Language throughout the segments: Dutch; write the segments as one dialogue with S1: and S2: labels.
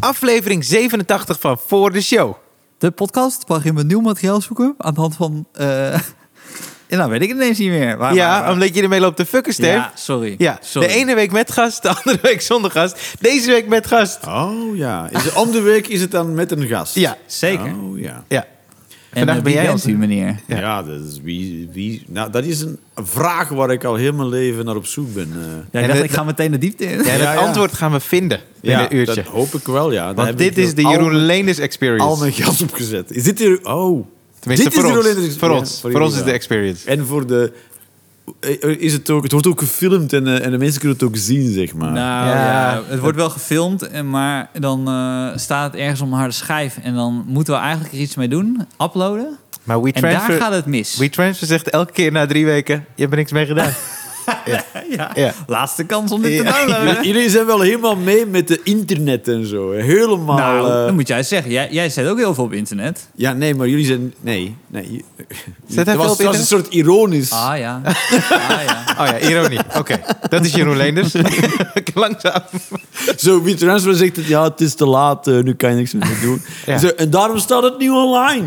S1: aflevering 87 van Voor de Show.
S2: De podcast waarin we nieuw materiaal zoeken aan de hand van... eh ja, nou weet ik het ineens niet meer. Waar-
S1: ja,
S2: waar- waar-
S1: omdat je ermee loopt te fucken, Stef.
S2: Ja, sorry.
S1: Ja,
S2: sorry.
S1: de ene week met gast, de andere week zonder gast. Deze week met gast.
S3: Oh ja. Is het, om de week is het dan met een gast.
S1: Ja,
S2: Zeker.
S3: Oh ja.
S1: Ja.
S2: En
S1: Vandaag
S2: eh,
S1: ben
S2: wie
S1: jij
S2: bent
S1: ons.
S2: u, meneer?
S3: Ja, dat is wie, wie. Nou, dat is een vraag waar ik al heel mijn leven naar op zoek ben. eh.
S2: Ja,
S1: En
S2: ik dacht,
S1: de-
S2: ik ga meteen de diepte in.
S1: En het
S3: Ja, ja.
S1: antwoord gaan we vinden in een uurtje.
S3: dat hoop ik wel, ja. Daar
S1: Want
S3: heb
S1: dit
S3: ik
S1: is de
S3: al-
S1: Jeroen Leenders Experience.
S3: Al mijn gas op gezet. Is dit hier? Oh.
S1: Tenminste,
S3: dit
S1: voor
S3: is de
S1: ons.
S3: Jeroen Leenders-
S1: Voor
S3: ja,
S1: ons. Voor
S3: jullie
S1: ons is
S3: wel.
S1: de experience.
S3: En voor de... eh, Is het, ook, het wordt ook gefilmd en, eh, en de mensen kunnen het ook zien, zeg maar.
S2: Nou
S1: Ja.
S2: ja. het wordt wel gefilmd, en maar dan eh, staat het ergens op een harde schijf. En dan moeten we eigenlijk er iets mee doen, uploaden.
S1: Maar we
S2: en
S1: transfer,
S2: daar gaat het mis.
S1: we transfer zegt elke keer na drie weken, je hebt er niks mee gedaan.
S2: ja.
S1: ja.
S2: Laatste kans om dit te
S1: Ja.
S2: downloaden.
S3: Jullie- Jullie zijn wel helemaal mee met de internet en zo. hè. Helemaal...
S2: Nou,
S3: eh,
S2: dan moet jij zeggen. Jij, jij zet ook heel veel op internet.
S3: Ja, nee, maar jullie zijn... Nee, nee.
S1: even
S3: Het
S1: op
S3: was, het was
S1: internet.
S3: een soort ironisch.
S2: Ah ja. ah ja.
S1: Oh ja, ironie. Oké, dat is Jeroen Leenders. Langzaam.
S3: Zo, wie transfer zegt het, ja, het is te laat, eh, nu kan je niks meer doen.
S1: Ja.
S3: Zo, en daarom staat het nu online.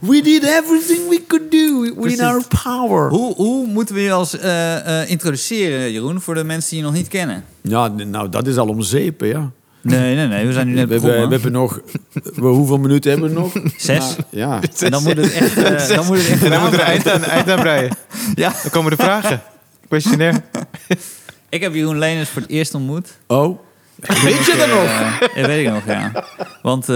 S3: we did everything we could do
S2: Precies.
S3: within our power.
S2: Hoe, hoe moeten we je als eh, eh, introduceren, Jeroen, voor de mensen die je nog niet kennen?
S3: Ja, n- nou, dat is al om zeepen, ja.
S2: Nee, nee, nee. We zijn nu net
S3: We hebben,
S2: begonnen.
S3: we hebben nog... we- hoeveel minuten hebben we nog?
S2: Zes.
S3: Ja.
S2: En dan moet het echt... eh, dan moet het echt
S1: En dan moeten we er eind
S2: gedaan
S1: aan, eind aan breien.
S2: Ja.
S1: Dan komen de vragen. Questionnaire.
S2: Ik heb Jeroen Leners voor het eerst ontmoet.
S3: Oh. Weet je dat nog?
S2: nog? Dat weet ik nog, ja. Want eh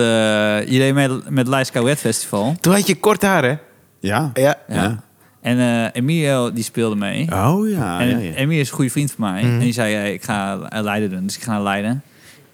S2: je deed mee met het Leids Wet Festival.
S1: Toen had je kort haar, hè?
S3: Ja.
S1: Ja.
S3: Ja.
S2: En eh, Emilio, die speelde mee.
S3: Oh ja,
S1: Ah,
S2: en
S3: ja, ja.
S2: Emilio is een goede vriend van
S1: Mhm.
S2: mij. En die zei, eh, ik ga Leiden doen. Dus ik ga naar Leiden.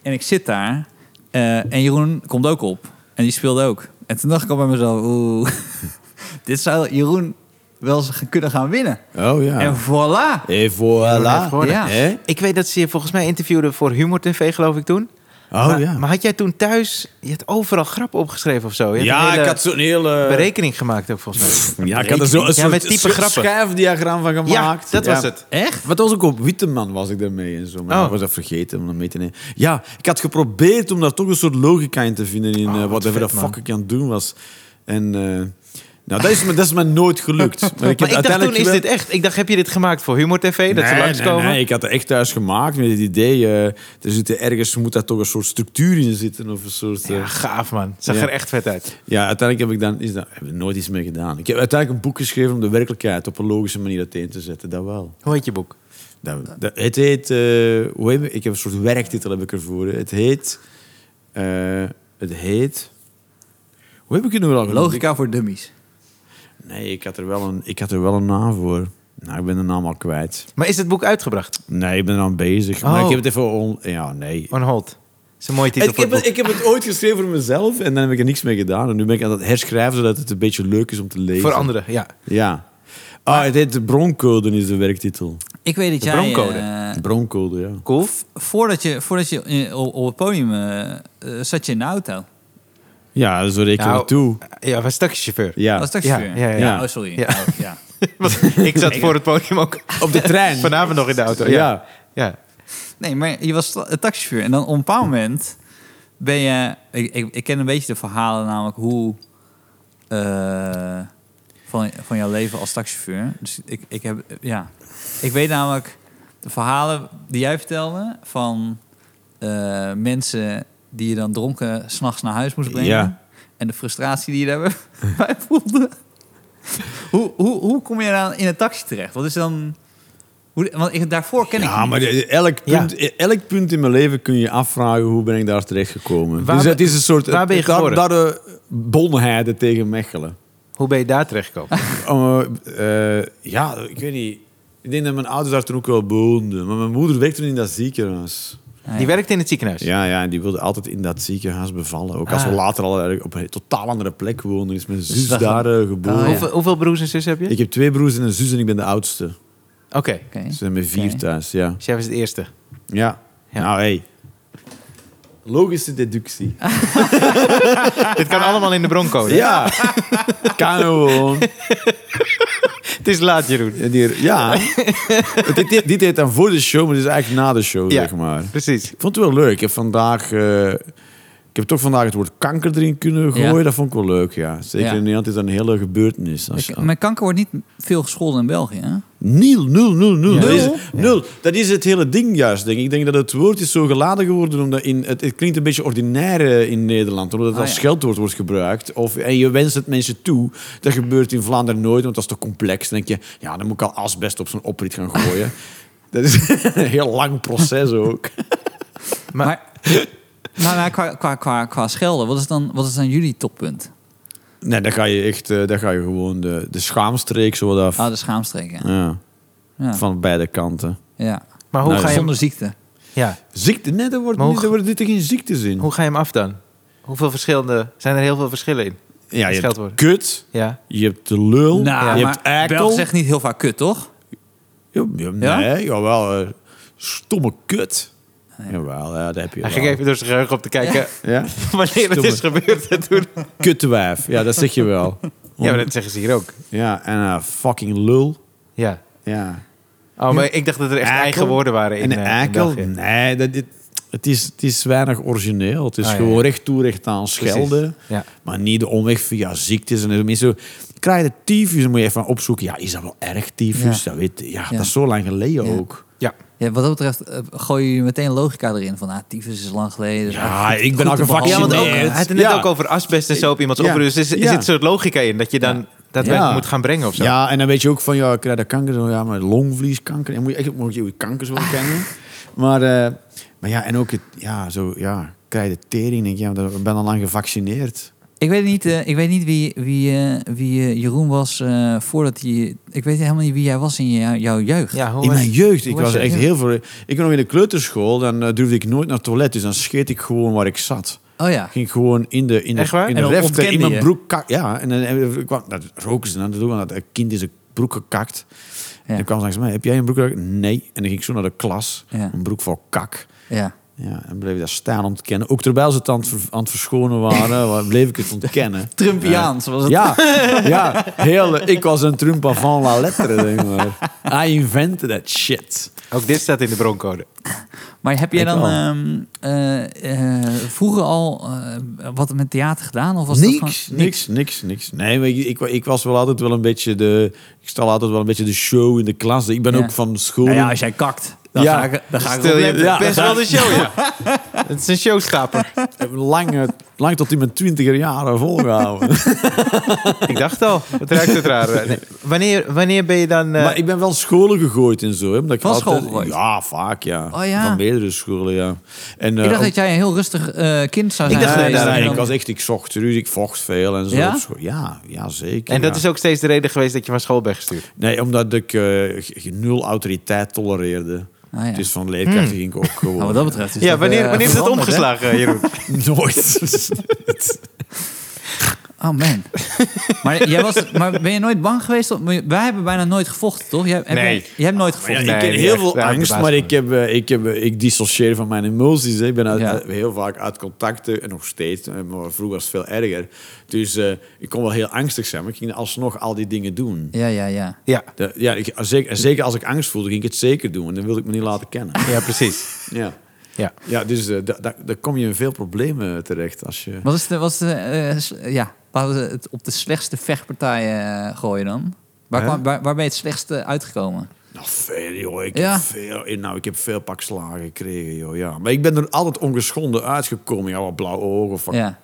S2: En ik zit daar. eh, en Jeroen komt ook op. En die speelde ook. En toen dacht ik al bij mezelf, oeh. dit zou Jeroen wel eens gaan- kunnen gaan winnen.
S3: Oh ja.
S2: En voilà.
S3: Et voilà.
S1: Geworden.
S2: Ja.
S3: Hè?
S1: Ik weet dat ze je volgens mij interviewden voor Humor TV, geloof ik toen.
S3: Oh
S1: maar,
S3: ja.
S1: maar had jij toen thuis, je had overal grappen opgeschreven of zo? Je had
S3: ja,
S1: een hele
S3: ik had eh, zo'n hele...
S1: berekening gemaakt ook volgens mij.
S3: Ja, ik had er zo een
S1: Ja,
S3: soort
S1: met type
S3: schu-
S1: grappen.
S3: schuifdiagram van
S1: ja,
S3: gemaakt.
S1: dat
S3: Ja.
S1: was het.
S2: Echt?
S3: Maar dat was ook op Witteman was ik daarmee en zo. Maar
S1: Oh.
S3: ik was dat vergeten om dat mee te nemen. Ja, ik had geprobeerd om daar toch een soort logica in te vinden in eh,
S1: Oh, wat
S3: whatever
S1: vet,
S3: de fuck ik aan het doen was. En eh, nou, dat is, me, dat is me nooit gelukt. Maar ik, heb
S1: Maar ik dacht toen,
S3: uiteindelijk
S1: is
S3: wel-
S1: dit echt? Ik dacht, heb je dit gemaakt voor Humor TV? Dat ze
S3: Nee,
S1: langskomen?
S3: Nee, nee, ik had het echt thuis gemaakt met het idee... eh, er zit ergens moet daar toch een soort structuur in zitten of een soort... eh,
S1: Ja, gaaf man. Zag
S3: Ja.
S1: er echt vet uit.
S3: Ja, uiteindelijk heb ik dan, is dat, heb ik nooit iets mee gedaan. Ik heb uiteindelijk een boek geschreven om de werkelijkheid op een logische manier uiteen te zetten. Dat wel.
S1: Hoe heet je boek?
S3: Dat, dat- het heet, eh, hoe heet het? ik heb een soort werktitel heb ik ervoor. hè. Het heet, eh, het heet, hoe heb ik het nu al genoemd?
S2: Logica voor dummies.
S3: Ik- Nee, ik had, er wel een, ik had er wel een naam voor. Nou, ik ben de naam al kwijt.
S1: Maar is het boek uitgebracht?
S3: Nee, ik ben er aan bezig. Maar
S1: Oh.
S3: ik heb het even on... Ja, nee.
S1: On hold. Dat is een mooie titel
S3: Ik
S1: voor
S3: heb,
S1: het boek.
S3: het- ik heb het ooit geschreven voor mezelf en dan heb ik er niks mee gedaan. En nu ben ik aan het herschrijven, zodat het een beetje leuk is om te lezen.
S1: Voor anderen, ja.
S3: Ja. Ah, het heet de broncode is de werktitel.
S2: Ik weet dat
S1: De
S2: jij...
S1: broncode.
S2: eh,
S3: Broncode, ja.
S1: Cool.
S2: Voordat je, voordat je eh, op op het podium eh, eh, zat je in de auto.
S3: Ja, zo reken ik
S1: Nou,
S3: naartoe.
S1: Ja, was taxichauffeur.
S3: Ja.
S2: Was dat
S1: Ja,
S2: chauffeur?
S1: ja, ja.
S2: Oh, sorry.
S1: Ja.
S2: Ja. Oh, ja.
S1: Want ik zat voor het podium ook.
S3: Op de trein.
S1: Vanavond nog in de auto. Ja.
S3: Ja.
S1: ja.
S2: Nee, maar je was ta- taxichauffeur. En dan op een bepaald moment ben je... Ik, ik, ik ken een beetje de verhalen namelijk hoe... eh, van, van jouw leven als taxichauffeur. Dus ik, ik heb... Ja. Ik weet namelijk de verhalen die jij vertelde... van eh, mensen die je dan dronken s'nachts naar huis moest brengen.
S3: Ja.
S2: En de frustratie die je daarbij voelde. hoe, hoe, hoe kom je dan in een taxi terecht? Wat is dan... Hoe, want ik, daarvoor ken ik je
S3: Ja,
S2: niet.
S3: maar de- elk
S1: Ja.
S3: punt, eh, elk punt in mijn leven kun je afvragen hoe ben ik daar terecht gekomen.
S1: Waar
S3: dus
S1: ben-
S3: het is een soort
S1: waar ben je
S3: daar,
S1: geboren?
S3: daar de bonheide tegen Mechelen.
S1: Hoe ben je daar terechtgekomen?
S3: Oh, eh, eh, ja, ik weet niet. Ik denk dat mijn ouders daar toen ook wel woonden. Maar mijn moeder werkte toen in dat ziekenhuis.
S1: Die werkte in het ziekenhuis.
S3: Ja, ja, en die wilde altijd in dat ziekenhuis bevallen. Ook als we
S1: Ah.
S3: later al eigenlijk op een totaal andere plek woonden, is mijn zus
S2: Ah,
S1: dat-
S3: daar eh, geboren.
S1: Hoeveel, hoeveel broers en zussen heb je?
S3: Ik heb twee broers en een zus en ik ben de oudste.
S1: Oké.
S2: Oké.
S3: Ze zijn met vier
S2: Oké.
S3: thuis, ja.
S1: Dus jij was het eerste.
S3: Ja.
S1: Ja.
S3: Nou, hey. Logische deductie.
S2: Ah.
S1: Dit kan allemaal in de broncode.
S3: Ja. kan gewoon.
S1: Het is laat, Jeroen.
S3: En die- Ja. dit, dit, dit heet dan voor de show, maar dit is eigenlijk na de show,
S1: Ja.
S3: zeg maar.
S1: Precies.
S3: Ik vond het wel leuk. Ik heb vandaag... eh, Ik heb toch vandaag het woord kanker erin kunnen gooien.
S2: Ja.
S3: Dat vond ik wel leuk, ja. Zeker
S2: Ja.
S3: in Nederland is dat een hele gebeurtenis. Als je-
S2: Ik- Met kanker wordt niet veel gescholden in België, hè?
S3: Nul, nul, nul, nul.
S2: Ja.
S3: Dat is,
S2: Nul?
S3: nul. Dat is het hele ding juist, denk ik. Ik denk dat het woord is zo geladen geworden. Omdat in, het, het klinkt een beetje ordinair eh, in Nederland. Omdat het
S2: Ah,
S3: als
S2: ja.
S3: scheldwoord wordt gebruikt. Of, en je wenst het mensen toe. Dat gebeurt in Vlaanderen nooit, want dat is te complex. Dan denk je, ja, dan moet ik al asbest op zo'n oprit gaan gooien. dat is een heel lang proces ook.
S2: Maar,
S1: Maar-
S2: maar, maar qua, qua, qua, qua schelden, wat is, dan, wat is dan jullie toppunt?
S3: Nee, dan ga je echt eh, dan ga je gewoon de, de schaamstreek zo af.
S2: Ah, de schaamstreken.
S3: Ja,
S2: Ja.
S3: Van beide kanten.
S2: ja.
S1: Maar hoe,
S3: Nou,
S1: ga, je hem,
S2: Zonder ziekte.
S1: ja,
S3: Ziekte? Nee, daar wordt
S1: Maar hoe
S3: niet-
S1: ge-
S3: daar worden dit geen ziektes in.
S1: hoe ga je hem af dan? Hoeveel verschillende... Zijn er heel veel verschillen in?
S3: Ja, je hebt
S1: scheldwoord?
S3: kut.
S1: Ja.
S3: Je hebt de lul,
S2: Nou,
S3: je
S2: maar
S3: hebt eikel.
S2: Belgen zegt niet heel vaak kut, toch?
S3: Ja, ja, nee, jawel. eh, stomme kut. Jawel, ja, daar heb je
S1: Hij
S3: wel.
S1: ging even door zijn geheugen op te kijken
S3: Ja?
S1: wanneer het is gebeurd. En toen...
S3: Kutwijf, ja, dat zeg je wel.
S1: Ja, maar dat zeggen ze hier ook.
S3: Ja, en eh, fucking lul.
S1: Ja.
S3: Ja.
S1: Oh, maar ik dacht dat er echt
S3: Eikel.
S1: eigen woorden waren in,
S3: En
S1: eh, in
S3: een eikel?
S1: België.
S3: Nee, dat, dit- het, is, het is weinig origineel. Het is
S1: Ah, ja,
S3: gewoon
S1: ja.
S3: recht toe, recht aan
S1: Precies.
S3: schelden.
S1: Ja.
S3: Maar niet de omweg via ziektes en zo. Krijg je de tyfus, dan moet je even opzoeken. Ja, is dat wel erg tyfus?
S2: Ja.
S3: Dat, weet, ja,
S2: Ja.
S3: dat is zo lang geleden
S2: Ja.
S3: ook.
S1: ja.
S2: Ja, wat dat betreft eh, gooi je meteen logica erin. Van, ah, tyfus is lang geleden. dus
S3: Ja,
S2: eigenlijk goed-
S3: ik ben
S2: goed
S3: al
S2: te
S1: ja,
S3: gevaccineerd.
S1: want ook,
S2: behandelen.
S1: hij
S3: Fascinerend.
S1: had het net
S3: Ja.
S1: ook over asbest en zo op iemands
S3: Ja.
S1: over. Dus er, is- er
S3: Ja.
S1: zit een soort logica in dat je dan daadwerkelijk
S3: Ja.
S1: moet gaan brengen of zo.
S3: Ja, en dan weet je ook van, ja, ik krijg dat kanker, zo, ja, maar longvlieskanker. En moet je echt moet je je kankers wel kennen. Maar, eh, maar ja, en ook, het, ja, zo, ja, krijg je de tering, denk je, ja, dan- ik ben al lang gevaccineerd.
S2: Ik weet niet, eh, ik weet niet wie, wie, eh, wie eh, Jeroen was eh, voordat hij... Ik weet helemaal niet wie jij was in jou- jouw jeugd.
S1: Ja, hoe
S3: in
S1: was-
S3: mijn jeugd, ik
S1: hoe
S3: was
S1: het?
S3: echt
S1: Ja.
S3: heel veel... Ik kwam nog in de kleuterschool, dan eh, durfde ik nooit naar het toilet, dus dan scheet ik gewoon waar ik zat.
S2: Oh ja.
S3: Ging ik gewoon in de, in de,
S1: Echt waar?
S3: in
S2: En
S3: de
S2: dan
S3: refter, in
S2: ontkende
S3: mijn
S2: je?
S3: broek... kak- Ja, en dan en, kwam, dat roken ze dan, dat doen, want dat kind is een broek gekakt.
S2: Ja.
S3: En dan kwam ze langs mij, heb jij een broek gekakt? Nee. En dan ging ik zo naar de klas,
S2: Ja.
S3: een broek vol kak.
S2: ja.
S3: Ja, en bleef ik daar staan ontkennen. Ook terwijl ze het aan het, ver- aan het verschonen waren, wa- bleef ik het ontkennen.
S2: Trumpiaans was het.
S3: Ja, ja heel, eh, ik was een Trump avant la lettre, denk maar. I invented that shit.
S1: Ook dit staat in de broncode.
S2: Maar heb jij
S3: Ik
S2: dan
S3: wel.
S2: ehm, eh, eh, vroeger al eh, wat met theater gedaan? Of was dat
S3: Niks,
S2: gewoon...
S3: niks, niks, niks. Nee, maar ik, ik, wa- ik was wel altijd wel een beetje de... Ik stal altijd wel een beetje de show in de klas. Ik ben
S2: Ja.
S3: ook van school.
S2: Nou ja, als jij kakt, dan
S3: Ja.
S2: ga ik, dan ga ik
S1: Stel je
S2: erop letten.
S3: ja,
S1: best wel de show, ja. Het is een showstaper.
S3: lang, eh, lang tot in mijn twintiger jaren volgehouden.
S1: Ik dacht al, het ruikt het raar. Nee. Wanneer, wanneer ben je dan... eh,
S3: maar ik ben wel scholen gegooid en zo. Hè, omdat ik
S2: Van school
S3: altijd,
S2: gegooid?
S3: Ja, vaak, ja.
S2: Oh, ja.
S3: Van meerdere scholen, ja. En, eh,
S2: Ik dacht
S3: ook-
S2: dat jij een heel rustig eh, kind zou
S1: Ik dacht
S2: zijn.
S3: Nee,
S1: dat
S2: geweest.
S3: nee,
S1: jij
S3: nee,
S2: En
S3: ik
S2: dan-
S3: was echt, ik zocht ruzie, ik vocht veel en zo.
S2: Ja?
S3: op school. ja, ja, zeker.
S1: en dat
S3: ja.
S1: is ook steeds de reden geweest dat je van school bent gestuurd.
S3: Nee, omdat ik eh, g- g- nul autoriteit tolereerde.
S2: Ah, ja.
S3: Dus van leerkracht ging ik ook gewoon...
S2: Nou, wat dat betreft
S3: Dus
S2: is
S1: Ja,
S2: dat,
S1: wanneer,
S2: eh,
S1: wanneer is dat
S2: veranderd, hè?
S1: omgeslagen, eh, Jeroen?
S3: Nooit.
S2: Oh man. maar, jij was, maar ben je nooit bang geweest? Om- Wij hebben bijna nooit gevochten, toch? Jij, heb
S1: Nee.
S2: jij- je hebt nooit
S3: Ja,
S2: gevochten.
S3: ik
S1: Nee,
S3: ken
S1: niet
S3: heel
S1: echt.
S3: veel
S1: Ja, ik
S3: angst,
S1: verbaas
S3: maar
S1: me.
S3: ik, heb, eh, ik, heb, eh, ik dissocieer van mijn emoties. hè. Ik ben uit-
S2: Ja.
S3: uit- heel vaak uit contacten, en nog steeds, eh, maar vroeger was het veel erger. Dus eh, ik kon wel heel angstig zijn, maar ik ging alsnog al die dingen doen.
S2: Ja, ja, ja.
S1: Ja,
S3: De- ja, ik, zeker, en zeker als ik angst voelde, ging ik het zeker doen. En dan wilde ik me niet laten kennen.
S1: ja precies.
S3: Ja.
S1: Ja.
S3: Ja, dus eh, da- da- daar kom je in veel problemen eh, terecht als je...
S2: Wat is de, wat is de, eh, s- ja, laten we het op de slechtste vechtpartijen eh, gooien dan. Waar,
S3: Hè?
S2: kwam- waar, waar ben je het slechtste uitgekomen?
S3: Nou, veel, joh. Ik,
S2: Ja.
S3: heb veel, eh, nou, ik heb veel pak slagen gekregen, joh. Ja. Maar ik ben er altijd ongeschonden uitgekomen. Ja, wat blauwe ogen of wat,
S2: Ja.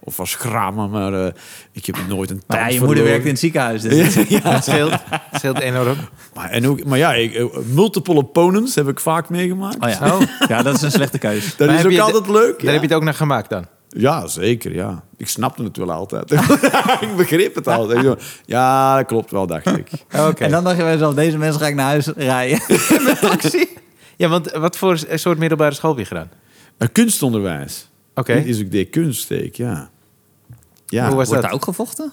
S3: of wat schrammen. Maar eh, ik heb nooit een
S2: Maar
S3: tand
S2: ja, je moeder
S3: verloren.
S2: werkt in het ziekenhuis. Dus.
S1: Dat scheelt, dat scheelt enorm.
S3: Maar, en ook, maar ja, ik, eh, multiple opponents heb ik vaak meegemaakt.
S2: Oh ja. ja, dat is een slechte keuze.
S3: Dat
S1: Maar
S3: is
S1: heb
S3: ook
S1: je het-
S3: altijd leuk.
S1: Daar
S3: Ja.
S1: heb je het ook naar gemaakt dan.
S3: ja, zeker, ja. Ik snapte het wel altijd. ik begreep het altijd. Ik dacht, Ja, dat klopt wel, dacht ik.
S1: Oké.
S2: En dan dacht je bij jezelf, deze mensen ga ik naar huis rijden. Met taxi.
S1: Ja, want wat voor soort middelbare school heb je gedaan?
S3: Eh, kunstonderwijs.
S1: Oké.
S3: Dit is ook de kunststeek, ja. Ja,
S1: Hoe was
S2: Wordt
S1: dat?
S2: daar ook gevochten?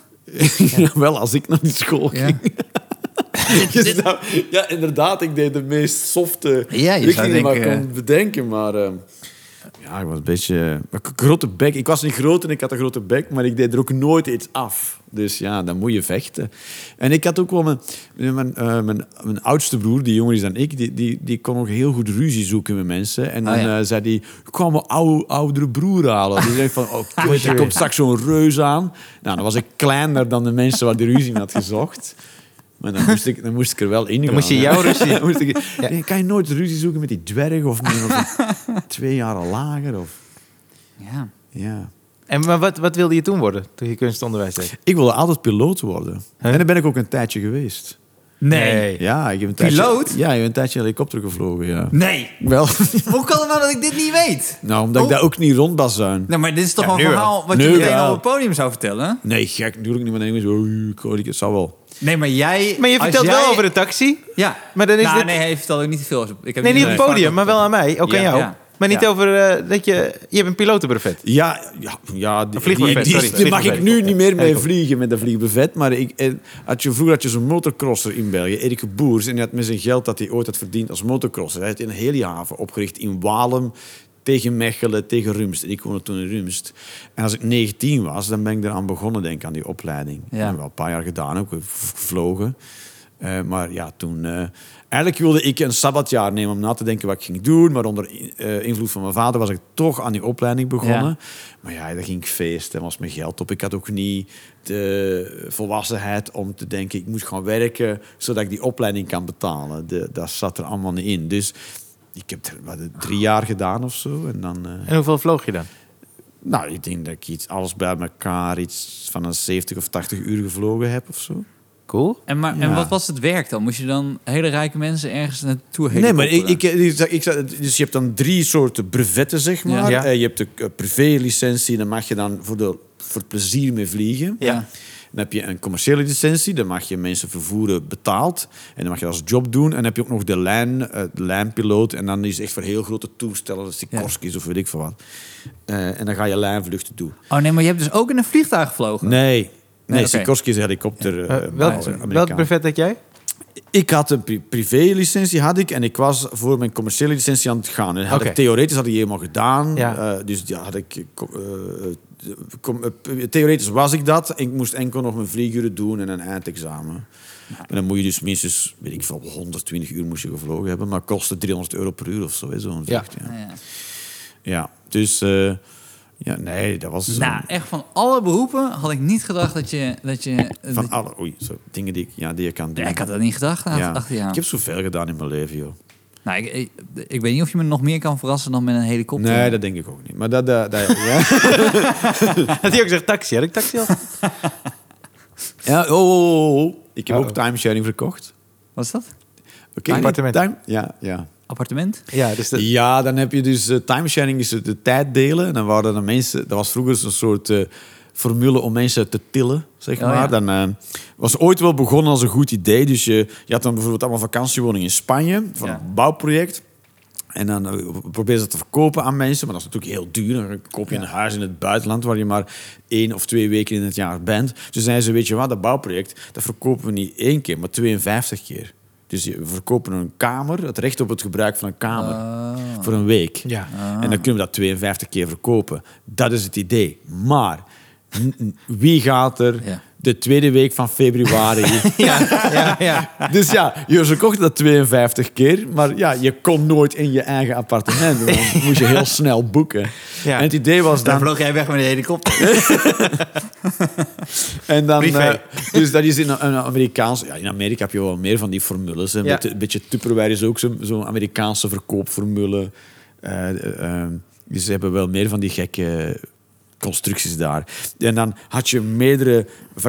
S3: Ja, wel als ik naar die school
S2: Ja.
S3: ging. Je zou- ja, inderdaad, ik deed de meest softe
S2: Ja, je zou
S3: richtingen die maar
S2: denken,
S3: kon bedenken. Maar eh, Ja, ik was een beetje... maar ik- grote bek. Ik was niet groot en ik had een grote bek, maar ik deed er ook nooit iets af. Dus ja, dan moet je vechten. En ik had ook wel mijn... Mijn, eh, mijn, mijn oudste broer, die jonger is dan ik, die, die, die kon ook heel goed ruzie zoeken met mensen. En dan
S2: Ah, ja.
S3: eh, zei die ik kwam mijn oude, oudere broer halen. Die zei van, oh, kut, er komt straks zo'n reus aan. Nou, dan was ik kleiner dan de mensen waar die ruzie in had gezocht. Maar dan moest ik, dan moest ik er wel in gaan,
S1: moest je
S3: hè.
S1: jouw ruzie-
S3: Dan moest ik, Nee, Kan je nooit ruzie zoeken met die dwerg of met iemand van twee jaren lager? Of,
S2: Ja.
S3: ja.
S1: En maar wat, wat wilde je toen worden, toen je kunstonderwijs deed?
S3: Ik wilde altijd piloot worden. En dan ben ik ook een tijdje geweest.
S2: Nee. Nee.
S1: Nee.
S3: Ja, ik heb een tijdje,
S2: Piloot?
S3: Ja, ik heb een tijdje helikopter gevlogen, ja. Wel,
S2: Hoe kan het nou dat ik dit niet weet?
S3: nou, omdat
S2: Oh.
S3: ik daar ook niet rond was zijn.
S2: Nou, maar dit is toch
S1: Ja,
S2: een
S1: nu wel.
S2: verhaal wat
S3: Nu
S2: je iedereen
S3: wel.
S2: op het podium zou vertellen?
S3: Nee, gek, natuurlijk niet. Maar dan denk ik zo, "Oei, ik hoor- het zou wel.
S2: Nee, maar jij...
S1: Maar je
S2: als
S1: vertelt
S2: jij-
S1: wel over de taxi.
S2: Ja.
S1: Maar dan is
S2: nou,
S1: dit-
S2: nee, hij vertelt ook niet veel. Ik heb
S1: Nee, niet op
S2: Nee.
S1: het podium, maar wel aan mij. Ook
S3: Ja,
S1: aan jou.
S2: ja.
S1: Maar niet
S2: Ja.
S1: over eh, dat je... Je hebt een pilotenbrevet.
S3: Ja, ja, ja die, die,
S1: vliegbuffet,
S3: die-
S1: sorry,
S3: die mag ik
S1: vliegbuffet.
S3: nu niet meer mee
S1: Helikopter.
S3: vliegen met een vliegbuffet. Maar ik, eh, had je, vroeger had je zo'n motocrosser in België, Erik Boers. En die had met zijn geld dat hij ooit had verdiend als motocrosser. Hij had een hele haven opgericht in Walem tegen Mechelen, tegen Rumst. En ik woonde toen in Rumst. En als ik 19 was, dan ben ik eraan begonnen, denk ik, aan die opleiding.
S2: Ja.
S3: Ja. wel een paar jaar gedaan, ook gevlogen. Eh, maar ja, toen... eh, eigenlijk wilde ik een sabbatjaar nemen om na te denken wat ik ging doen. Maar onder eh, invloed van mijn vader was ik toch aan die opleiding begonnen.
S2: Ja.
S3: Maar ja, dan ging ik feesten, was mijn geld op. Ik had ook niet de volwassenheid om te denken... ik moet gaan werken zodat ik die opleiding kan betalen. De, dat zat er allemaal niet in. Dus ik heb er, wat, drie jaar gedaan of zo. En dan... eh,
S1: En hoeveel vloog je dan?
S3: nou, ik denk dat ik iets, alles bij elkaar iets van een 70 of 80 uur gevlogen heb of zo.
S1: Cool.
S2: En, maar, en
S3: Ja.
S2: wat was het werk dan? Moest je dan hele rijke mensen ergens naartoe heen?
S3: Nee, maar ik, ik, ik, zag- ik zag- dus je hebt dan drie soorten brevetten, zeg maar.
S1: Ja.
S3: Eh, Je hebt de eh, privélicentie, dan mag je dan voor, de, voor plezier mee vliegen.
S2: Ja.
S3: Dan heb je een commerciële licentie, dan mag je mensen vervoeren betaald. En dan mag je dat als job doen. En dan heb je ook nog de lijn, eh, de lijnpiloot. En dan is het echt voor heel grote toestellen, dat Sikorsky's of weet ik veel wat. Eh, en dan ga je lijnvluchten doen.
S2: Oh nee, maar je hebt dus ook in een vliegtuig gevlogen?
S3: Nee, nee,
S2: oké.
S3: Sikorsky is een helikopter. eh,
S1: welk,
S3: bouwer,
S1: welk
S3: Amerikaan.
S1: brevet had jij?
S3: Ik had een pri- privélicentie had ik en ik was voor mijn commerciële licentie aan het gaan. En had
S1: Oké.
S3: ik, theoretisch had ik die helemaal gedaan.
S1: Ja.
S3: Eh, dus ja, had ik, eh, co- eh, eh, com- eh, theoretisch was ik dat. Ik moest enkel nog mijn vlieguren doen en een eindexamen. En dan moet je dus minstens, weet ik veel, 120 uur moest je gevlogen hebben. Maar kostte 300 euro per uur of zo. hè, Zo'n
S1: Ja.
S3: vlucht, ja.
S2: Ah, ja.
S3: ja, dus... eh, ja, nee, dat was...
S2: Nou, echt van alle beroepen had ik niet gedacht dat je... Dat je
S3: van
S2: dat-
S3: alle... Oei, zo, dingen die ik, ja, die je kan doen.
S2: Nee, eh, ik had dat niet gedacht na-
S3: ja.
S2: achter jou.
S3: Ik heb zoveel gedaan in mijn leven, joh.
S2: Nou, ik, ik, ik weet niet of je me nog meer kan verrassen dan met een helikopter.
S3: Nee, dat denk ik ook niet. Maar dat... dat, dat ja.
S1: Had hij ook gezegd taxi? Had ik taxi al?
S3: Ja, oh, oh, oh, oh. Ik heb
S1: Oh, oh.
S3: ook timesharing verkocht.
S2: Wat is dat?
S3: Oké,
S1: Appartement.
S3: time- ja, ja.
S2: Appartement?
S1: ja, dus dat...
S3: ja, dan heb je dus eh, timesharing is het de tijd delen. En dan waren er mensen, dat was vroeger zo'n soort eh, formule om mensen te tillen, zeg
S2: Oh,
S3: maar.
S2: ja.
S3: Dan eh, was ooit wel begonnen als een goed idee. Dus je, je had dan bijvoorbeeld allemaal vakantiewoningen in Spanje van
S2: Ja.
S3: een bouwproject. En dan eh, probeer je dat te verkopen aan mensen. Maar dat is natuurlijk heel duur. Dan koop je een huis in het buitenland waar je maar één of twee weken in het jaar bent. Dus zeiden ze, weet je wat, dat bouwproject, dat verkopen we niet één keer, maar 52 keer. Dus je- we verkopen een kamer, het recht op het gebruik van een kamer. Voor een week.
S1: Ja.
S3: Ah. En dan kunnen we dat 52 keer verkopen. Dat is het idee. Maar n- n- wie gaat er
S2: Ja.
S3: de tweede week van februari
S1: Ja, ja, ja.
S3: dus ja, je verkocht dat 52 keer, maar ja, je kon nooit in je eigen appartement. want Dan moest je heel snel boeken.
S1: Ja.
S3: En het idee was
S2: Daar
S3: dan...
S2: vloog jij weg met een helikopter.
S3: En dan
S1: Privé.
S3: eh, dus dat is in een een Amerikaans... Ja, in Amerika heb je wel meer van die formules. hè.
S1: Ja.
S3: Met Een beetje Tupperware is ook zo'n zo'n Amerikaanse verkoopformule. Eh, eh, eh, dus ze hebben wel meer van die gekke constructies daar. En dan had je meerdere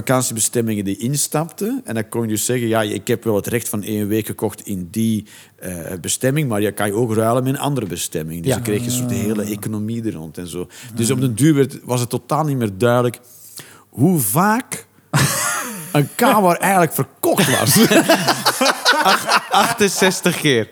S3: vakantiebestemmingen die instapten. En dan kon je dus zeggen, ja, ik heb wel het recht van één week gekocht in die eh, bestemming, maar je kan je ook ruilen met een andere bestemming. Dus
S1: Ja.
S3: dan kreeg je een soort hele economie er rond en zo. Dus op den duur werd- was het totaal niet meer duidelijk hoe vaak een kamer eigenlijk verkocht was.
S1: 68 keer.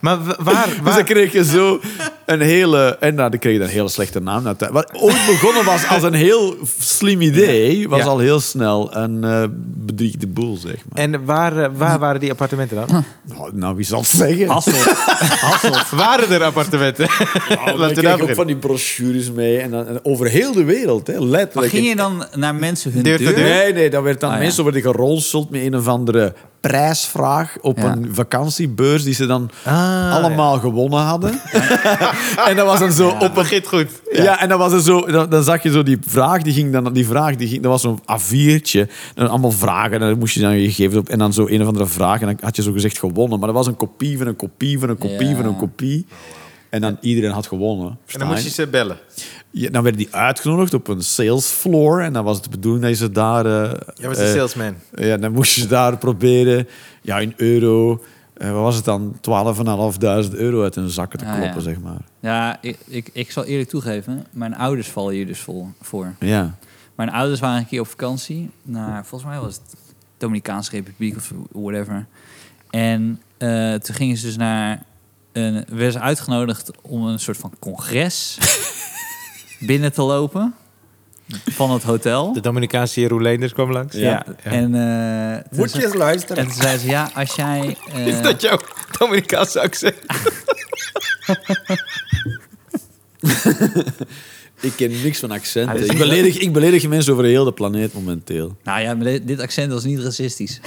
S1: Maar wa- waar...
S3: Dus
S1: waar
S3: dan kreeg je zo een hele... En nou, dan kreeg je een hele slechte naam. Nou, dat- Wat ooit begonnen was als een heel slim idee, was
S1: Ja.
S3: al heel snel een eh bedriegde boel, zeg maar.
S1: en waar, eh, waar waren die appartementen dan?
S3: Nou, nou, wie zal het zeggen?
S2: Hasselt. Hasselt.
S1: waren er appartementen?
S3: Nou, dan
S1: Laten we
S3: kreeg
S1: daar
S3: je ook
S1: beginnen.
S3: van die brochures mee. En dan, en over heel de wereld, hè, letterlijk.
S2: Maar ging je dan naar mensen hun
S1: Deur
S2: deur?
S1: te deur?
S3: Nee, nee, dan werd dan
S2: Ah, ja.
S3: mensen worden geronseld met een of andere prijsvraag op
S2: Ja.
S3: een vakantiebeurs die ze dan
S1: Ah,
S3: allemaal gewonnen hadden. en dat was dan zo op een
S1: Begint goed.
S3: ja. en dan was het zo, dan, dan zag je zo die vraag, die ging dan, die vraag, die ging, dat was zo'n A4'tje. En allemaal vragen, en dan moest je dan je gegevens op. En dan zo een of andere vraag, en dan had je zo gezegd gewonnen. Maar dat was een kopie van een kopie van een kopie
S2: Ja.
S3: van een kopie. En dan iedereen had gewonnen.
S1: En
S3: versta
S1: dan moest je ze bellen.
S3: ja, dan werden die uitgenodigd op een sales floor. En dan was het de bedoeling dat je ze daar... eh,
S1: Jij was de
S3: eh,
S1: salesman.
S3: Ja, dan moest je ze daar proberen, ja, in euro... eh, wat was het dan? 12.500 euro uit hun zakken te
S2: Ah,
S3: kloppen,
S2: ja.
S3: zeg maar.
S2: Ja, ik, ik, ik zal eerlijk toegeven, mijn ouders vallen hier dus vol voor.
S3: Ja.
S2: Mijn ouders waren een keer op vakantie naar, volgens mij was het Dominicaanse Republiek of whatever. En eh, toen gingen ze dus naar, een, werden ze uitgenodigd om een soort van congres binnen te lopen van het hotel.
S1: De Dominicaanse Roelenders kwam langs.
S3: Ja.
S2: En, eh, toen ze-
S3: luisteren?
S2: en toen zeiden ze, ja, als jij... eh,
S1: Is dat jouw Dominicaanse accent?
S3: Ik ken niks van
S2: Hij is-
S3: accenten. Ik beledig, ik beledig mensen over heel de planeet momenteel.
S2: Nou ja, maar dit, dit accent was niet racistisch.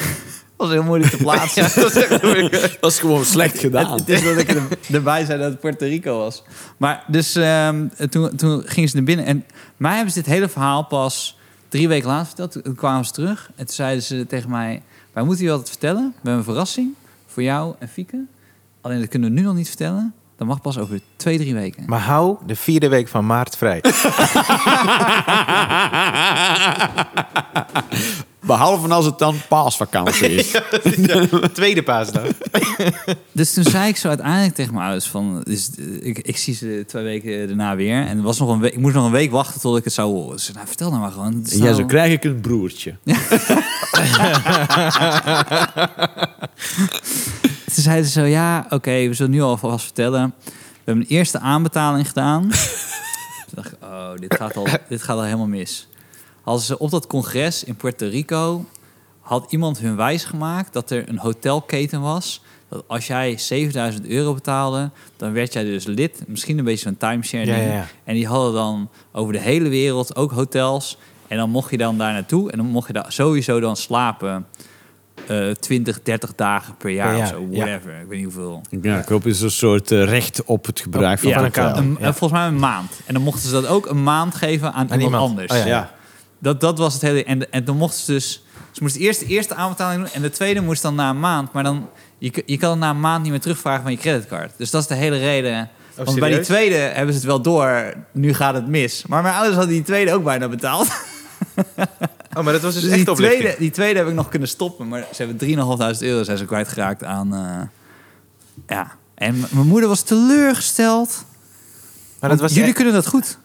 S2: was heel moeilijk te plaatsen.
S3: Dat is gewoon slecht gedaan.
S2: Het is dat ik er, erbij zei dat het Puerto Rico was. Maar dus ehm, toen, toen gingen ze naar binnen. En mij hebben ze dit hele verhaal pas drie weken later verteld. Toen kwamen ze terug en toen zeiden ze tegen mij... Wij moeten je wat vertellen. We hebben een verrassing voor jou en Fieke. Alleen dat kunnen we nu nog niet vertellen. Dat mag pas over twee, drie weken.
S1: Maar hou de vierde week van maart vrij.
S3: Behalve als het dan paasvakantie is.
S1: Tweede paasdag.
S2: Dus toen zei ik zo uiteindelijk tegen mijn ouders van... Dus, eh, ik, ik zie ze twee weken daarna weer. En er was nog een week, ik moest nog een week wachten tot ik het zou horen. Dus nou, vertel nou maar gewoon. Het is
S3: Ja,
S2: nou-
S3: zo krijg ik een broertje.
S2: Toen zeiden ze zo, ja, oké, we zullen nu alvast vertellen. We hebben een eerste aanbetaling gedaan. Toen dacht ik, oh, dit gaat, al, dit gaat al helemaal mis. Hadden ze op dat congres in Puerto Rico... had iemand hun wijs gemaakt dat er een hotelketen was... dat als jij 7000 euro betaalde, dan werd jij dus lid. Misschien een beetje zo'n timeshare
S1: Ja,
S2: ding.
S1: ja, ja.
S2: En die hadden dan over de hele wereld ook hotels. En dan mocht je dan daar naartoe. En dan mocht je daar sowieso dan slapen... eh 20, 30 dagen per jaar,
S1: Per
S2: of
S1: jaar,
S2: zo.
S1: ja.
S2: Whatever, ik weet niet hoeveel.
S3: Ja, ik hoop is een soort eh, recht op het gebruik van
S1: Ja,
S3: het
S1: van elkaar.
S3: hotel.
S2: Een-
S1: ja.
S2: eh, Volgens mij een maand. En dan mochten ze dat ook een maand geven aan, iemand,
S1: iemand.
S2: anders.
S1: Oh ja.
S3: Ja.
S2: dat, dat was het hele... En, en dan mochten ze dus... Ze moesten eerst de eerste aanbetaling doen... en de tweede moest dan na een maand. Maar dan... Je, k- je kan het na een maand niet meer terugvragen van je creditcard. Dus dat is de hele reden... Want bij die
S1: serieus?
S2: tweede hebben ze het wel door. Nu gaat het mis. Maar mijn ouders hadden die tweede ook bijna betaald.
S1: Oh, maar dat was dus
S2: Dus
S1: echt
S2: die,
S1: oplichting.
S2: tweede, die tweede heb ik nog kunnen stoppen. Maar ze hebben 3.500 euro zijn ze kwijtgeraakt aan... eh, ja. En m- mijn moeder was teleurgesteld.
S1: Maar dat
S2: Want
S1: was
S2: jullie
S1: echt-
S2: kunnen dat goed.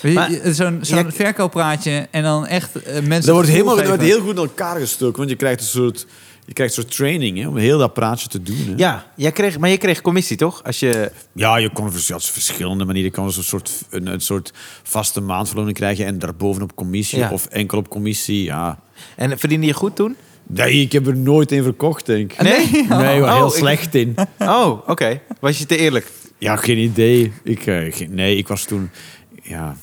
S2: Weet je,
S1: Maar-
S2: je- Zo'n zo'n
S1: Ja, ik-
S2: verkooppraatje en dan echt eh, mensen...
S3: Dat wordt,
S2: het gevoel
S3: helemaal, dat wordt
S2: geven.
S3: heel goed in elkaar gestoken. Want je krijgt een soort, je krijgt een soort training hè, om heel dat praatje te doen. Hè.
S1: Ja, jij kreeg, maar je kreeg commissie, toch? Als je...
S3: Ja, je kan vers- ja, op verschillende manieren. Je kan zo'n soort, een, een soort vaste maandverloning krijgen en daarbovenop commissie
S1: Ja.
S3: of enkel op commissie. Ja.
S1: En verdiende je goed toen?
S3: Nee, ik heb er nooit een verkocht, denk ik.
S1: Nee?
S3: Nee, ik was
S1: Oh,
S3: heel
S1: ik-
S3: slecht in.
S1: Oh, oké. Was je te eerlijk?
S3: Ja, geen idee. Ik, eh, geen- nee, ik was toen... Ja.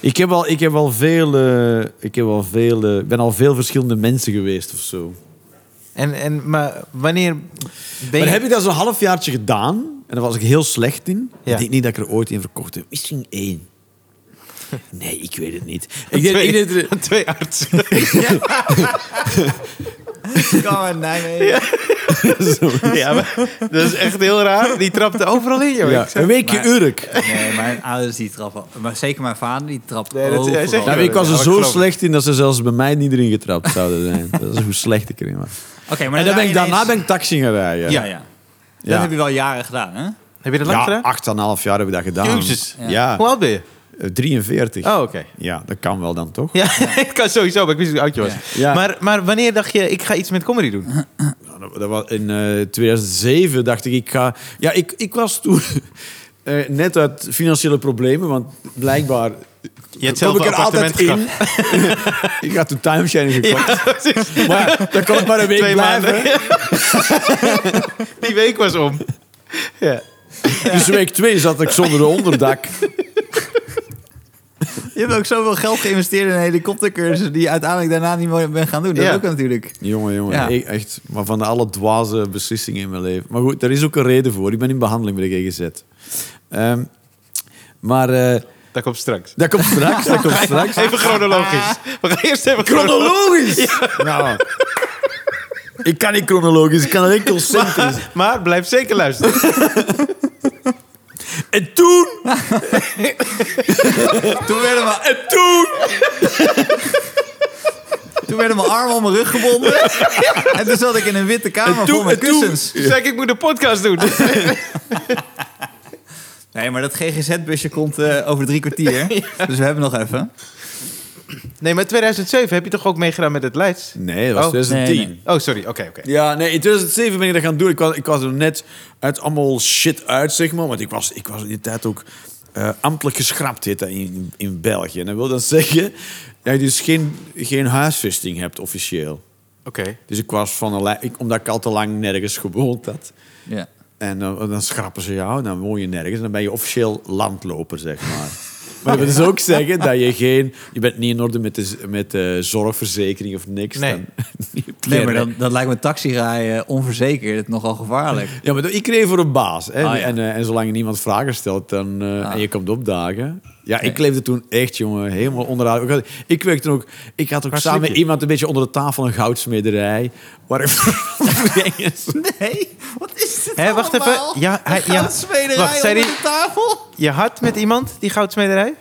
S3: Ik heb al, ik heb al veel... eh, ik heb al veel, eh, ben al veel verschillende mensen geweest of zo.
S1: En, en maar wanneer ben je...
S3: Maar heb ik dat zo'n halfjaartje gedaan... en daar was ik heel slecht in.
S1: Ja.
S3: Ik denk niet dat ik er ooit een verkocht heb. Misschien één. Nee, ik weet het niet. Ik denk,
S1: twee,
S3: ik denk dat er-
S1: twee artsen.
S2: Kom maar, Nijmegen.
S1: ja, maar dat is echt heel raar. Die trapte overal in, joh.
S3: Ja,
S1: Ik zeg-
S3: een weekje
S2: maar-
S3: Urk.
S2: Nee, mijn ouders die trappen... Maar zeker mijn vader, die trapt
S1: Nee, dat- hij
S2: overal.
S1: zegt-
S3: Nou,
S1: Ja,
S3: ik was er
S1: dat
S3: zo
S1: geloof ik.
S3: slecht in dat ze zelfs bij mij niet erin getrapt zouden zijn. Dat is hoe slecht ik erin was.
S2: Oké, maar
S3: En dan ben ik,
S2: ineens-
S3: daarna ben ik taxi gaan rijden.
S2: Ja, ja. Dat
S3: Ja.
S2: heb je wel jaren gedaan, hè?
S1: Heb je dat lang
S3: Ja,
S1: gedaan?
S3: acht en een half jaar heb ik dat gedaan.
S1: Jezus.
S3: Ja.
S1: Hoe oud ben je?
S3: Eh, 43.
S1: Oh, oké.
S3: Ja, dat kan wel dan toch?
S1: Ja, ik kan sowieso, maar ik wist niet hoe oud je was.
S3: Ja.
S1: Maar, maar wanneer dacht je, ik ga iets met comedy doen?
S3: Nou, dat was in eh, 2007 dacht ik, ik ga... Ja, ik, ik was toen eh, net uit financiële problemen, want blijkbaar...
S1: Je hebt zelf
S3: kwam
S1: een appartement gekocht.
S3: in. ik had toen timeshare gekocht. maar dan kon ik maar een week
S1: Twee
S3: blijven.
S1: maanden. Die week was om. Ja.
S3: Dus week twee zat ik zonder de onderdak.
S2: Je hebt ook zoveel geld geïnvesteerd in helikoptercursussen... die je uiteindelijk daarna niet meer bent gaan doen. Dat
S1: Ja.
S2: ook natuurlijk.
S3: Jongen, jongen.
S2: Ja.
S3: Ik, echt, maar van de alle dwaze beslissingen in mijn leven. Maar goed, daar is ook een reden voor. Ik ben in behandeling bij de GGZ. Ehm, maar eh,
S1: Dat komt straks.
S3: dat komt straks, dat komt straks.
S1: Even chronologisch. We gaan eerst even chronologisch.
S3: Chronologisch! Nou, ik kan niet chronologisch, ik kan enkel synthetisch.
S1: Maar blijf zeker luisteren.
S3: En toen,
S2: Toen werden mijn,
S3: en toen...
S2: toen werden mijn armen om mijn rug gebonden. En toen zat ik in een witte kamer
S3: En toen-
S2: vol met
S3: en toen-
S2: kussens.
S1: Zeg ik, ik moet een podcast doen.
S2: Nee, maar dat GGZ-busje komt eh, over drie kwartier. Dus we hebben nog even.
S1: Nee, maar 2007 heb je toch ook meegedaan met het Leids?
S3: Nee, dat was
S1: Oh,
S3: 2010.
S2: nee, nee.
S1: Oh, sorry. Oké, oké.
S3: Ja, nee, in 2007 ben ik dat gaan doen. Ik was, ik was er net uit allemaal shit uit, zeg maar. Want ik was, ik was in die tijd ook eh, ambtelijk geschrapt, heet dat in, in België. En dat wil dan zeggen dat je dus geen, geen huisvesting hebt officieel.
S1: Oké.
S3: Dus ik was van een lij- ik, omdat ik al te lang nergens gewoond had.
S2: Ja.
S3: En eh, dan schrappen ze jou, dan woon je nergens. En dan ben je officieel landloper, zeg maar. Maar dat wil dus ook zeggen dat je geen... Je bent niet in orde met de, z- met de zorgverzekering of niks.
S1: Nee.
S3: Dan- niet
S2: Nee, maar
S3: leren.
S2: dat, dat lijkt me taxirijden onverzekerd nogal gevaarlijk.
S3: Ja, maar ik kreeg voor een baas. Hè?
S2: Ah, ja.
S3: en, eh, en zolang je niemand vragen stelt dan, eh,
S2: Ah.
S3: en je komt opdagen... Ja, ik
S2: Nee.
S3: leefde toen echt, jongen, helemaal onderuit. Ik had- Ik werkte ook... Ik had ook
S1: Hartstikke.
S3: samen met iemand een beetje onder de tafel een goudsmederij... waar ik
S2: Nee, wat is dit
S1: Hé, wacht
S2: allemaal?
S1: even. Ja, hij-
S2: Een
S1: ja.
S2: goudsmederij
S1: Wacht, zei
S2: onder
S1: die-
S2: de tafel?
S1: Je had met iemand die goudsmederij?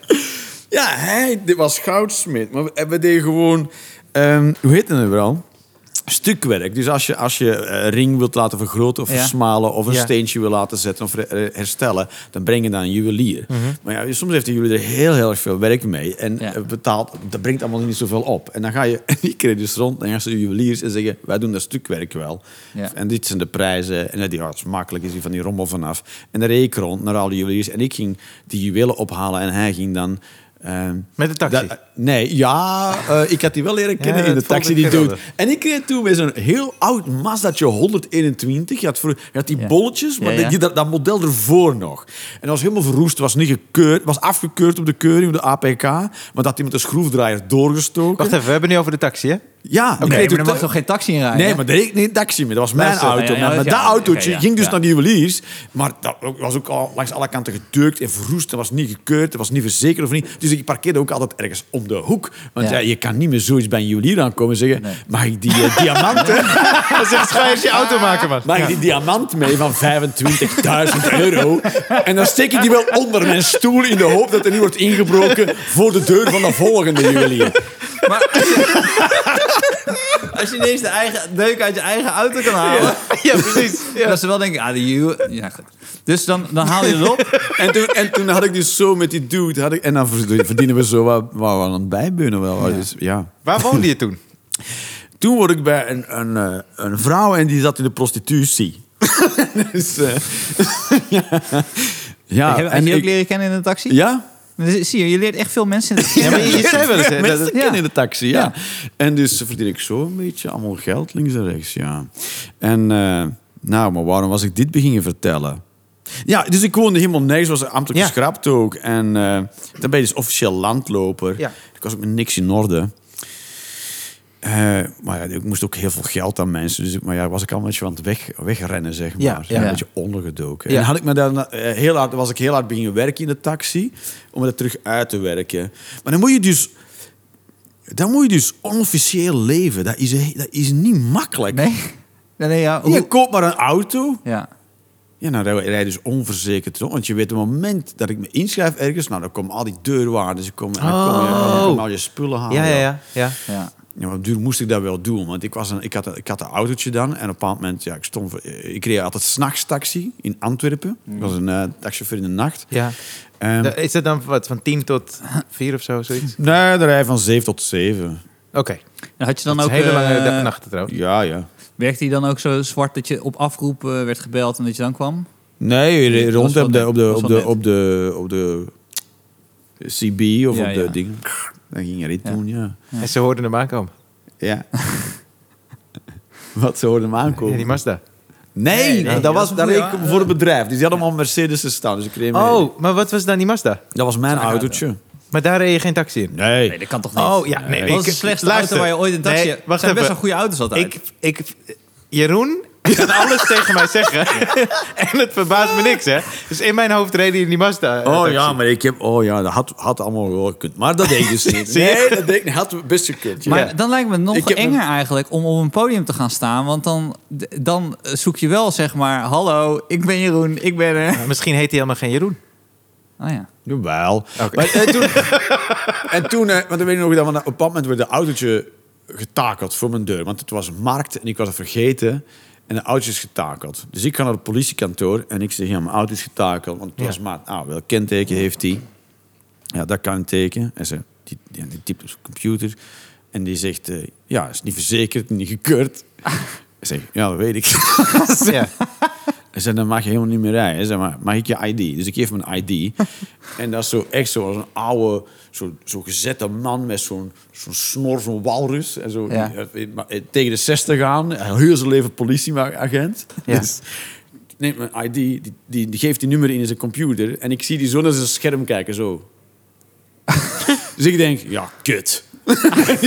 S3: Ja, hij dit was goudsmid. Maar we, we deden gewoon... ehm, hoe heet het wel? Stukwerk. Dus als je, als je eh, ring wilt laten vergroten of
S2: Ja.
S3: versmalen... of een
S1: Ja.
S3: steentje wil laten zetten of re- herstellen... dan breng je dat een juwelier. Maar ja, soms heeft de juwelier heel, heel erg veel werk mee. En
S2: Mhm. Ja.
S3: eh, betaalt, dat brengt allemaal niet zoveel op. En dan ga je, die kreeg dus rond en de juweliers en zeggen... wij doen dat stukwerk wel.
S2: Ja.
S3: En dit zijn de prijzen. En die, ja, dat is makkelijk, is die van die rommel vanaf. En dan reed ik rond naar al die juweliers. En ik ging die juwelen ophalen en hij ging dan... ehm,
S1: Met de taxi?
S3: dat- nee, ja, eh, ik had die wel leren kennen
S1: Ja,
S3: in de
S1: dat vond
S3: taxi
S1: ik
S3: die
S1: wel.
S3: doet. En ik kreeg toen met zo'n heel oud Mazdaatje 121. Je had, voor, je had die
S2: Ja.
S3: bolletjes, maar
S2: Ja, ja.
S3: die- dat, dat model ervoor nog. En dat was helemaal verroest, was niet gekeurd, was afgekeurd op de keuring, op de APK. Maar dat had iemand een schroefdraaier doorgestoken.
S1: Wacht even, we hebben nu over de taxi, hè?
S3: Ja, ik
S2: Nee,
S3: reed
S2: maar
S3: toen
S2: er
S3: ta-
S2: mag toch geen taxi in rijden?
S3: Nee, maar daar reed ik niet een taxi mee. Dat was mijn
S2: Luister,
S3: auto.
S2: ja, ja,
S3: maar
S2: ja,
S3: dat
S2: ja, oké,
S3: autootje
S2: ja,
S3: ging dus
S2: ja.
S3: naar de juweliers. Maar dat was ook al langs alle kanten gedeukt en verroest. Dat was niet gekeurd, dat was niet verzekerd of niet. Dus ik parkeerde ook altijd ergens om de hoek. Want
S2: Ja.
S3: ja. je kan niet meer zoiets bij een juwelier aankomen en zeggen...
S2: Nee.
S3: Mag ik die eh, diamanten...
S1: Dan zegt ze, ga eens je auto maken, man.
S3: Maak ik die diamant mee van 25.000 euro. En dan steek ik die wel onder mijn stoel in de hoop dat er niet wordt ingebroken voor de deur van de volgende juwelier.
S2: Maar als je, als je ineens de eigen deuk uit je eigen auto kan halen...
S1: Ja, precies. Ja.
S2: Dat ze wel denken, ah, die juwe- Ja, goed. Dus dan, dan haal je het op.
S3: En toen, en toen had ik dus zo met die dude... Had ik, en dan verdienen we zo wat, wat aan het bijbeunen wel. Dus, ja.
S1: Waar woonde je toen?
S3: Toen word ik bij een, een, eh, een vrouw en die zat in de prostitutie. dus, eh, ja.
S2: Heb-
S3: ja,
S2: heb je
S3: en
S2: die ook
S3: ik-
S2: leren kennen in de taxi?
S3: Ja?
S2: Dus Zie je, je leert echt veel mensen in de taxi.
S1: Ja, maar je, je zei wel eens, hè, dat
S3: Mensen
S1: het-
S3: kennen in de taxi, ja.
S2: Ja.
S3: En dus verdien ik zo een beetje allemaal geld links en rechts, ja. En eh, nou, maar waarom was ik dit beginnen vertellen? Ja, dus ik woonde helemaal nergens, was ambtelijk
S1: Ja.
S3: geschrapt ook. En eh, dan ben je dus officieel landloper.
S1: Ja.
S3: Ik was ook met niks in orde. Eh, maar ja, ik moest ook heel veel geld aan mensen. Dus, ik- maar ja, was ik al een beetje aan het weg, wegrennen, zeg maar.
S1: Ja, ja.
S3: Een beetje ondergedoken.
S1: Ja.
S3: En had ik me dan, eh, heel hard, was ik heel hard beginnen werken in de taxi. Om dat terug uit te werken. Maar dan moet je dus... Dan moet je dus onofficieel leven. Dat is, dat is niet makkelijk.
S2: Nee? Nee, nee, ja.
S3: Je
S2: hoe-
S3: koopt maar een auto.
S2: ja.
S3: Ja, nou, dan rij je dus onverzekerd rond. Want je weet, op het moment dat ik me inschrijf ergens... Nou, dan komen al die deurwaarders. Dan komen, dan komen, je- dan komen al je spullen halen.
S1: Oh. Ja, ja, ja. ja.
S2: ja.
S3: Ja, maar op duur moest ik dat wel doen. Want ik, was een, ik, had, een- ik had een autootje dan. En op een bepaald moment, ja, ik, stond, voor- eh, ik reed altijd 's nachts taxi in Antwerpen. Ik was een eh taxichauffeur in de nacht.
S1: Ja.
S3: Ehm,
S1: Eh, Da- Is dat dan wat, van 10 tot 4 of zo, zoiets?
S3: nee, daar rij je van 7 tot 7.
S1: Oké.
S2: En had je dan
S1: Dat is
S2: ook...
S1: een hele lange
S2: eh,
S1: dag- nachten trouwens.
S3: Ja, ja.
S2: werkte hij dan ook zo zwart dat je op afroep eh, werd gebeld en dat je dan kwam?
S3: Nee,
S2: Dat was
S3: rond
S2: wel
S3: op de,
S2: net.
S3: op, de,
S2: Dat was
S3: op,
S2: wel
S3: de, op, de, op de CB of
S2: Ja,
S3: op de
S2: ja.
S3: ding. Dan ging erin
S2: Ja.
S3: doen, ja.
S1: En ze hoorden hem aankomen.
S3: Ja. Wat ze hoorden hem aankomen.
S1: Ja, die Mazda.
S3: Nee,
S2: Nee, nee,
S3: dat,
S2: dat
S3: was,
S2: is een
S3: daar
S2: goeie,
S3: reed ik
S2: ja.
S3: hem voor het bedrijf. Dus die hadden allemaal Mercedes staan. Dus ik reed mee.
S1: Oh, maar wat was dan die Mazda?
S3: Dat was mijn
S2: Zo'n
S3: autootje.
S1: Maar daar reed je geen taxi in.
S2: Nee,
S3: Nee.
S2: dat kan toch niet?
S1: Oh ja, nee.
S2: Dat is de slechtste auto waar je ooit een taxi
S1: Nee,
S2: hebt.
S1: wacht
S2: zijn best
S1: even.
S2: wel goede auto's altijd.
S1: Ik, ik, Jeroen kan alles tegen mij zeggen. en het verbaast me niks, hè. Dus in mijn hoofd reed hij in die Mazda. eh,
S3: Oh
S1: taxi.
S3: ja, maar ik heb... Oh ja, dat had, had allemaal wel gekund. Maar dat deed ik dus niet. Nee, dat deed ik niet. Had best gekund, ja.
S2: maar
S1: Ja.
S2: dan lijkt me het nog
S3: Ik heb
S2: enger eigenlijk om op een podium te gaan staan. Want dan, dan zoek je wel zeg maar... Hallo, ik ben Jeroen, ik ben er.
S1: Maar Misschien heet hij helemaal geen Jeroen.
S2: Oh ja.
S3: Jawel.
S1: Oké.
S3: Maar, eh, toen, en toen, eh, want dan weet ik nog dat we na- op een bepaald moment werd de autootje getakeld voor mijn deur. Want het was markt en ik was het vergeten. En de autootje is getakeld. Dus ik ga naar het politiekantoor en ik zeg, ja, mijn auto is getakeld. Want het
S1: Ja.
S3: was maat, nou, welk kenteken heeft die? Ja, dat kan een teken. En ze, die, die, die typt op zijn computer. En die zegt, eh, ja, is niet verzekerd, niet gekeurd. Ik zeg, ja, dat weet ik.
S1: Ja.
S3: Hij zei, dan mag je helemaal niet meer rijden. Hij zei, maar mag ik je ID? Dus ik geef hem een ID. en dat is zo echt zo als een oude, zo, zo gezette man met zo'n zo'n snor, zo'n walrus. En zo,
S2: Ja.
S3: eh, maar, eh, tegen de 60 aan, heel zijn leven politieagent.
S1: Ja.
S3: Dus neemt mijn ID, die, die, die geeft die nummer in zijn computer. En ik zie die zo naar zijn scherm kijken, zo. dus ik denk, ja, kut.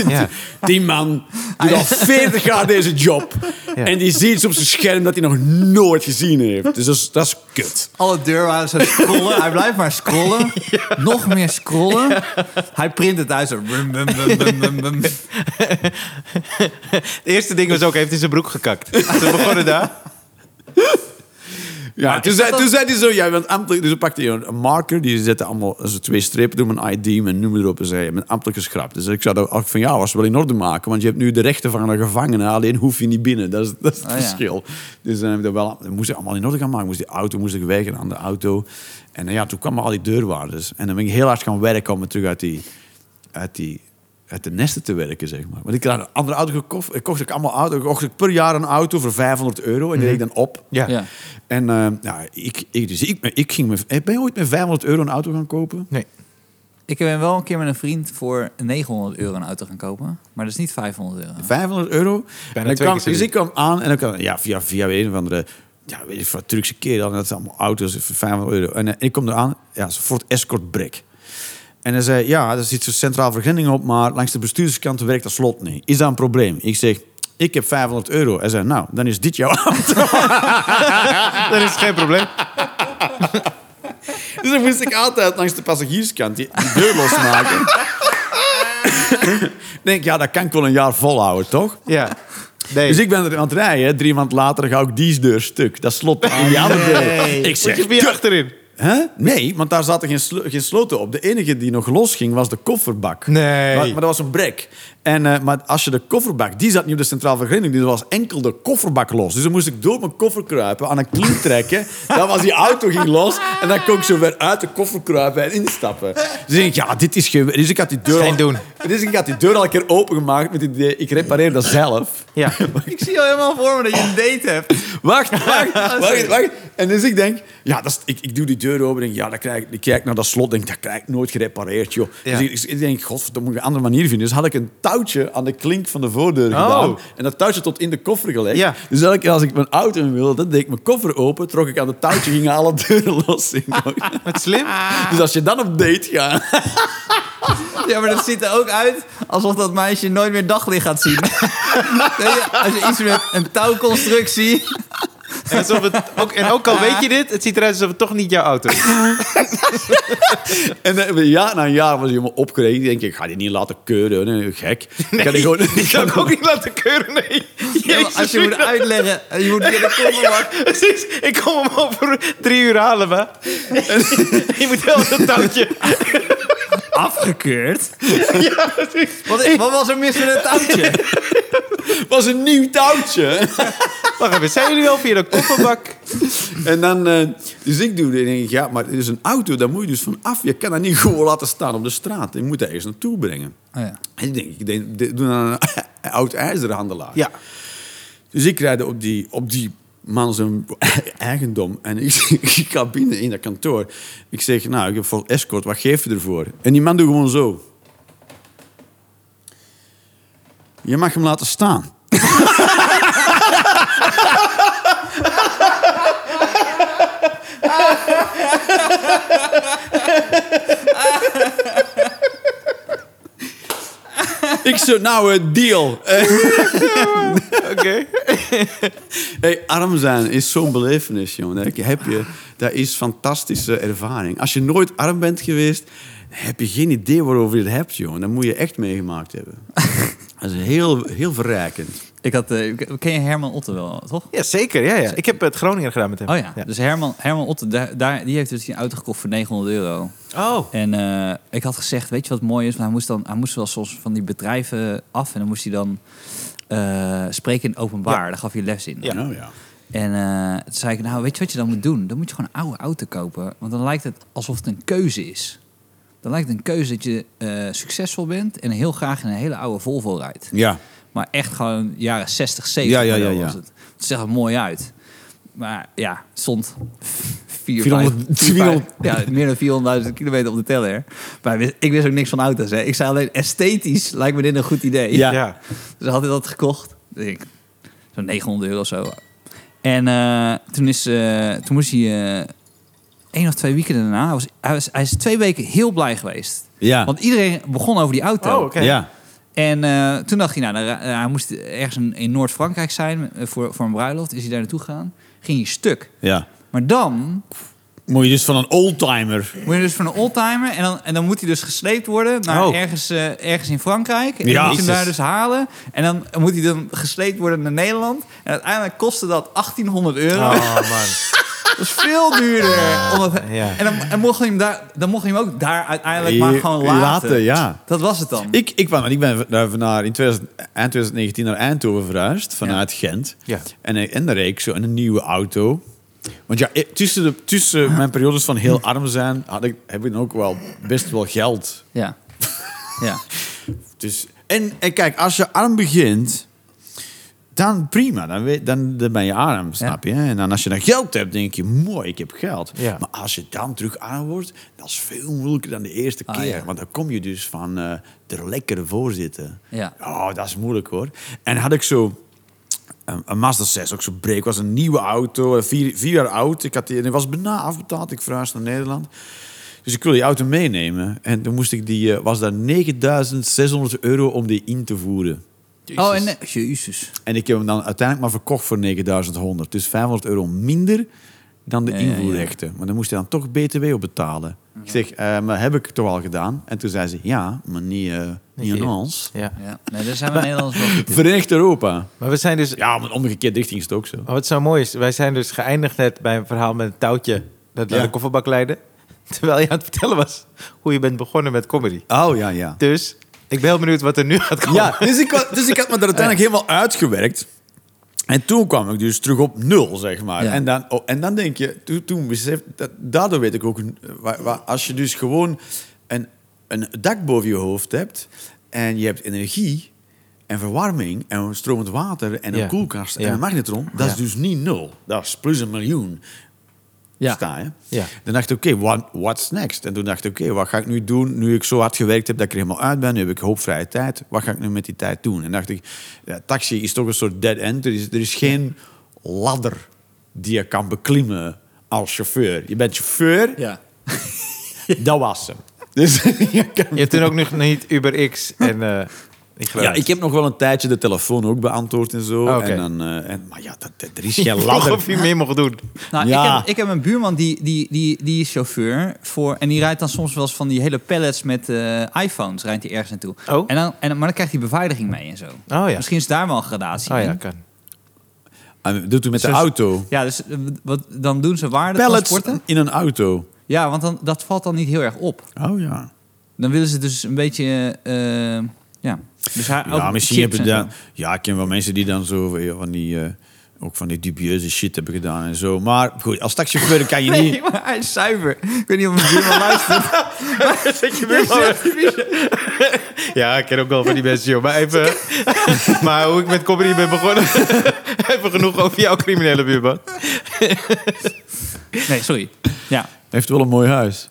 S1: Ja.
S3: Die man doet al 40 jaar deze job.
S1: Ja.
S3: En die ziet iets op zijn scherm dat hij nog nooit gezien heeft. Dus dat is, dat is kut.
S2: Alle deuren waren zo scrollen. Hij blijft maar scrollen. Nog meer scrollen. Hij print het uit zo. Bum, bum, bum, bum, bum, bum.
S1: Het eerste ding was ook, hij heeft in zijn broek gekakt. Ze begonnen daar.
S3: Ja, toen,
S2: is
S3: zei,
S2: dat-
S3: toen zei hij zo, jij bent ambtelijk. Dus hij pakte hij een een marker, die zette allemaal zo twee strepen door mijn ID, mijn nummer erop en zei, je bent ambtelijk geschrapt. Dus ik zou dat ook van jou was wel in orde maken, want je hebt nu de rechten van een gevangene, alleen hoef je niet binnen. Dat is, dat is het
S2: Ah, ja.
S3: verschil. Dus dan heb ik dat wel, dat moest ik allemaal in orde gaan maken. Moest die auto, moest ik werken aan de auto. En eh, ja, toen kwamen al die deurwaarders. En dan ben ik heel hard gaan werken om me terug uit die, uit die uit de nesten te werken, zeg maar. Want ik had een andere auto gekocht. Ik kocht ik allemaal auto. Ik kocht ik per jaar een auto voor 500 euro. En die reed ik dan op.
S1: Ja.
S2: Mhm. Ja.
S3: En eh, nou, ik, ik, dus ik, ik ging me, ben je ooit met 500 euro een auto gaan kopen?
S1: Nee.
S2: Ik ben wel een keer met een vriend voor 900 euro een auto gaan kopen. Maar dat is niet 500 euro.
S3: 500 euro? En
S1: twee
S3: dan kwam,
S1: keer zo
S3: dus
S1: duur.
S3: ik kwam aan en dan kwam, ja, via, via een of andere ja, weet ik, van Turkse kerel. En dat zijn allemaal auto's voor 500 euro. En eh, ik kom eraan, ja, zo'n Ford Escort Brick. En hij zei, ja, er zit zo'n centraal vergunning op, maar langs de bestuurskant werkt dat slot niet. Is dat een probleem? Ik zeg, ik heb 500 euro. Hij zei, nou, dan is dit jouw auto.
S1: Dat is geen probleem.
S3: Dus dan moest ik altijd langs de passagierskant die die deur losmaken. Ik denk, ja, dat kan ik wel een jaar volhouden, toch?
S1: Ja. Nee.
S3: Dus ik ben er aan het rijden. hè. Drie maand later ga ik die deur stuk. Dat slot aan die andere deur. Ik
S1: Oh, Moet
S3: zeg,
S1: je weer achterin?
S3: hè? Nee, want daar zaten geen, slo- geen sloten op. De enige die nog losging was de kofferbak.
S1: Nee.
S3: Maar, maar dat was een brek. En, eh, maar als je de kofferbak... Die zat niet op de centrale vergunning. Die was enkel de kofferbak los. Dus dan moest ik door mijn koffer kruipen, aan een klink trekken. dan was die auto ging los. En dan kon ik zo weer uit de koffer kruipen en instappen. Dus ik denk, ja, dit is... Ge dus ik had die deur
S1: Geen
S3: al...
S1: doen.
S3: Dus ik had die deur al een keer opengemaakt met het idee... Ik repareer dat zelf.
S1: Ja.
S2: Ik zie al helemaal voor me dat je een date hebt.
S3: Wacht, wacht,
S1: Ah,
S3: wacht, wacht. En dus ik denk, ja, dat is, ik, ik doe die deur open en denk, ja, dan krijg ik, ik kijk naar dat slot denk, dat krijg ik nooit gerepareerd, joh.
S1: Ja.
S3: Dus ik, ik denk, god, dat moet ik een andere manier vinden. Dus had ik een touwtje aan de klink van de voordeur
S1: Oh.
S3: gedaan en dat touwtje tot in de koffer gelegd.
S1: Ja.
S3: Dus elke keer als ik mijn auto in wilde, deed ik mijn koffer open, trok ik aan het touwtje, gingen alle deuren los.
S1: Wat slim.
S3: dus als je dan op date gaat...
S2: Ja, maar dat ziet er ook uit alsof dat meisje nooit meer daglicht gaat zien. Weet je, als je iets met een touwconstructie...
S1: En, alsof het ook, en ook al weet je dit, het ziet eruit alsof het toch niet jouw auto is.
S3: En dan hebben we jaar na een jaar was hij helemaal opgeregen. Ik denk, ik ga die niet laten keuren, nee, gek. ik ga die gewoon...
S1: Die
S3: ik ga
S1: zou ik ook niet laten keuren, nee.
S2: Ja, maar
S1: Jezus,
S2: als je moet uitleggen, je moet weer de kofferbak...
S1: Precies, ik kom hem over drie uur halen, hè. je moet wel een touwtje.
S2: Afgekeurd?
S1: Ja, precies.
S2: Wat, wat was er mis met het touwtje?
S3: was een nieuw touwtje.
S1: Wacht even, zijn jullie wel via de kofferbak?
S3: En dan, eh, dus ik doe dit en denk ik, ja, maar het is een auto, daar moet je dus van af. Je kan dat niet gewoon laten staan op de straat. Je moet daar eerst naartoe brengen.
S2: Oh ja.
S3: En ik denk, ik denk, dit doen aan een oud ijzerhandelaar.
S1: Ja.
S3: Dus ik rijd op die, op die man zijn eigendom. En ik, ik ga binnen in dat kantoor. Ik zeg, nou, ik heb voor escort, wat geef je ervoor? En die man doet gewoon zo. Je mag hem laten staan. Ik zo, nou, eh, deal. Eh,
S1: Oké.
S3: Hey, arm zijn is zo'n belevenis, jongen. Dat heb je, dat is fantastische ervaring. Als je nooit arm bent geweest, heb je geen idee waarover je het hebt, jongen. Dat moet je echt meegemaakt hebben. Dat is heel, heel verrijkend.
S2: Ik had, eh, ken je Herman Otte wel, toch?
S1: Ja, zeker. Ja, ja. Ik heb het Groningen gedaan met hem.
S2: Oh ja, dus Herman, Herman Otte, daar, daar, die heeft dus een auto gekocht voor 900 euro.
S1: Oh.
S2: En eh, ik had gezegd, weet je wat mooi is? Maar hij moest, dan, hij moest wel soms van die bedrijven af en dan moest hij dan eh, spreken in het openbaar. Daar gaf hij les in.
S1: Ja.
S3: Nou ja.
S2: En eh, toen zei ik, nou weet je wat je dan moet doen? Dan moet je gewoon een oude auto kopen. Want dan lijkt het alsof het een keuze is. Dan lijkt het een keuze dat je eh, succesvol bent en heel graag in een hele oude Volvo rijdt.
S3: Ja.
S2: Maar echt gewoon jaren 60, 70
S3: Ja, ja,
S2: model
S3: ja, ja.
S2: was het. Het zag er mooi uit. Maar ja, het stond 4,
S3: 400
S2: ja, meer dan 400.000 kilometer op de teller. Maar ik wist- ik wist ook niks van auto's. Hè. Ik zei alleen, esthetisch lijkt me dit een goed idee.
S3: Ja.
S1: Ja.
S2: Dus had hij dat gekocht. Denk, ik, zo'n 900 euro of zo. En eh, toen, is, eh, toen moest hij eh, één of twee weken daarna... Hij, was, hij, was, hij is twee weken heel blij geweest.
S3: Ja.
S2: Want iedereen begon over die auto.
S1: Oh, oké.
S3: Ja.
S2: En eh, toen dacht hij, nou, dan ra- eh, hij moest ergens in, in Noord-Frankrijk zijn eh, voor, voor een bruiloft. Is hij daar naartoe gegaan? Ging hij stuk.
S3: ja.
S2: Maar dan
S3: Moet je dus van een oldtimer...
S2: moet je dus voor een oldtimer en dan, en dan moet hij dus gesleept worden naar
S1: Oh.
S2: ergens, eh, ergens in Frankrijk. En
S3: Ja.
S2: dan moet je hem daar
S3: Jezus.
S2: dus halen. En dan moet hij dan gesleept worden naar Nederland. En uiteindelijk kostte dat 1800 euro.
S1: Oh, man.
S2: Dat is veel duurder. Om het-
S1: Ja.
S2: En, dan, en mocht hij hem daar, dan mocht hij hem ook daar uiteindelijk maar
S3: Hier-
S2: gewoon laten.
S3: laten, ja.
S2: Dat was het dan.
S3: Ik, ik, ben, ik ben daar van naar in 2000, eind 2019 naar Eindhoven verhuisd, vanuit Gent.
S1: Ja.
S3: En, en daar reed ik zo in een nieuwe auto. Want ja, ik- tussen, de, tussen mijn periodes van heel arm zijn, had ik, heb ik dan ook wel best wel geld
S2: Ja. ja.
S3: Dus, en, en kijk, als je arm begint, dan prima. Dan, weet, dan, dan ben je arm, snap je? En dan als je dan geld hebt, denk je, mooi, ik heb geld.
S1: Ja.
S3: Maar als je dan terug arm wordt, dat is veel moeilijker dan de eerste
S2: Ah,
S3: keer.
S2: ja.
S3: Want dan kom je dus van eh er lekkere voor zitten.
S2: Ja.
S3: Oh, dat is moeilijk hoor. En had ik zo... Een, een Mazda 6, ook zo breek. was een nieuwe auto, eh, vier, vier jaar oud. Ik had die, en die was bijna afbetaald. Ik verhuisde naar Nederland. Dus ik wilde die auto meenemen. En toen moest ik die, eh, was daar 9600 euro om die in te voeren.
S2: Oh, en eh, Jezus.
S3: En ik heb hem dan uiteindelijk maar verkocht voor 9100. Dus 500 euro minder dan de
S2: Ja, ja, ja.
S3: invoerrechten. Maar dan moest je dan toch BTW op betalen. Ik zeg, eh, maar heb ik het toch al gedaan? En toen zei ze, ja, maar niet, eh niet aan
S1: hier.
S3: ons.
S1: Ja.
S2: Ja. Nee, daar zijn we Nederlanders wel goed in.
S3: Verenigd Europa.
S1: Maar we zijn dus...
S3: Ja, maar omgekeerd richting is het ook zo.
S1: Maar wat zo mooi is, wij zijn dus geëindigd net bij een verhaal met een touwtje dat naar
S3: Ja.
S1: de kofferbak leidde. Terwijl je aan het vertellen was hoe je bent begonnen met comedy.
S3: Oh, ja, ja.
S1: Dus ik ben heel benieuwd wat er nu gaat komen.
S3: Ja, dus ik, wa- dus ik had me daar uiteindelijk helemaal uitgewerkt. En toen kwam ik dus terug op nul, zeg maar.
S2: Ja.
S3: En, dan, oh, en dan denk je, toen, toen besef, dat, daardoor weet ik ook, eh, waar- waar- als je dus gewoon een, een dak boven je hoofd hebt en je hebt energie en verwarming en stromend water en een
S1: Ja.
S3: koelkast en
S1: Ja.
S3: een magnetron, dat is
S1: Ja.
S3: dus niet nul. Dat is plus een miljoen.
S2: Ja.
S3: Sta je?
S1: Ja.
S3: Dan dacht ik, oké, what- what's next? En toen dacht ik, oké, wat ga ik nu doen? Nu ik zo hard gewerkt heb dat ik er helemaal uit ben, nu heb ik een hoop vrije tijd. Wat ga ik nu met die tijd doen? En dacht ik, ja, taxi is toch een soort dead end. Er is, er is geen ladder die je kan beklimmen als chauffeur. Je bent chauffeur,
S2: Ja.
S3: dat was hem. Dus je kan
S1: Je hebt toen ook nog niet Uber X en... eh, ik geloof
S3: Ja, ik heb nog wel een tijdje de telefoon ook beantwoord en zo.
S1: Oké.
S3: En dan, eh, en, maar ja, dat, dat- er is geen
S1: je ladder.
S3: ladder.
S1: of je meer mocht doen.
S2: Nou, ik,
S3: Ja.
S2: heb, ik heb een buurman die, die, die, die is chauffeur voor. En die rijdt dan soms wel eens van die hele pallets met eh, iPhones. Rijdt hij ergens naartoe.
S1: Oh.
S2: En dan, en, maar dan krijgt hij beveiliging mee
S3: Oh,
S2: en zo.
S1: ja.
S2: Misschien is daar wel een gradatie.
S1: Oh ja,
S2: in.
S1: kan.
S3: En Doet u met de auto.
S2: ja, dus eh, wat, dan doen ze
S3: Pallets
S2: waardetransporten.
S3: in een auto.
S2: Ja, want dan, dat valt dan niet heel erg op.
S3: Oh ja.
S2: Dan willen ze dus een beetje. eh, ja. Dus hij, ook
S3: Ja, misschien heb
S2: chips
S3: je
S2: en
S3: dan...
S2: zo.
S3: Ja, ik ken wel mensen die dan zo van die... eh, ook van die dubieuze shit hebben gedaan en zo. Maar goed, als taxichauffeur kan je niet...
S2: Nee, maar hij is zuiver. Ik weet niet of mijn buurman luistert. Jij zegt niet.
S1: Ja, ik ken ook wel van die mensen, joh. Maar even... maar hoe ik met comedy ben begonnen... even genoeg over jouw criminele buurman.
S2: Nee, sorry. Ja,
S3: Hij heeft wel een mooi huis.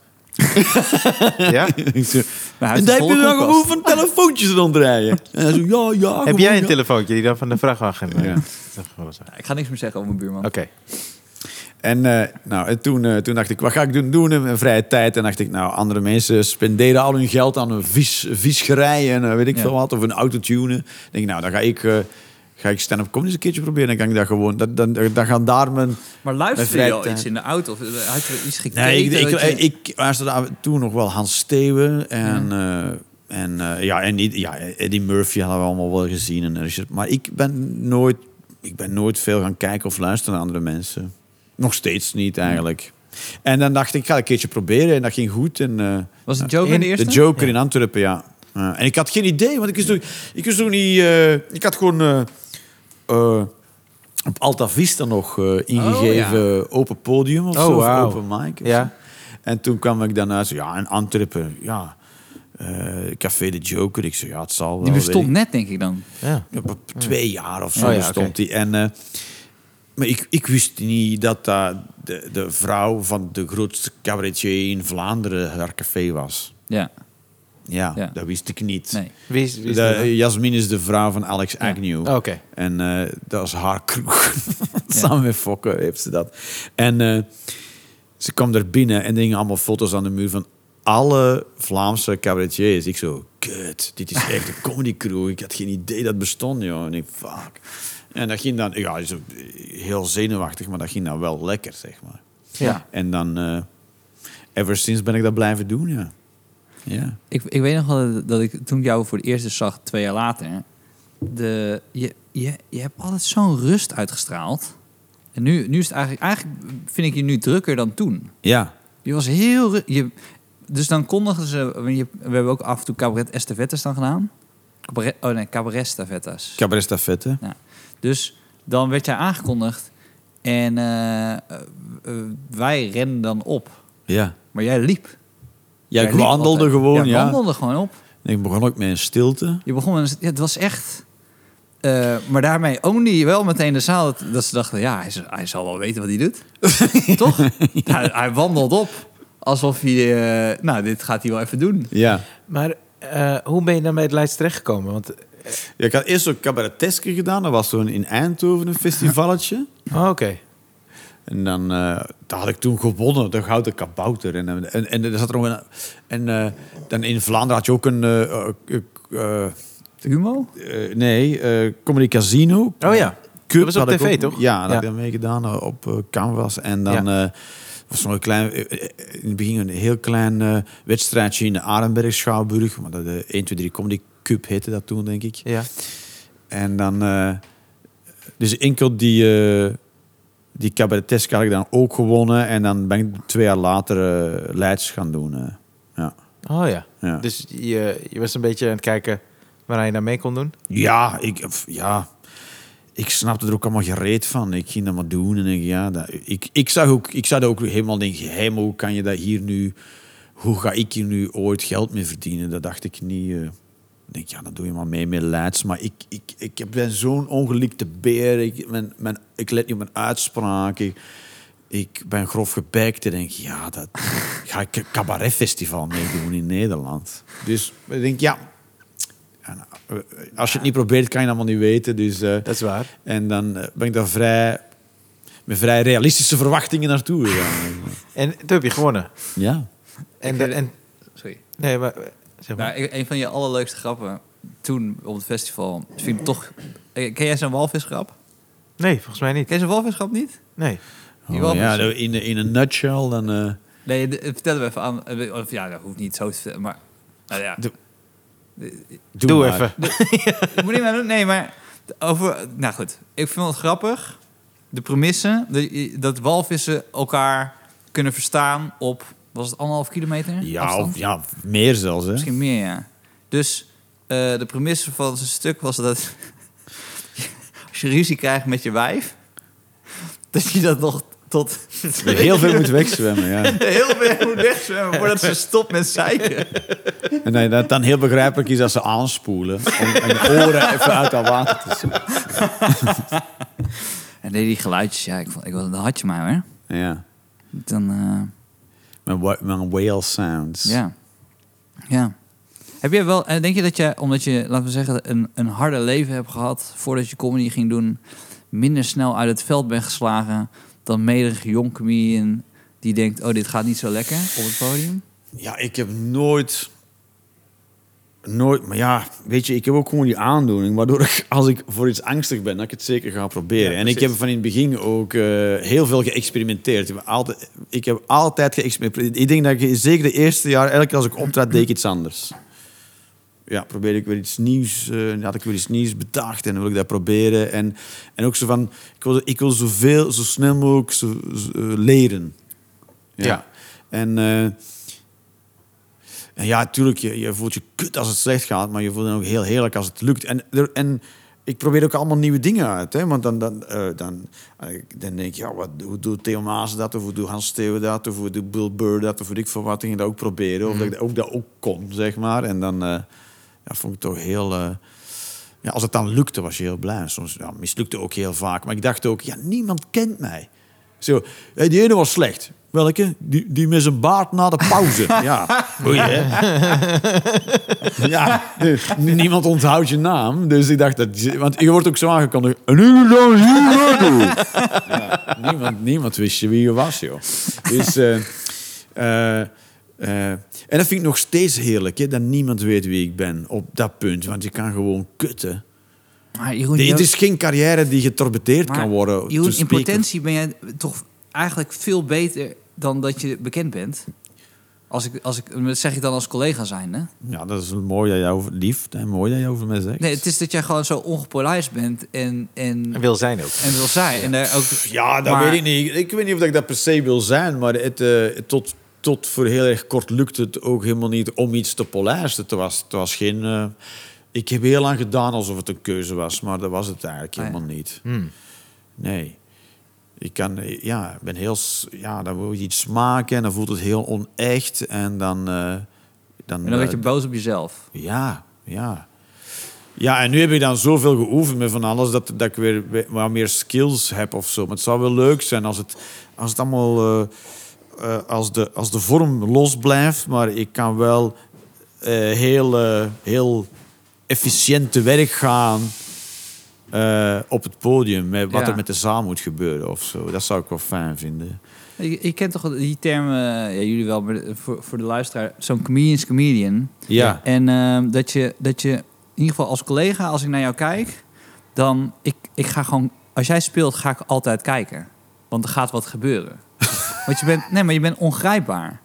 S1: Ja?
S3: Ik zo,
S2: mijn huis
S3: en
S2: is
S3: daar heb
S2: vol
S3: je dan
S2: koelkast.
S3: gewoon telefoontjes rondrijden. En hij zo, ja, ja.
S1: Heb jij een
S3: telefoon?
S1: telefoontje die dan van de vrachtwagen... eh,
S3: Ja.
S1: dat is gewoon zo.
S2: Ik ga niks meer zeggen over mijn buurman.
S1: Oké.
S3: En, eh, nou, en toen, eh, toen dacht ik, wat ga ik doen? Doen in mijn vrije tijd. En dacht ik, nou, andere mensen spenderen al hun geld aan een vies, viesgerij en eh, weet ik
S2: Ja.
S3: veel wat. Of een autotunen. Dan denk ik, nou, dan ga ik, eh, ga ik stand-up comedy een keertje proberen. Dan kan ik dat gewoon, dat, dan, dan gaan daar mijn...
S2: Maar
S3: Mijn
S2: luister
S3: vrije
S2: je al
S3: tijd.
S2: iets in de auto? Of eh, had je iets gekeken?
S3: Nee, ik, ik,
S2: dat je-
S3: ik, ik luisterde af en toe nog wel Hans Steeuwen en, eh, en, eh, ja, en Ed- ja, Eddie Murphy hadden we allemaal wel gezien. En Richard, maar ik ben, nooit, ik ben nooit veel gaan kijken of luisteren naar andere mensen. Nog steeds niet eigenlijk. En dan dacht ik, ik ga het een keertje proberen en dat ging goed. En, eh,
S2: Was het Joker
S3: en-
S2: de eerste?
S3: De Joker in Antwerpen, ja. Ja, en ik had geen idee, want ik wist ook, ik wist ook niet... eh, ik had gewoon... eh, eh, op Alta Vista nog eh, ingegeven open podium of
S1: Oh,
S3: zo, of
S1: wauw.
S3: open mic. of
S1: Ja.
S3: zo. En toen kwam ik daarna zo, ja, in Antwerpen, ja, eh, Café de Joker. Ik zei, ja, het zal wel.
S2: Die bestond
S3: weet ik.
S2: net, denk ik dan.
S1: Ja.
S3: Ja, op twee jaar of zo
S1: Oh ja,
S3: bestond
S1: oké.
S3: die. En, eh, maar ik, ik wist niet dat dat de, de vrouw van de grootste cabaretier in Vlaanderen haar café was.
S2: Ja,
S3: Ja,
S2: Ja.
S3: dat wist ik niet.
S2: nee.
S1: Wie is, wie is
S3: De-
S1: dat dan?
S3: Jasmin is de vrouw van Alex Agnew.
S1: Oh, oké.
S3: En eh, dat is haar kroeg. Samen met Fokke heeft ze dat. En eh, ze kwam er binnen en dingen allemaal foto's aan de muur van alle Vlaamse cabaretiers. Ik zo, kut, dit is echt een comedy crew. Ik had geen idee dat bestond, joh. En ik, fuck. En dat ging dan, ja, zo, eh, heel zenuwachtig, maar dat ging dan wel lekker, zeg maar.
S2: Ja.
S3: En dan, eh, ever since ben ik dat blijven doen, ja. Ja.
S2: Ik, ik weet nog wel dat ik toen ik jou voor het eerst eens zag, twee jaar later... De, je, je, je hebt altijd zo'n rust uitgestraald. En nu, nu is het eigenlijk... Eigenlijk vind ik je nu drukker dan toen.
S3: Ja.
S2: Je was heel... ru- Je, dus dan kondigen ze... want je- We hebben ook af en toe cabaret estafettes dan gedaan. Cabaret, oh nee, cabaret estafettes.
S3: Cabaret stafette.
S2: Ja. Dus dan werd jij aangekondigd en eh, eh, eh, wij renden dan op.
S3: Ja.
S2: Maar jij liep.
S3: Ja,
S2: Jij
S3: ik
S2: liep
S3: wandelde
S2: altijd.
S3: gewoon,
S2: Jij
S3: ja.
S2: wandelde gewoon op.
S3: En ik begon ook met een stilte.
S2: Je begon met, ja, het was echt... eh, maar daarmee ownde je wel meteen de zaal dat, dat ze dachten... ja, hij, z- hij zal wel weten wat hij doet. Toch? Hij, hij wandelt op. Alsof hij... eh, nou, dit gaat hij wel even doen.
S3: Ja.
S1: Maar eh, hoe ben je dan bij het lijst terechtgekomen? Want,
S3: ja ik had eerst zo'n cabareteske gedaan. Dat was zo'n in Eindhoven een festivalletje.
S1: oh, oké.
S3: En dan eh, dat had ik toen gewonnen, de Gouden Kabouter. En, eh, en, en er zat er nog een... En eh, dan in Vlaanderen had je ook een... eh, eh, eh,
S2: Humo?
S3: eh, nee, eh Comedy Casino.
S1: Oh ja.
S3: Cup
S1: Dat was op
S3: had ik
S1: tv,
S3: ook-
S1: toch?
S3: Ja, dat
S1: Ja.
S3: heb ik daarmee gedaan eh, op eh, Canvas. En dan eh was nog een klein, eh, eh, in het begin een heel klein eh, wedstrijdje in de Arenberg Schouwburg. Maar dat eh, de 1, 2, 3 Comedy Cup heette dat toen, denk ik.
S1: Ja.
S3: En dan, eh, dus enkel die, eh, die cabaretesk had ik dan ook gewonnen. En dan ben ik twee jaar later eh, Leids gaan doen. eh. ja.
S1: Oh ja.
S3: Ja.
S1: Dus je, je was een beetje aan het kijken waar je naar mee kon doen?
S3: Ja, ik, f- ja, ik snapte er ook allemaal gereed van. Ik ging dat maar doen. En ik, ja, dat, ik, ik, zag ook, ik zag dat ook helemaal denken, hemel, hoe kan je dat hier nu... Hoe ga ik hier nu ooit geld mee verdienen? Dat dacht ik niet. eh. Ik denk, ja, dat doe je maar mee met Leids. Maar ik, ik, ik heb- ben zo'n ongelikte beer. Ik, mijn, mijn, ik let niet op mijn uitspraak. Ik, ik ben grof gebekt en denk, ja, dat ga ik een cabaretfestival meedoen in Nederland. Dus ik denk, ja, ja, nou, eh, als je het niet probeert, kan je het allemaal niet weten. Dus, eh,
S1: Dat is waar.
S3: en dan eh, ben ik daar vrij, met vrij realistische verwachtingen naartoe gegaan.
S1: En toen heb je gewonnen.
S3: ja.
S1: En,
S2: Ik weet-
S1: en
S2: Sorry.
S1: nee, maar eh, zeg maar.
S2: Nou, ik- een van je allerleukste grappen toen op het festival vind ik toch... Eh, Ken jij zijn walvisgrap?
S1: Nee, volgens mij niet.
S2: Ken je zijn walvisgrap niet?
S1: Nee.
S2: Die
S3: Oh,
S2: walvis.
S3: ja, in, in een nutshell. Dan, eh,
S2: Nee, de- vertel hem even aan. eh, Of ja, dat hoeft niet zo te vertellen, maar... Nou ja.
S3: Doe-
S1: Doe,
S3: maar.
S1: even.
S2: Ik Moet niet meer doen. Nee, maar over... Nou goed, ik vind het grappig. De premisse, de- dat walvissen elkaar kunnen verstaan op... Was het anderhalf kilometer?
S3: Ja,
S2: afstand?
S3: of, ja, meer zelfs. Hè.
S2: Misschien meer, ja. Dus eh, de premisse van zijn stuk was dat... als je ruzie krijgt met je wijf... dat je dat nog tot
S3: Heel veel moet wegzwemmen, ja.
S2: heel veel moet wegzwemmen voordat ze stopt met zeiken.
S3: En dat het dan heel begrijpelijk is dat ze aanspoelen. Om hun oren even uit dat water te zoeken.
S2: En deed die geluidjes, ja, ik, vond, ik was, dat had je maar hoor.
S3: Ja.
S2: Dan, eh,
S3: Mijn, wa- mijn whale sounds.
S2: ja. Ja. Heb jij wel, eh, denk je dat je, omdat je, laten we zeggen, een, een harde leven hebt gehad voordat je comedy ging doen, minder snel uit het veld bent geslagen dan medige jonkmien die denkt, oh, dit gaat niet zo lekker op het podium?
S3: Ja, ik heb nooit... Nooit, maar ja, weet je, ik heb ook gewoon die aandoening, waardoor ik, als ik voor iets angstig ben, dat ik het zeker ga proberen.
S1: Ja,
S3: en ik
S1: precies.
S3: heb van in het begin ook eh, heel veel geëxperimenteerd. Ik heb altijd, ik heb altijd geëxperimenteerd. Ik denk dat ik zeker de eerste jaar, elke keer als ik optrad, deed ik iets anders. ja, probeerde ik weer iets nieuws. eh had ik weer iets nieuws bedacht en wil ik dat proberen. En, en ook zo van, ik wil, ik wil zoveel, zo snel mogelijk zo, zo, eh, leren. Ja.
S1: Ja.
S3: En, eh, en ja, natuurlijk, je, je voelt je kut als het slecht gaat, maar je voelt dan ook heel heerlijk als het lukt. En, er- en ik probeer ook allemaal nieuwe dingen uit. Hè? Want dan, dan, eh, dan, eh, dan denk je, ja, wat, hoe doet Theo Maas dat? Of hoe doet Hans Steeuwen dat? Of hoe doet Bill Burr dat? Of weet ik veel wat. Ging dat ook proberen. Of dat ik dat ook, dat ook kon, zeg maar. En dan eh, ja, vond ik het toch heel... eh, ja, als het dan lukte, was je heel blij. En Soms ja, mislukte ook heel vaak. Maar ik dacht ook, ja, niemand kent mij. Zo, hé, die ene was slecht. Welke? Die, die met zijn baard na de pauze. Ja, Oei, hè? ja de- niemand onthoudt je naam. Dus ik dacht, dat, want je wordt ook zo aangekondigd. En nu dan hier naartoe. Ja, niemand, niemand wist je wie je was, joh. Dus, eh, eh, eh, en dat vind ik nog steeds heerlijk, hè, dat niemand weet wie ik ben op dat punt. Want je kan gewoon kutten.
S2: Maar Jeroen,
S3: Nee,
S2: je-
S3: het is geen carrière die getorpedeerd
S2: Maar
S3: kan worden.
S2: Jeroen,
S3: te
S2: in
S3: spreken.
S2: potentie ben jij toch eigenlijk veel beter dan dat je bekend bent. Als ik, als ik, dat zeg ik dan als collega zijnde.
S3: Ja, dat is mooi dat jij over lief en mooi dat jij over mij zegt.
S2: Nee, het is dat jij gewoon zo ongepolijst bent en, en,
S1: En wil zijn ook.
S2: en wil zijn. En daar ook,
S3: Ja, dat
S2: maar-
S3: weet ik niet. Ik weet niet of ik dat per se wil zijn, maar het, eh, tot, tot voor heel erg kort lukte het ook helemaal niet om iets te polijsten. Het was, het was geen. eh, ik heb heel lang gedaan alsof het een keuze was, maar dat was het eigenlijk
S2: Ah, ja.
S3: helemaal niet.
S1: Hmm.
S3: Nee. Ik kan, eh, ja, ik ben heel, s- ja, dan wil je iets smaken en dan voelt het heel onecht en dan, eh, dan,
S2: En dan
S3: eh,
S2: werd je boos op jezelf.
S3: Ja, ja. Ja, en nu heb ik dan zoveel geoefend met van alles dat, dat ik weer we- wat meer skills heb of zo. Maar het zou wel leuk zijn als het, als het allemaal. eh, eh, als, de, als de vorm los blijft, maar ik kan wel eh, heel, eh, heel efficiënt te werk gaan eh, op het podium. Met wat
S2: Ja.
S3: er met de zaal moet gebeuren of zo. Dat zou ik wel fijn vinden.
S2: Je, je kent toch wel die term, eh, ja, jullie wel, maar de- voor, voor de luisteraar, zo'n comedian's comedian.
S3: Ja.
S2: En ehm, dat, je, dat je, in ieder geval als collega, als ik naar jou kijk, dan, ik, ik ga gewoon, als jij speelt, ga ik altijd kijken. Want er gaat wat gebeuren. Want je bent, nee, maar je bent ongrijpbaar.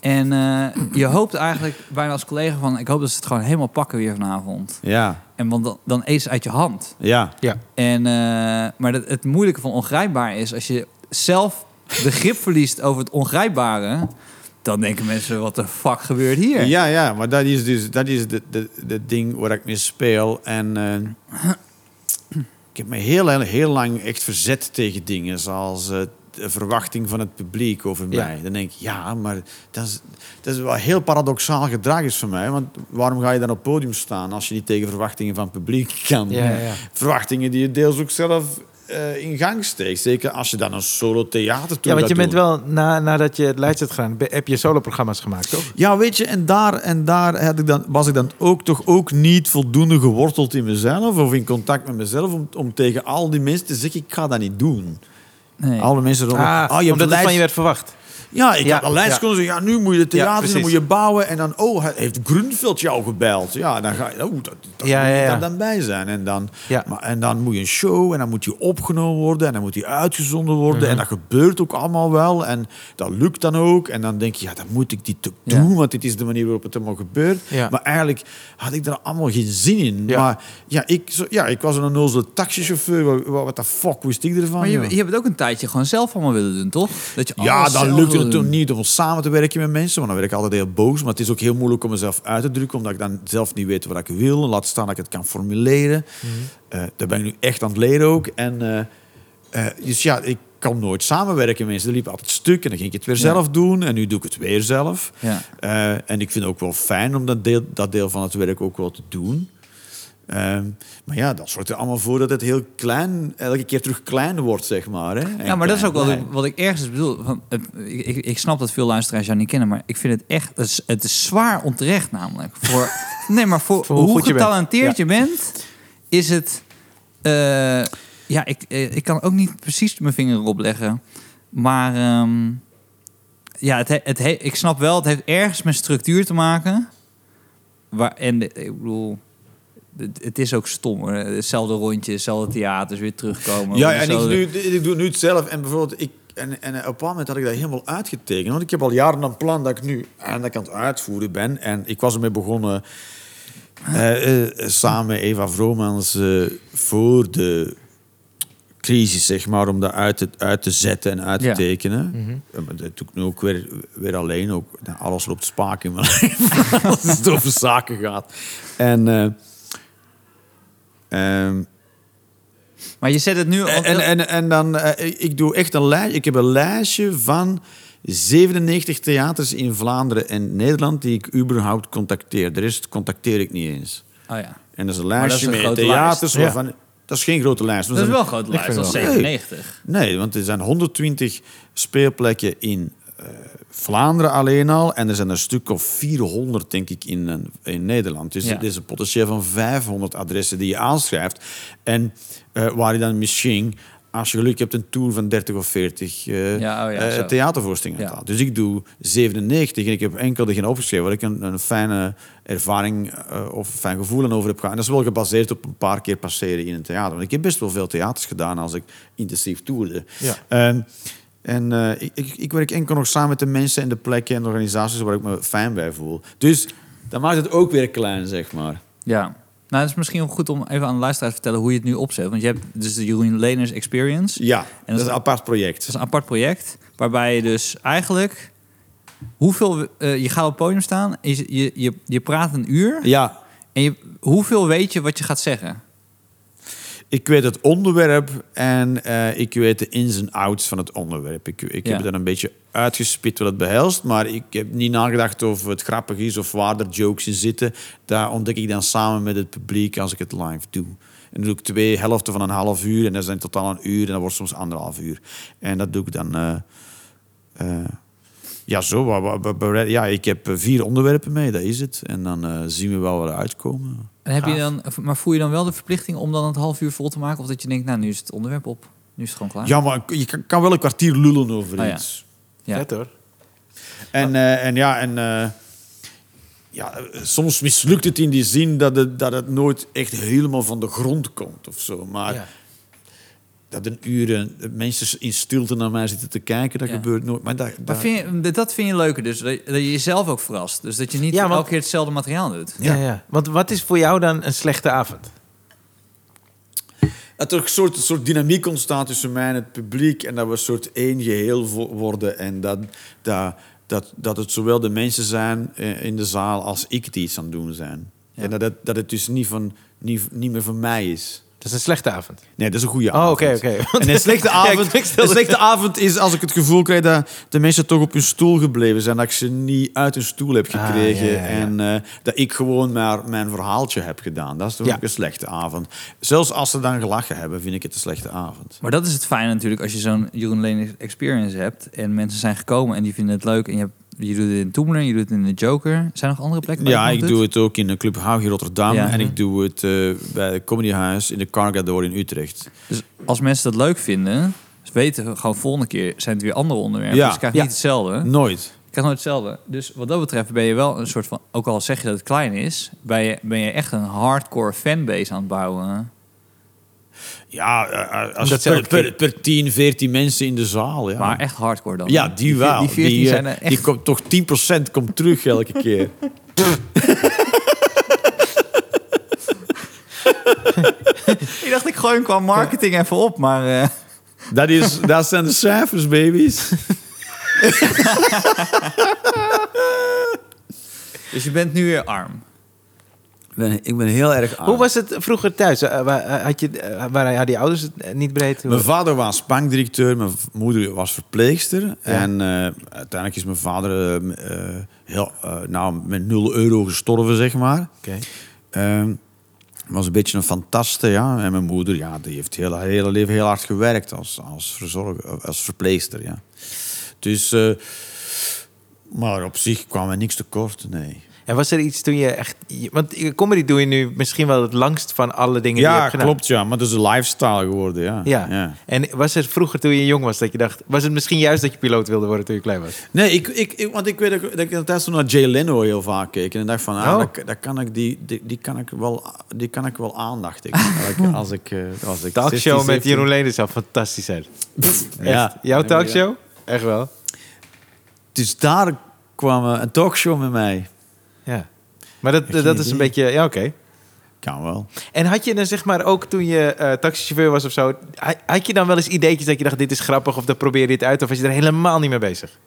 S2: En eh, je hoopt eigenlijk bijna als collega van, ik hoop dat ze het gewoon helemaal pakken weer vanavond.
S3: Ja,
S2: En want dan, dan eet ze uit je hand.
S3: ja.
S1: Ja.
S2: En, eh, maar dat, het moeilijke van ongrijpbaar is, als je zelf begrip verliest over het ongrijpbare, dan denken mensen, wat de fuck gebeurt hier?
S3: Ja, ja, maar dat is dus dat is de, de, de ding waar ik mee speel. En eh, ik heb me heel, heel, heel lang echt verzet tegen dingen zoals eh, de verwachting van het publiek over
S1: Ja.
S3: mij. Dan denk ik, ja, maar dat is, dat is wel heel paradoxaal gedrag is voor mij. Want waarom ga je dan op het podium staan als je niet tegen verwachtingen van het publiek kan?
S1: Ja, ja, ja.
S3: Verwachtingen die je deels ook zelf eh, in gang steekt. Zeker als je dan een solo theater
S1: Ja, want je bent wel, na, nadat je het Leids hebt gedaan, be- heb je soloprogramma's gemaakt, toch?
S3: Ja, weet je, en daar, en daar had ik dan, was ik dan ook toch ook niet voldoende geworteld in mezelf of in contact met mezelf om, om tegen al die mensen te zeggen, ik ga dat niet doen.
S2: Nee.
S3: Alle mensen rondom, ah, je hebt
S1: omdat het
S3: een
S1: van je
S3: lijst-
S1: werd verwacht.
S3: Ja, ik
S1: Ja,
S3: had een lijst
S1: ja.
S3: kon zeggen, ja, nu moet je
S1: Ja,
S3: theater, dan
S1: precies.
S3: moet je bouwen en dan, oh, hij- heeft Grunveld jou gebeld? Ja, dan ga je, oh, dat, dat
S1: Ja, ja,
S3: moet je
S1: ja.
S3: daar dan bij zijn. En dan,
S1: Ja.
S3: maar, en dan moet je een show en dan moet je opgenomen worden en dan moet je uitgezonden worden
S1: Mhm.
S3: en dat gebeurt ook allemaal wel en dat lukt dan ook. En dan denk je, ja, dan moet ik dit ook
S2: Ja.
S3: doen, want dit is de manier waarop het allemaal gebeurt.
S1: Ja.
S3: Maar eigenlijk had ik er allemaal geen zin in.
S1: Ja.
S3: Maar ja ik, zo- ja, ik was een onnozele taxichauffeur. Wat- Wat wat de fuck wist ik ervan?
S2: Maar je,
S3: joh?
S2: je hebt het ook een tijdje gewoon zelf allemaal willen doen, toch? Dat je
S3: Ja,
S2: alles
S3: dan
S2: zelf
S3: lukt
S2: wil
S3: het
S2: doen.
S3: toen niet om samen te werken met mensen. Want dan werd ik altijd heel boos. Maar het is ook heel moeilijk om mezelf uit te drukken. Omdat ik dan zelf niet weet wat ik wil. Laat staan dat ik het kan
S2: Mhm.
S3: formuleren. Eh, daar ben ik nu echt aan het leren ook. En, eh, eh, dus ja, ik kan nooit samenwerken. Mensen liepen altijd stuk en dan ging ik het weer zelf doen. En nu doe ik het weer zelf.
S2: Ja.
S3: Eh, en ik vind het ook wel fijn om dat deel, dat deel van het werk ook wel te doen. Ehm, maar ja, dat zorgt er allemaal voor dat het heel klein, elke keer terug klein wordt, zeg maar. Hè? En
S2: Ja, maar dat is
S3: klein
S2: ook wat ik,
S3: blijft.
S2: wat ik ergens bedoel. Van, het- ik, ik, ik snap dat veel luisteraars jou niet kennen, maar ik vind het echt... Het is, het is zwaar onterecht namelijk. Voor, nee, maar voor,
S1: Voor hoe
S2: hoe,
S1: goed je bent.
S2: getalenteerd
S1: Ja.
S2: je bent, is het... eh, ja, ik, eh, ik kan ook niet precies mijn vinger erop leggen. Maar ehm, ja, het, he- het, he- ik snap wel, het heeft ergens met structuur te maken. Waar, en de- ik bedoel... Het, het is ook stom hoor. Hetzelfde rondje, hetzelfde theaters, weer terugkomen.
S3: Ja, en ik,
S2: hetzelfde-
S3: nu, ik doe nu het zelf. En bijvoorbeeld, ik, en, en op een bepaald moment had ik dat helemaal uitgetekend. Want ik heb al jaren een plan dat ik nu aan dat ik aan het uitvoeren ben. En ik was ermee begonnen eh, eh, samen met Eva Vromans eh, voor de crisis, zeg maar, om dat uit te, uit te zetten en uit te
S2: Ja.
S3: tekenen. Eh, maar Dat doe ik nu ook weer, weer alleen. Ook, nou, alles loopt spaak in mijn leven als het over zaken gaat. En... eh, ehm,
S2: Maar je zet het nu... al-
S3: en, en, en, en dan, eh, ik doe echt een lijstje. Ik heb een lijstje van 97 theaters in Vlaanderen en Nederland die ik überhaupt contacteer. De rest contacteer ik niet eens.
S2: Oh ja.
S3: En dat is een
S2: dat is
S3: lijstje
S2: een
S3: met
S2: grote
S3: theaters
S2: lijst.
S1: Ja.
S3: waarvan. Dat is geen grote lijst.
S2: Dat is wel een grote
S1: vind
S2: lijst, dat is
S3: wel.
S2: 97.
S3: Nee, want er zijn 120 speelplekken in eh, Vlaanderen alleen al. En er zijn er een stuk of 400, denk ik, in, eh, in Nederland. Dus
S2: Ja.
S3: dit is een potentieel van 500 adressen die je aanschrijft. En eh, waar je dan misschien, als je geluk hebt, een tour van 30 of 40 eh,
S2: Ja, oh ja,
S3: eh,
S2: zo.
S3: theatervoorstellingen
S2: Ja.
S3: haalt. Dus ik doe 97 en ik heb enkel degene opgeschreven waar ik een, een fijne ervaring eh, of een fijn gevoel aan over heb gehad. En dat is wel gebaseerd op een paar keer passeren in een theater. Want ik heb best wel veel theaters gedaan als ik intensief toerde.
S1: Ja.
S3: En, en eh, ik, ik, ik werk enkel nog samen met de mensen en de plekken en de organisaties waar ik me fijn bij voel. Dus dat maakt het ook weer klein, zeg maar.
S2: Ja. Nou, het is misschien wel goed om even aan de luisteraar te vertellen hoe je het nu opzet. Want je hebt dus de Jeroen Leners Experience.
S3: Ja, dat
S2: dat-
S3: is een apart project.
S2: Het is een apart project waarbij je dus eigenlijk... Hoeveel, eh, je gaat op het podium staan, je, je, je, je praat een uur...
S3: Ja,
S2: en je, hoeveel weet je wat je gaat zeggen?
S3: Ik weet het onderwerp en eh, ik weet de ins en outs van het onderwerp. Ik, ik
S2: Ja.
S3: heb het dan een beetje uitgespit wat het behelst, maar ik heb niet nagedacht of het grappig is of waar er jokes in zitten. Daar ontdek ik dan samen met het publiek als ik het live doe. En dan doe ik twee helften van een half uur en dat zijn in totaal een uur en dat wordt soms anderhalf uur. En dat doe ik dan. eh, eh, ja, zo. wa- wa- wa- wa- Ja, ik heb eh, vier onderwerpen mee, dat is het. En dan eh, zien we wel waar we uitkomen.
S2: En heb je
S1: Gaaf.
S2: dan, maar voel je dan wel de verplichting om dan het half uur vol te maken? Of dat je denkt, nou, nu is het onderwerp op. Nu is het gewoon klaar.
S3: Ja, maar je kan- kan wel een kwartier lullen over
S2: Ah, ja.
S3: iets.
S2: Ja.
S1: Vet hoor.
S3: En, eh, en ja, en, eh, ja, eh, soms mislukt het in die zin dat het, dat het nooit echt helemaal van de grond komt of zo. Maar
S1: Ja.
S3: dat een uur eh, mensen in stilte naar mij zitten te kijken, dat
S2: Ja.
S3: gebeurt nooit. Maar dat,
S2: Maar
S3: dat-
S2: vind je, dat vind je leuker dus, dat dat je jezelf ook verrast. Dus dat je niet
S1: Ja, want-
S2: elke keer hetzelfde materiaal doet.
S1: Ja. Ja, Want wat is voor jou dan een slechte avond?
S3: dat er een soort, een soort dynamiek ontstaat tussen mij en het publiek. En dat we een soort één geheel vo- worden. En dat, dat, dat, dat het zowel de mensen zijn eh, in de zaal als ik die iets aan het doen zijn. En dat het, dat het dus niet, van, niet, niet meer van mij is.
S1: Dat is een slechte avond.
S3: Nee, dat is een goede
S1: Oh,
S3: avond.
S1: oké, oké. Want-
S3: En een slechte
S1: Ja, ik-
S3: avond,
S1: ik stelde-
S3: een slechte avond is als ik het gevoel krijg dat de mensen toch op hun stoel gebleven zijn. Dat ik ze niet uit hun stoel heb
S1: Ah,
S3: gekregen.
S1: ja, ja, ja.
S3: En eh, dat ik gewoon maar mijn verhaaltje heb gedaan. Dat is toch
S1: Ja.
S3: ook een slechte avond. Zelfs als ze dan gelachen hebben, vind ik het een slechte avond.
S2: Maar dat is het fijne natuurlijk als je zo'n Jeroen Leen experience hebt. En mensen zijn gekomen en die vinden het leuk. En je, hebt, je doet het in Toemler, je doet het in de Joker. Zijn er nog andere plekken? waar
S3: Ja,
S2: je
S3: ik
S2: het
S3: doe het ook in de Club Haag in Rotterdam.
S2: Ja.
S3: En ik doe het eh, bij het Comedy Huis in de Cargador in Utrecht.
S2: Dus als mensen dat leuk vinden, ze weten we gewoon volgende keer zijn het weer andere onderwerpen.
S3: Ja.
S2: Dus ik krijg
S3: Ja.
S2: niet hetzelfde. Ik
S3: Nooit.
S2: krijg nooit hetzelfde. Dus wat dat betreft ben je wel een soort van, ook al zeg je dat het klein is, ben je, ben je echt een hardcore fanbase aan het bouwen.
S3: Ja, eh, als
S1: Dat
S3: het
S1: zijn
S3: per,
S1: ook-
S3: per, per 10, 14 mensen in de zaal. Ja.
S2: Maar echt hardcore dan.
S3: Oh, Ja, die
S2: vier-
S3: wel.
S2: Die 14
S3: eh,
S2: zijn er echt
S3: die komt toch 10% komt terug elke keer.
S2: Ik dacht, ik gooi hem qua marketing even op, maar... eh,
S3: Dat, is, dat zijn de cijfers, baby's.
S2: Dus je bent nu weer arm.
S4: ben, ik ben heel erg arm.
S1: Ah. Hoe was het vroeger thuis? Eh, waar- eh, Had je, eh, waar hadden je ouders het eh, niet breed?
S3: Mijn vader was bankdirecteur, mijn v- moeder was verpleegster. En eh, uiteindelijk is mijn vader eh, eh, heel, eh, nou, met 0 euro gestorven, zeg maar.
S1: Oké.
S3: Ehm, was een beetje een fantaste, ja. En mijn moeder, ja, die heeft heel haar hele leven heel hard gewerkt als, als, verzorger, als verpleegster, ja. Dus, eh, maar op zich kwam er niks tekort, nee.
S1: En was er iets toen je echt... je- Want je- comedy doe je nu misschien wel het langst van alle dingen die je
S3: Ja,
S1: hebt gedaan.
S3: klopt, ja. Maar dat is een lifestyle geworden, ja.
S1: Ja. En was er vroeger toen je jong was dat je dacht... Was het misschien juist dat je piloot wilde worden toen je klein was?
S3: Nee, ik, ik, ik- want ik weet dat ik- dat ik inderdaad zo naar Jay Leno heel vaak keek. En ik dacht van, ah,
S1: Oh.
S3: dat, dat kan ik, die, die, die, kan ik wel, die kan ik wel aan, dacht ik. Als ik, als ik, eh, als ik
S1: Talkshow
S3: 16,
S1: met Jeroen Leden zou fantastisch zijn.
S3: 17
S1: Echt. Jouw talkshow? Echt wel.
S3: Dus daar kwam eh, een talkshow met mij.
S1: Ja. Maar dat,
S3: Geen
S1: dat is een
S3: idee.
S1: beetje... Ja, oké.
S3: Kan wel.
S1: En had je dan zeg maar ook toen je eh, taxichauffeur was of zo... ha- Had je dan wel eens ideetjes dat je dacht dit is grappig of dat probeer je dit uit? Of was je er helemaal niet mee bezig?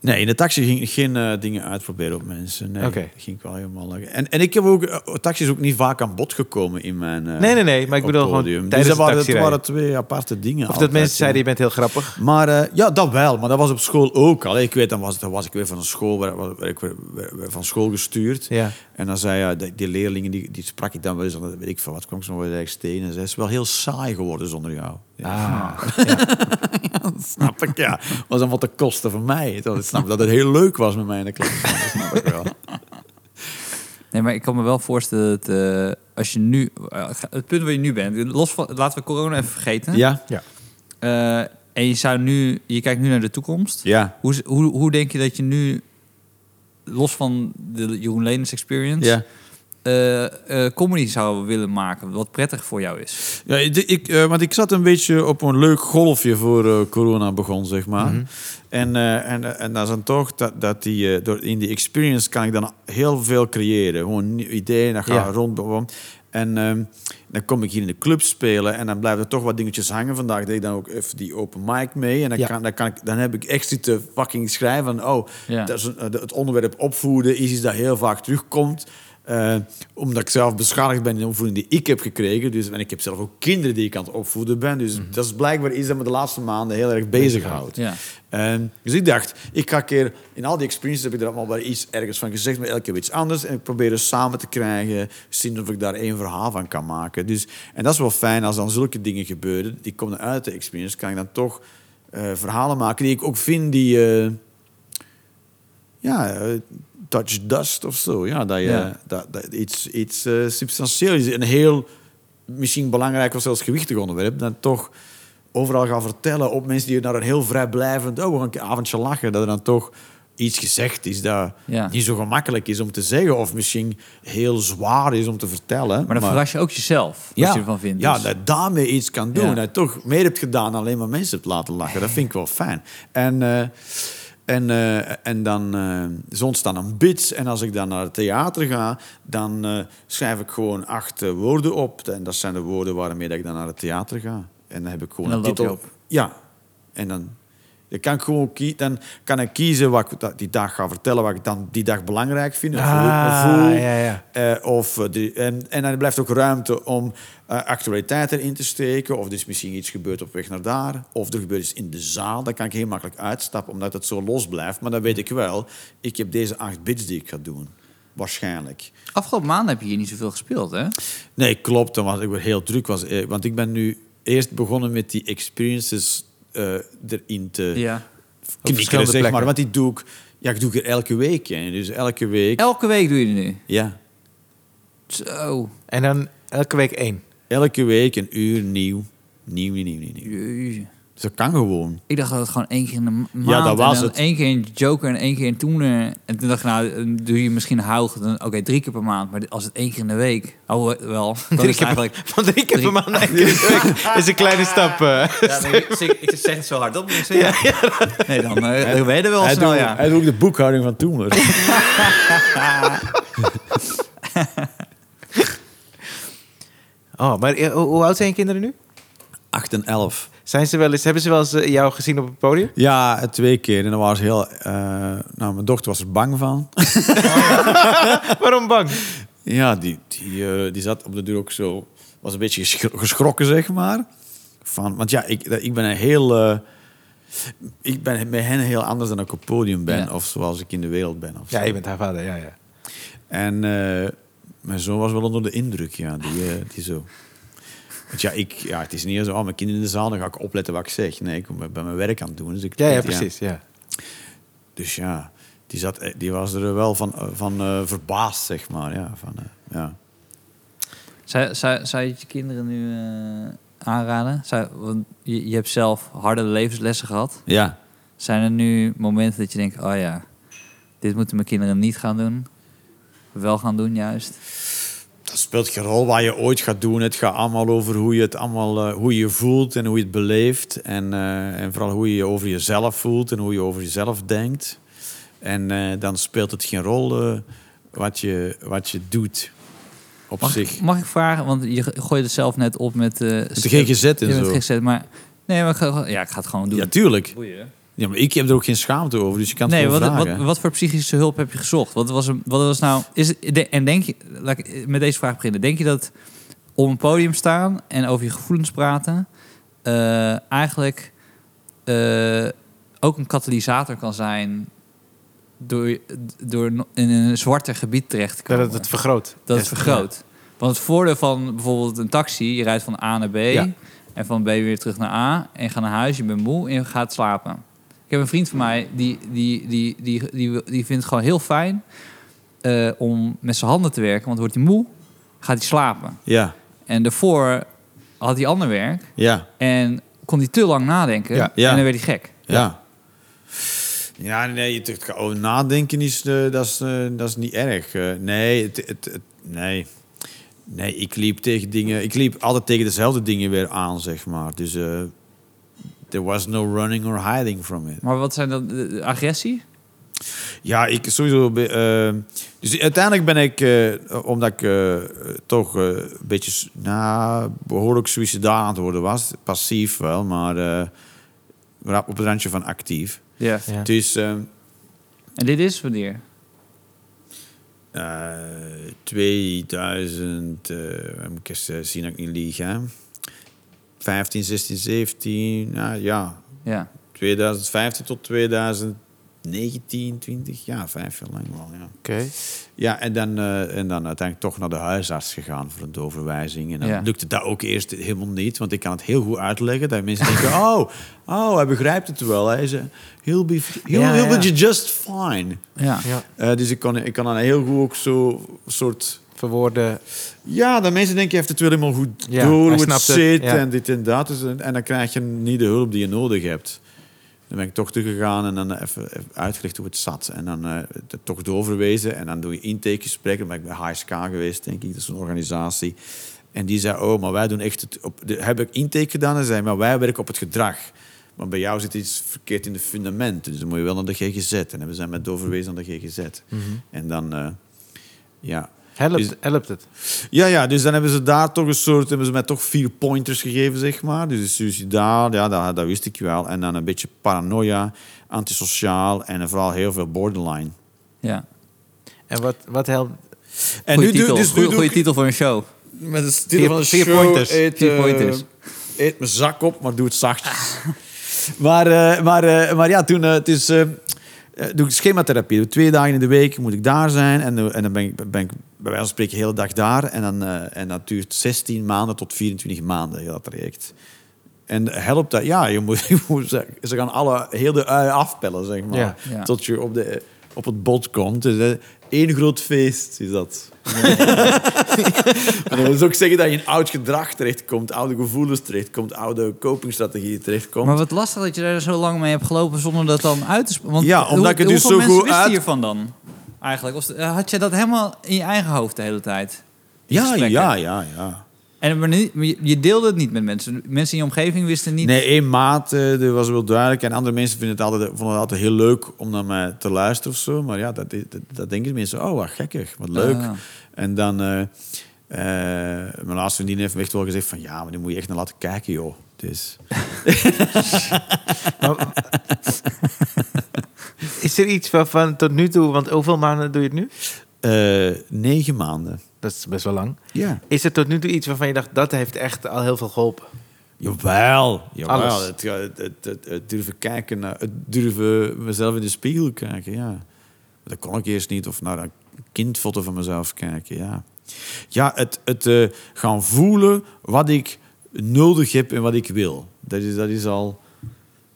S3: Nee, in de taxi ging ik geen eh, dingen uitproberen op mensen. Nee,
S1: Oké.
S3: ging ik wel helemaal... lekker. En, en ik heb ook... eh, taxi is ook niet vaak aan bod gekomen in mijn... eh,
S1: Nee, nee, nee, maar ik
S3: op
S1: bedoel gewoon
S3: podium.
S1: tijdens
S3: dus dat
S1: het
S3: waren, dat
S1: taxirijden.
S3: waren twee aparte dingen.
S1: Of dat mensen zeiden
S3: ja.
S1: je bent heel grappig?
S3: Maar eh, ja, dat wel. Maar dat was op school ook al. hè. Ik weet, dan was, dan was ik weer van, een school, waar, waar- waar ik weer- weer- weer van school gestuurd.
S1: Ja.
S3: En dan zei ja, die, die leerlingen, die, die sprak ik dan wel eens. aan. Weet ik van wat kwam ik zo nog wel eens stenen. En zei, het is wel heel saai geworden zonder jou. Ja,
S1: Ah,
S3: dat snap ik, ja. Was dan wat de kosten van mij. Dat, ik snap dat het heel leuk was met mij in de klas. Dat snap ik wel.
S2: Nee, maar ik kan me wel voorstellen dat eh, als je nu... eh, het punt waar je nu bent, los van, laten we corona even vergeten.
S3: Ja?
S1: Ja.
S2: Eh, en je zou nu... Je kijkt nu naar de toekomst.
S3: Ja.
S2: Hoe, hoe, hoe denk je dat je nu, los van de Jeroen Lenens experience...
S3: Ja.
S2: eh, eh, comedy zou willen maken, wat prettig voor jou is.
S3: Ja, ik, ik, eh, want ik zat een beetje op een leuk golfje voor eh, corona begon, zeg maar.
S1: Mhm.
S3: En, eh, en, eh, en dat is dan toch dat, dat die, eh, door, in die experience kan ik dan heel veel creëren. Gewoon nieuw ideeën, dan ga
S1: Ja.
S3: je rond. rond. En ehm, dan kom ik hier in de club spelen en dan blijven er toch wat dingetjes hangen. Vandaag deed ik dan ook even die open mic mee. En dan,
S1: Ja.
S3: kan, dan, kan ik, dan heb ik echt zitten fucking schrijven van... Oh,
S2: Ja.
S3: dat is een- eh, het onderwerp opvoeden is iets dat heel vaak terugkomt. Eh, omdat ik zelf beschadigd ben in de opvoeding die ik heb gekregen. Dus, en ik heb zelf ook kinderen die ik aan het opvoeden ben. Dus dat is blijkbaar iets dat me de laatste maanden heel erg bezighoudt.
S2: Mhm. Ja.
S3: Ehm, dus ik dacht, ik ga een keer... In al die experiences heb ik er allemaal wel iets ergens van gezegd... maar elke keer weer iets anders. En ik probeer het samen te krijgen... zien of ik daar één verhaal van kan maken. Dus, en dat is wel fijn als dan zulke dingen gebeuren. Die komen uit de experience. Kan ik dan toch eh, verhalen maken die ik ook vind die... eh, ja, eh, touch dust of zo. Ja, dat je
S2: Ja.
S3: Dat, dat iets, iets eh, substantieel is. Een heel misschien belangrijk of zelfs gewichtig onderwerp. Dat toch overal gaan vertellen op mensen die naar een heel vrijblijvend... Oh, we gaan een keer avondje lachen. Dat er dan toch iets gezegd is dat
S2: Ja.
S3: niet zo gemakkelijk is om te zeggen. Of misschien heel zwaar is om te vertellen.
S2: Maar dan verras je ook jezelf, wat je ervan vindt.
S3: Ja,
S2: Dus-
S3: dat daarmee iets kan doen.
S2: Ja.
S3: Dat je toch meer hebt gedaan dan alleen maar mensen hebt laten lachen. Dat vind ik wel fijn. En, eh, en, eh, en dan eh zo ontstaan dan bits. En als ik dan naar het theater ga, dan eh, schrijf ik gewoon acht eh, woorden op. En dat zijn de woorden waarmee dat ik dan naar het theater ga. En dan heb ik gewoon
S2: En
S3: een
S2: dan loop je
S3: titel.
S2: op.
S3: Ja, en dan... Dan kan, ik gewoon kie- dan kan ik kiezen wat ik dat- die dag ga vertellen, wat ik dan die dag belangrijk vind. Of hoe ik me
S1: Ah,
S3: voel.
S1: ja, ja.
S3: Eh, of eh, die- en, en er blijft ook ruimte om eh, actualiteit erin te steken. Of er is misschien iets gebeurd op weg naar daar. Of er gebeurt iets in de zaal. Dan kan ik heel makkelijk uitstappen, omdat het zo los blijft. Maar dan weet ik wel, ik heb deze acht bits die ik ga doen. Waarschijnlijk.
S2: Afgelopen maanden heb je hier niet zoveel gespeeld, hè?
S3: Nee, klopt. Dan was ik weer heel druk. Was, eh, want ik ben nu eerst begonnen met die experiences eh, erin te
S2: Ja.
S3: knikkeren,
S1: verschillende
S3: zeg
S1: plekken.
S3: maar. Want die doe ik, ja, ik doe ik er elke week. Hè. Dus elke week...
S2: Elke week doe je het nu.
S3: ja.
S2: Zo.
S1: En dan elke week één.
S3: Elke week een uur nieuw. Nieuw, nieuw, nieuw, nieuw. nieuw.
S2: Jeetje.
S3: Dus dat kan gewoon.
S2: Ik dacht dat het gewoon één keer in de ma- maand...
S3: Ja, dat was
S2: en dan
S3: het.
S2: één keer in Joker en één keer in Toener. En toen dacht ik, nou, dan doe je misschien houden. dan Oké, drie keer per maand. Maar als het één keer in de week... Oh, wel. Dan
S1: Drie
S2: is het
S1: keer per-
S2: eigenlijk...
S1: Van drie keer per
S2: Drie-
S1: maand één keer in de week is een kleine stap. eh.
S2: Ja, maar ik, ik- ik zeg het zo hard op. Dus ja. Nee, dan eh, dan ben je er wel snel,
S3: doet,
S2: ja.
S3: hij doet ook de boekhouding van Toemer.
S1: Oh, maar eh, hoe, hoe oud zijn je kinderen nu?
S3: 8 en 11.
S1: Zijn ze wel eens, hebben ze wel eens eh, jou gezien op het podium?
S3: Ja, twee keer. En dan was heel... eh, nou, mijn dochter was er bang van.
S1: Waarom bang?
S3: Ja, die, die, eh, die zat op de duur ook zo... Was een beetje geschro- geschrokken, zeg maar. Van, want ja, ik, dat- ik ben een heel... eh, ik ben met hen heel anders dan ik op het podium ben.
S2: Ja.
S3: Of zoals ik in de wereld ben. Of
S1: Ja,
S3: zo.
S1: je bent haar vader, ja, ja.
S3: En eh, mijn zoon was wel onder de indruk, ja. Die, eh, die zo... Want ja, ik, ja, het is niet zo, oh, mijn kinderen in de zaal, dan ga ik opletten wat ik zeg. Nee, ik ben mijn werk aan het doen. Dus ik,
S1: Ja, ja, precies, ja.
S3: Dus ja, die, zat, eh, die was er wel van, eh, van eh, verbaasd, zeg maar. Ja, van, eh, ja.
S2: Zou, zou, zou je het je kinderen nu eh, aanraden? Zou, want je, je hebt zelf harde levenslessen gehad.
S3: ja.
S2: Zijn er nu momenten dat je denkt, oh ja, dit moeten mijn kinderen niet gaan doen? Wel gaan doen juist?
S3: Dat speelt geen rol wat je ooit gaat doen. Het gaat allemaal over hoe je het allemaal eh, hoe je je voelt en hoe je het beleeft. En, eh, en vooral hoe je je over jezelf voelt en hoe je over jezelf denkt. En eh, dan speelt het geen rol eh, wat, je, wat je doet op
S2: Mag,
S3: zich.
S2: ik- mag ik vragen, want je gooit het zelf net op met... eh
S3: de GGZ en
S2: je bent
S3: zo.
S2: GGZ, maar... Nee, maar ik ga, ja, ik ga het gewoon doen.
S3: Ja, tuurlijk.
S2: Boeien.
S3: Ja, maar ik heb er ook geen schaamte over, dus je kan het
S2: Nee,
S3: gewoon
S2: wat, wat,
S3: vragen.
S2: wat voor psychische hulp heb je gezocht? Wat was, hem- wat was nou... Is, het- de- en denk je... Laat ik met deze vraag beginnen. Denk je dat op een podium staan en over je gevoelens praten... eh, eigenlijk eh, ook een katalysator kan zijn... door, door no- in een zwarter gebied terecht te
S1: Dat
S2: komen?
S1: het het vergroot.
S2: Dat is
S1: Ja.
S2: vergroot. Want het voordeel van bijvoorbeeld een taxi, je rijdt van A naar B
S1: Ja.
S2: en van B weer terug naar A en je gaat naar huis, je bent moe en je gaat slapen. Ik heb een vriend van mij die, die, die, die, die, die, vindt het gewoon heel fijn eh, om met zijn handen te werken, want wordt hij moe, gaat hij slapen.
S3: Ja,
S2: En daarvoor had hij ander werk
S3: ja.
S2: en kon hij te lang nadenken
S1: Ja,
S3: ja.
S2: en dan werd hij gek.
S3: Ja. Ja, nee, je denkt, oh, nadenken is, eh, dat is, eh, dat is niet erg. Eh, nee, het, het, het- nee. Nee, ik liep tegen dingen... Ik liep altijd tegen dezelfde dingen weer aan, zeg maar. Dus eh there was no running or hiding from it.
S2: Maar wat zijn dan de- de agressie?
S3: Ja, ik sowieso. be- eh, dus uiteindelijk ben ik, eh, omdat ik eh, eh, toch eh, een beetje s- nou, behoorlijk suicidaal aan het worden was. Passief wel, maar eh, rap op het randje van actief.
S2: Ja.
S1: Ja.
S3: Dus eh,
S2: En dit is wanneer?
S3: eh, 2000, eh, moet ik eens eh, zien dat ik niet lieg, hè? 15, 16, 17, nou ja,
S2: Ja.
S3: 2015 tot 2019, 20, ja, vijf jaar lang wel, ja.
S1: Oké.
S3: Ja, en dan, eh, en dan uiteindelijk toch naar de huisarts gegaan voor een doorverwijzing. En dan
S2: Ja.
S3: lukte dat ook eerst helemaal niet, want ik kan het heel goed uitleggen. Dat mensen denken, oh, oh, hij begrijpt het wel. Hij is eh, heel, be- heel,
S1: Ja,
S3: heel
S1: ja.
S3: beetje just fine.
S2: Ja.
S1: Ja.
S3: Eh, dus ik kan, ik kan dan heel goed ook zo soort...
S1: Verwoorden.
S3: Ja, dat mensen denken, je heeft het wel helemaal goed
S1: Ja, hij
S3: door hoe het
S1: snapt het,
S3: zit
S1: ja.
S3: en dit en dat. Dus, en, en dan krijg je niet de hulp die je nodig hebt. Dan ben ik toch teruggegaan en dan even, even uitgelegd hoe het zat. En dan eh, het toch doorverwezen en dan doe je intakegesprekken. Dan ben ik bij HSK geweest, denk ik, dat is een organisatie. En die zei, oh, maar wij doen echt... Het op, de, heb ik intake gedaan en zei, maar wij werken op het gedrag. Maar bij jou zit iets verkeerd in de fundamenten. Dus dan moet je wel naar de GGZ. En we zijn met doorverwezen naar de GGZ.
S1: Mhm.
S3: En dan, eh, ja...
S1: Helpt,
S3: Is-
S1: helpt het.
S3: Ja, ja, dus dan hebben ze daar toch een soort... Hebben ze mij toch vier pointers gegeven, zeg maar. Dus suicidaal, ja, dat, dat wist ik wel. En dan een beetje paranoia, antisociaal en vooral heel veel borderline.
S2: ja.
S1: En wat, wat helpt...
S3: En
S2: Goeie
S3: doe-
S2: titel.
S3: dus nu
S2: Goeie-
S3: doe
S2: goeie
S3: ik
S2: titel voor een show.
S3: met de titel van de
S1: vier
S3: show...
S1: pointers.
S3: Eet,
S2: Vier
S3: eh,
S2: pointers.
S3: eet mijn zak op, maar doe het zachtjes. maar, eh, maar, eh, maar ja, toen... eh, het is, eh, eh, doe ik schematherapie. Twee dagen in de week moet ik daar zijn. En, eh, en dan ben ik, ben ik bij wijze van spreken de hele dag daar. En, dan, eh, en dat duurt 16 maanden tot 24 maanden, heel dat traject. En helpt dat? Ja, je moet, je moet ze, ze gaan alle heel de ui afpellen, zeg maar.
S1: Ja.
S2: Ja.
S3: Tot je op, de, op het bot komt. Dus, eh, één groot feest is dat. En dat wil dus ook zeggen dat je in oud gedrag terechtkomt, oude gevoelens terechtkomt, oude copingstrategieën terechtkomt.
S2: Maar wat lastig dat je daar zo lang mee hebt gelopen zonder dat dan uit te spreken. Want
S3: Ja, omdat
S2: hoe-
S3: ik het dus
S2: hoeveel
S3: zo
S2: mensen
S3: goed
S2: wisten
S3: uit-
S2: hiervan dan? Eigenlijk. Of, eh, had je dat helemaal in je eigen hoofd de hele tijd? Die
S3: ja,
S2: gesprekken?
S3: ja, ja, ja.
S2: En maar niet- maar je- je deelde het niet met mensen. Mensen in je omgeving wisten niet.
S3: Nee, één maat, eh, dat was wel duidelijk. En andere mensen vinden het altijd, vonden het altijd heel leuk om naar mij te luisteren of zo. Maar ja, dat, dat, dat denken de mensen, oh, wat gekkig, wat leuk.
S2: Ja.
S3: En dan, eh, eh, mijn laatste vriendin heeft me echt wel gezegd van, ja, maar daar moet je echt naar laten kijken, joh. Dus,
S1: Maar- is er iets waarvan tot nu toe... Want hoeveel maanden doe je het nu?
S3: eh, negen maanden.
S1: Dat is best wel lang.
S3: Ja.
S1: Is er tot nu toe iets waarvan je dacht, dat heeft echt al heel veel geholpen?
S3: Jawel, jawel.
S1: Alles.
S3: Ah, Het, het, het, het- het durven kijken, naar, het durven mezelf in de spiegel kijken, ja. Dat kon ik eerst niet. Of naar een kindfoto van mezelf kijken, ja. Ja, het, het eh, gaan voelen wat ik nodig heb en wat ik wil. Dat is, dat is al...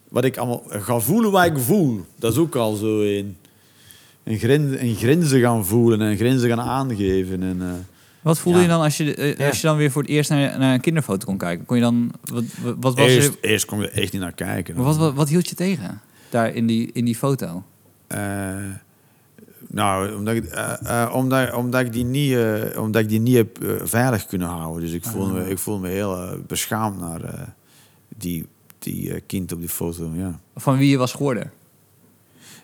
S3: Wat ik allemaal... Gaan voelen wat ik voel. Dat is ook al zo een... En, gren, en grenzen gaan voelen en grenzen gaan aangeven. En, eh,
S2: Wat voelde
S3: Ja.
S2: je dan als je, eh,
S1: Ja.
S2: als je dan weer voor het eerst naar, naar een kinderfoto kon kijken? Kon je dan, wat, wat, wat was
S3: eerst,
S2: er,
S3: eerst kon ik er echt niet naar kijken.
S2: wat, wat, wat hield je tegen daar in die, in die foto?
S3: Eh, nou, omdat ik, eh, eh, omdat, omdat, ik die niet, eh, omdat ik die niet heb eh, veilig kunnen houden. Dus ik
S2: Ah,
S3: voel me, ik voel me heel eh, beschaamd naar eh, die, die eh, kind op die foto. Ja.
S2: Van wie je was geworden?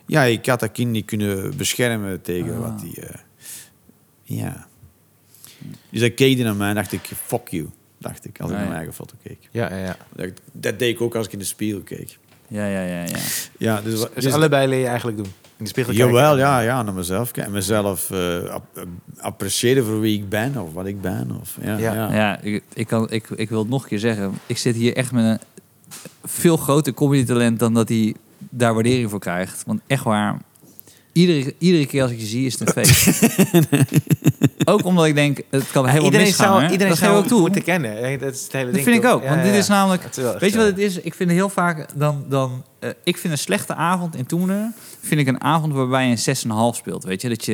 S3: ja, ik had dat kind niet kunnen beschermen tegen
S2: Ah.
S3: wat die... eh, ja. Dus dan keek hij naar mij en dacht ik, fuck you. Dacht ik, als ik
S2: Ah,
S3: naar
S2: ja.
S3: mijn eigen foto keek.
S1: Ja, ja, ja.
S3: Dat, dat deed ik ook als ik in de spiegel keek.
S2: Ja, ja, ja. ja.
S3: Ja, dus,
S1: Dus
S3: dus-
S1: allebei leer je eigenlijk doen. In de spiegel kijken.
S3: Jawel, ja, ja, naar mezelf kijken. Mezelf eh, ap- eh, appreciëren voor wie ik ben of wat ik ben. Of, ja,
S1: Ja.
S3: ja.
S2: Ja, ik, ik, kan, ik, ik wil het nog een keer zeggen. Ik zit hier echt met een veel groter comedy talent dan dat hij daar waardering voor krijgt. Want echt waar, iedere, iedere keer als ik je zie is het een feest. ook omdat ik denk, het kan helemaal
S1: iedereen
S2: misgaan.
S1: zou,
S2: hè?
S1: iedereen
S2: dat
S1: zou
S2: geef ik ook toe.
S1: moeten kennen. Hey, Dat is het hele
S2: Dat
S1: ding.
S2: vind ik
S1: toch?
S2: ook.
S1: Ja,
S2: Want
S1: ja,
S2: dit is
S1: ja.
S2: namelijk...
S1: Het is wel echt,
S2: Weet je wat
S1: eh,
S2: het is? Ik vind heel vaak dan... dan eh, ik vind een slechte avond in Toener... vind ik een avond waarbij je een 6,5 speelt. Weet je, dat je...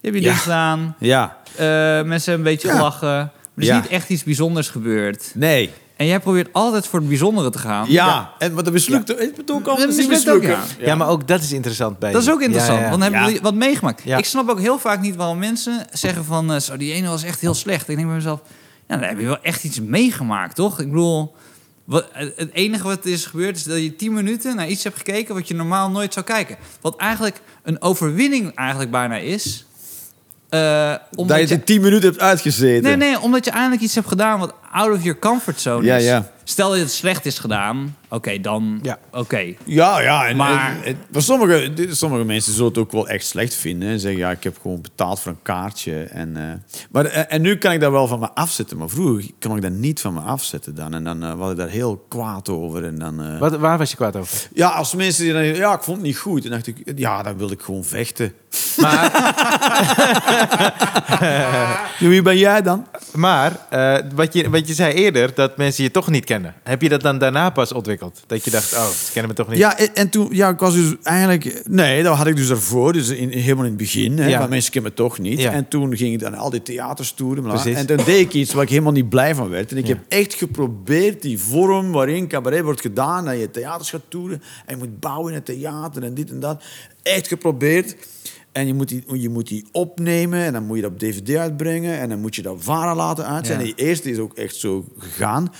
S2: Je hebt je
S3: Ja.
S2: ding gedaan.
S3: Ja.
S2: eh, mensen een beetje
S3: Ja.
S2: lachen. Maar er is
S3: Ja.
S2: niet echt iets bijzonders gebeurd.
S3: Nee.
S2: En jij probeert altijd voor het bijzondere te gaan.
S3: Ja. En, maar dat mislukt het moet ook altijd
S2: Dat
S3: niet
S2: mislukt ook,
S3: mislukken.
S2: ja.
S1: Ja, maar ook dat is interessant bij
S2: Dat is
S1: je.
S2: ook interessant,
S1: Ja, ja.
S2: want dan hebben
S3: Ja.
S2: jullie wat meegemaakt.
S1: Ja.
S2: Ik snap ook heel vaak niet waarom mensen zeggen van... eh, zo, die ene was echt heel slecht. Ik denk bij mezelf, nou, dan heb je wel echt iets meegemaakt, toch? Ik bedoel, wat, eh, het enige wat is gebeurd is dat je tien minuten naar iets hebt gekeken... wat je normaal nooit zou kijken. Wat eigenlijk een overwinning eigenlijk bijna is. eh, omdat
S3: Dat je
S2: je-
S3: het in 10 minuten hebt uitgezeten.
S2: Nee, nee, omdat je eindelijk iets hebt gedaan wat out of your comfort zone
S3: Ja,
S2: is.
S3: ja.
S2: Stel dat het slecht is gedaan, oké, dan...
S1: Ja.
S2: Oké,
S3: Ja, ja. En,
S2: Maar-
S3: en- en- maar sommige, dit- sommige mensen zullen het ook wel echt slecht vinden. En zeggen, ja, ik heb gewoon betaald voor een kaartje. En, eh, maar, eh, en nu kan ik dat wel van me afzetten. Maar vroeger kon ik dat niet van me afzetten dan. En dan eh, was ik daar heel kwaad over. En dan, eh,
S1: Wat, waar was je kwaad over?
S3: Ja, als mensen die dan zeggen, ja, ik vond het niet goed. Dan dacht ik, ja, dan wilde ik gewoon vechten.
S1: Maar,
S3: Wie ben jij dan?
S1: maar eh, wat, je, wat je zei eerder, dat mensen je toch niet kennen. Heb je dat dan daarna pas ontwikkeld? Dat je dacht, oh, ze kennen me toch niet.
S3: Ja, en, en toen, ja, ik was dus eigenlijk... Nee, dat had ik dus daarvoor, dus in, in- helemaal in het begin. Hè,
S1: Ja.
S3: Want mensen kennen me toch niet.
S1: Ja.
S3: En toen ging ik dan al die theaters toeren. bla.
S1: Precies.
S3: En toen deed ik iets waar ik helemaal niet blij van werd. En ik
S1: Ja.
S3: heb echt geprobeerd die vorm waarin cabaret wordt gedaan... dat je theaters gaat toeren en je moet bouwen in het theater en dit en dat. Echt geprobeerd... En je moet, die, je moet die opnemen en dan moet je dat op dvd uitbrengen... en dan moet je dat varen laten uitzenden.
S2: Ja.
S3: Die eerste is ook echt zo gegaan. En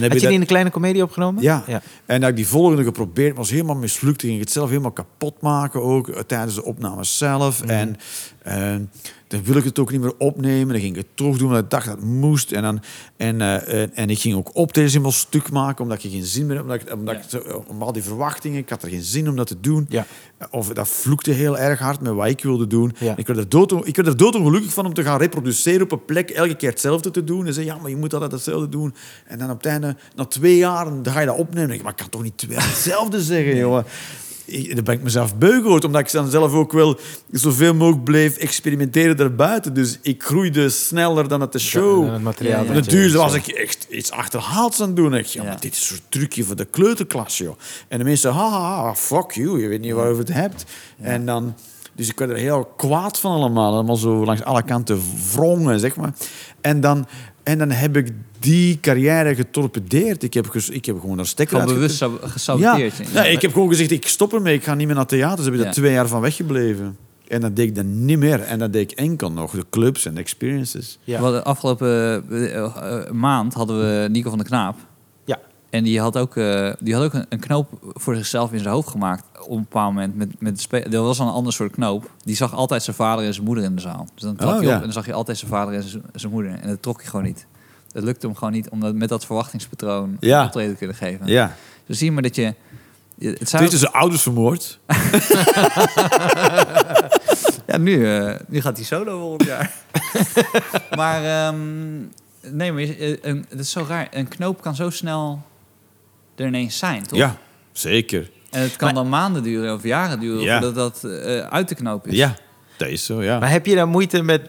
S1: Had
S3: heb
S1: je
S3: dat-
S1: die in een kleine komedie opgenomen?
S3: ja. En dat ik die volgende geprobeerd was helemaal mislukt. Ik ging het zelf helemaal kapot maken ook eh, tijdens de opnames zelf. En eh, dan wil ik het ook niet meer opnemen. Dan ging ik het toch doen, want ik dacht dat het moest. En, dan, en, eh, en, en ik ging ook optredens helemaal stuk maken, omdat ik geen zin meer had. Omdat ik, omdat
S2: Ja.
S3: ik zo- eh, om al die verwachtingen, ik had er geen zin om dat te doen.
S1: Ja.
S3: Of dat vloekte heel erg hard met wat ik wilde doen.
S1: Ja.
S3: Ik, werd er dood, ik werd er doodongelukkig van om te gaan reproduceren op een plek, elke keer hetzelfde te doen. En zei, ja, maar je moet altijd hetzelfde doen. En dan op het einde, na twee jaar, dan ga je dat opnemen. Ik denk, maar ik kan toch niet twee jaar hetzelfde zeggen, jongen. Ik, dan ben ik mezelf beu geworden, omdat ik dan zelf ook wel zoveel mogelijk bleef experimenteren daarbuiten. Dus ik groeide sneller dan het de show.
S1: dan het materiaal
S3: En
S1: dat
S3: het
S1: je-
S3: duurde was ik echt iets achterhaalds aan het doen. Ik, dacht, ja,
S2: Ja.
S3: maar dit is zo'n trucje voor de kleuterklas, joh. En de mensen, ha, ha, ha, fuck you, je weet niet waarover het hebt. En dan, dus ik werd er heel kwaad van allemaal. Allemaal zo langs alle kanten wrongen, zeg maar. En dan, en dan heb ik die carrière getorpedeerd. Ik heb, ges- ik heb gewoon daar stekker
S2: gewoon bewust
S3: uitgetrokken.
S2: sab-
S3: Ja.
S2: gesaboteerd.
S3: ja, ik heb gewoon gezegd, ik stop ermee, ik ga niet meer naar theaters. Daar ben ik
S2: Ja.
S3: er twee jaar van weggebleven. En dat deed ik dan niet meer. En dat deed ik enkel nog, de clubs en de experiences.
S1: Ja.
S2: We hadden afgelopen eh, eh, maand hadden we Nico van de Knaap.
S1: Ja.
S2: En die had ook, eh, die had ook een, een knoop voor zichzelf in zijn hoofd gemaakt. Op een bepaald moment. Met, met de spe- dat was al een ander soort knoop. Die zag altijd zijn vader en zijn moeder in de zaal. Dus dan trad
S3: Oh,
S2: hij op
S3: ja.
S2: en dan zag je altijd zijn vader en zijn, zijn moeder. En dat trok hij gewoon niet. Het lukte hem gewoon niet om dat, met dat verwachtingspatroon
S3: Ja.
S2: een optreden te kunnen geven.
S3: Ja.
S2: Dus zie je maar dat je... Het
S3: Toen
S2: zou,
S3: is dus zijn ouders vermoord.
S2: ja, Ja, nu, eh, nu gaat hij solo volgend jaar. maar ehm, nee, maar je- eh, een, dat is zo raar. Een knoop kan zo snel er ineens zijn, toch?
S3: Ja, zeker.
S2: En het kan dan maanden duren of jaren duren
S3: Ja.
S2: voordat dat eh, uit de knoop is.
S3: Ja, dat is zo, ja.
S1: Maar heb je dan moeite met...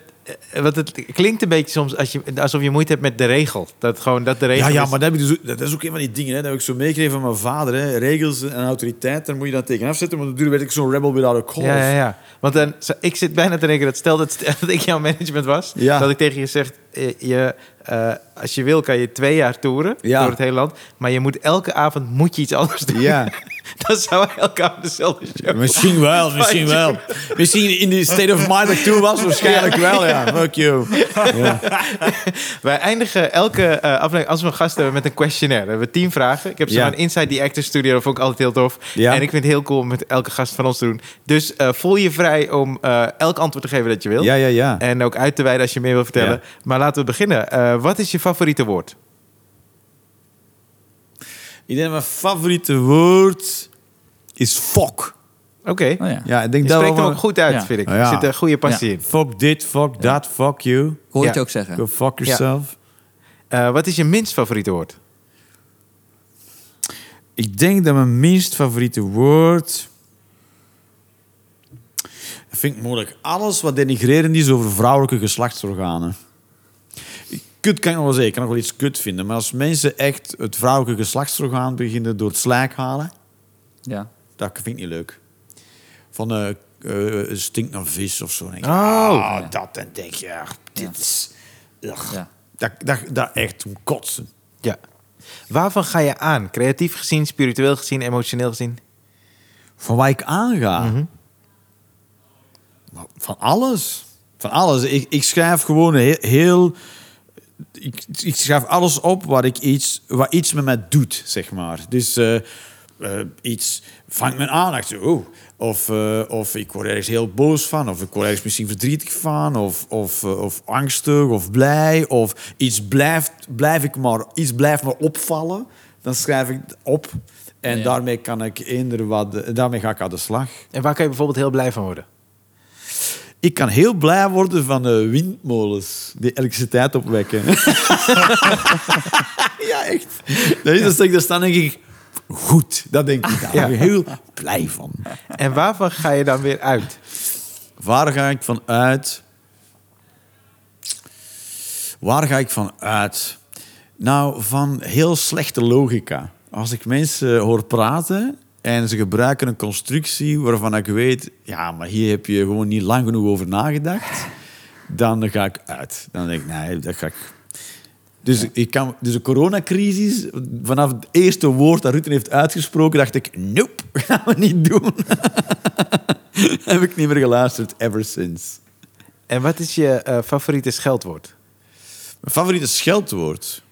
S1: eh, Want het klinkt een beetje soms als je, alsof je moeite hebt met de regel. Dat, gewoon, dat de regel
S3: Ja, ja
S1: is-
S3: maar dat, heb ik dus ook- dat is ook een van die dingen. Hè. Dat heb ik zo meegekregen van mijn vader. Hè. Regels en autoriteit, daar moet je dan tegenaf zetten. Want natuurlijk werd ik zo'n rebel without a cause.
S1: Ja, ja, ja. Want dan, zo- ik zit bijna te denken dat stel dat, dat ik jouw management was,
S3: Ja.
S1: dat ik tegen je zeg, eh, je, eh, als je wil kan je twee jaar toeren
S3: Ja.
S1: door het hele land, maar je moet elke avond moet je iets anders doen.
S3: Ja.
S1: Dan zou elke avond dezelfde show.
S3: Misschien wel, misschien wel. Misschien in die state of mind dat ik toen was, waarschijnlijk wel, ja. Fuck you.
S1: Wij eindigen elke eh, aflevering, als we een gast hebben, met een questionnaire. We hebben tien vragen. Ik heb zo'n
S3: Ja.
S1: Inside the Actors Studio, dat vond ik altijd heel tof.
S3: Ja.
S1: En ik vind het heel cool om met elke gast van ons te doen. Dus eh, voel je vrij om eh, elk antwoord te geven dat je wil.
S3: ja, ja.
S1: En ook uit te wijden als je meer wil vertellen.
S3: Ja.
S1: Maar laten we beginnen. Eh, wat is je favoriete woord?
S3: Ik denk dat mijn favoriete woord is fuck.
S1: Oké.
S2: Oh, ja.
S3: Ja, ik
S1: Je
S3: denk
S1: spreekt
S3: dat
S1: hem
S3: wel-
S1: ook goed uit,
S2: Ja.
S1: vind ik.
S3: Ja.
S1: Er zit een goede passie
S2: Ja.
S1: in.
S3: Fuck dit, fuck dat, fuck you.
S2: Ik hoor je het
S1: Ja.
S2: ook zeggen.
S3: Go fuck yourself.
S1: Eh, wat is je minst favoriete woord?
S3: Ik denk dat mijn minst favoriete woord... Dat vind ik moeilijk. Alles wat denigrerend is over vrouwelijke geslachtsorganen. Kut kan ik nog wel zeggen. Ik kan nog wel iets kut vinden. Maar als mensen echt het vrouwelijke geslachtsorgaan beginnen door het slijk halen...
S2: Ja.
S3: Dat vind ik niet leuk. Van eh eh, stinkt naar vis of zo. Dan Denk je,
S1: Oh.
S3: ah, dat. En denk je, ah, dit
S2: Ja.
S3: is... ugh.
S2: Ja.
S3: Dat, dat, dat echt toen kotsen.
S1: Ja. Waarvan ga je aan? Creatief gezien, spiritueel gezien, emotioneel gezien?
S3: Van waar ik aanga.
S2: Mhm.
S3: Maar Van alles. Van alles. Ik, ik schrijf gewoon heel... heel- ik, ik schrijf alles op wat, ik iets, wat iets met mij doet, zeg maar. Dus eh, eh, iets vangt mijn aandacht. Oh. Of, eh, of ik word ergens heel boos van. Of ik word ergens misschien verdrietig van. Of, of, eh, of angstig of blij. Of iets blijft, blijf ik maar, iets blijft me opvallen. Dan schrijf ik het op. En
S2: Ja.
S3: daarmee, kan ik eender wat, daarmee ga ik aan de slag.
S1: En waar kan je bijvoorbeeld heel blij van worden?
S3: Ik kan heel blij worden van eh, windmolens die elektriciteit opwekken. ja, echt. Dat is een stuk, daar staan denk ik... Goed, dat denk ik. Daar ben ik heel blij van.
S1: En waarvan ga je dan weer uit?
S3: Waar ga ik van uit? Waar ga ik van uit? Nou, van heel slechte logica. Als ik mensen hoor praten en ze gebruiken een constructie waarvan ik weet, ja, maar hier heb je gewoon niet lang genoeg over nagedacht, dan ga ik uit. Dan denk ik, nee, dat ga ik. Dus, ik kan, dus de coronacrisis, vanaf het eerste woord dat Rutten heeft uitgesproken, dacht ik, nope, gaan we niet doen. heb ik niet meer geluisterd, ever since.
S1: En wat is je eh, favoriete scheldwoord?
S3: Mijn favoriete scheldwoord?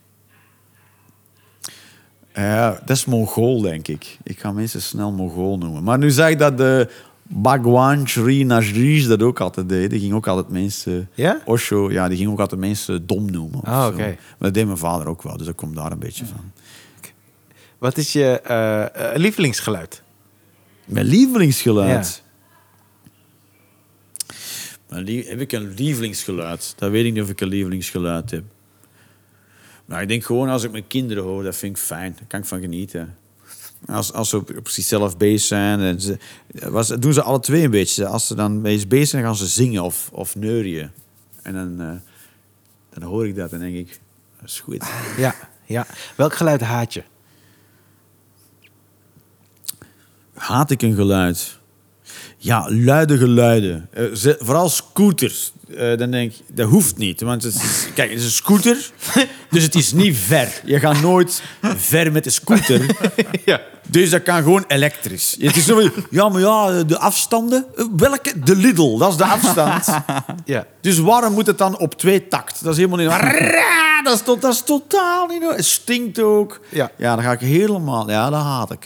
S3: Eh, dat is Mongool, denk ik. Ik ga mensen snel Mongool noemen. Maar nu zeg ik dat de Bhagwan Sri Najrish dat ook altijd deed. Die ging ook altijd mensen...
S1: Ja?
S3: Osho, ja, die ging ook altijd mensen dom noemen. of
S1: Ah,
S3: zo.
S1: oké.
S3: Maar dat deed mijn vader ook wel, dus dat komt daar een beetje van.
S1: Wat is je eh, eh, lievelingsgeluid?
S3: Mijn lievelingsgeluid? Mijn lie- heb ik een lievelingsgeluid? Dat weet ik niet of ik een lievelingsgeluid heb. Maar ik denk gewoon als ik mijn kinderen hoor, dat vind ik fijn. Daar kan ik van genieten. Als, als ze op, op zichzelf bezig zijn. En ze, was, doen ze alle twee een beetje. Als ze dan mee eens bezig zijn, gaan ze zingen of, of neurien. En dan, eh, dan hoor ik dat en denk ik, dat is goed.
S1: Ja, ja. Welk geluid haat je?
S3: Haat ik een geluid? Ja, luide geluiden. Eh, ze- vooral scooters. Eh, dan denk ik, dat hoeft niet. Want het is, kijk, het is een scooter, dus het is niet ver. Je gaat nooit ver met de scooter.
S1: ja.
S3: Dus dat kan gewoon elektrisch. Het is zo, van, ja, maar ja, de afstanden. Eh, Welke? De Lidl, dat is de afstand.
S1: ja.
S3: Dus waarom moet het dan op twee takt? Dat is helemaal niet... Rrrra, Dat is, tot, dat is totaal niet... nodig. Het stinkt ook.
S1: Ja.
S3: ja, dan ga ik helemaal... Ja, dat haat ik.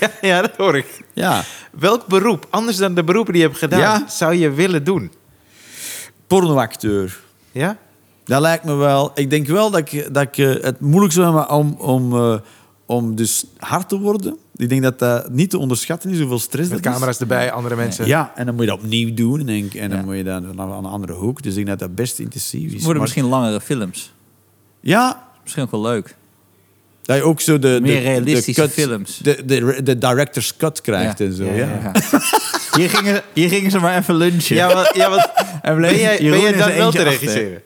S1: ja. Ja, dat hoor ik.
S3: Ja.
S1: Welk beroep, anders dan de beroepen die je hebt gedaan,
S3: Ja.
S1: zou je willen doen?
S3: Pornoacteur.
S1: Ja?
S3: Dat lijkt me wel. Ik denk wel dat ik, dat ik eh, het moeilijk zou hebben om, om, eh, om dus hard te worden. Ik denk dat dat niet te onderschatten is, hoeveel stress
S1: Met
S3: dat is.
S1: camera's erbij, andere mensen.
S3: Ja, en dan moet je dat opnieuw doen. En, denk- en dan
S2: Ja.
S3: moet je dan vanaf een andere hoek. Dus ik denk dat dat best intensief is.
S2: worden
S3: Maar-
S2: misschien langere films.
S3: Ja,
S2: Misschien ook wel leuk.
S3: dat je ook zo de... de-
S2: Meer
S3: de
S2: realistische
S3: cut-
S2: films.
S3: De, de, de director's cut krijgt en zo, ja.
S2: Hier, gingen, hier gingen ze maar even lunchen.
S1: Ja, wat, ja, wat,
S2: en bleef
S1: ben jij,
S2: Jeroen
S1: ben jij
S2: in
S1: dan
S2: zijn
S1: wel te
S2: eentje achter.
S1: regisseren?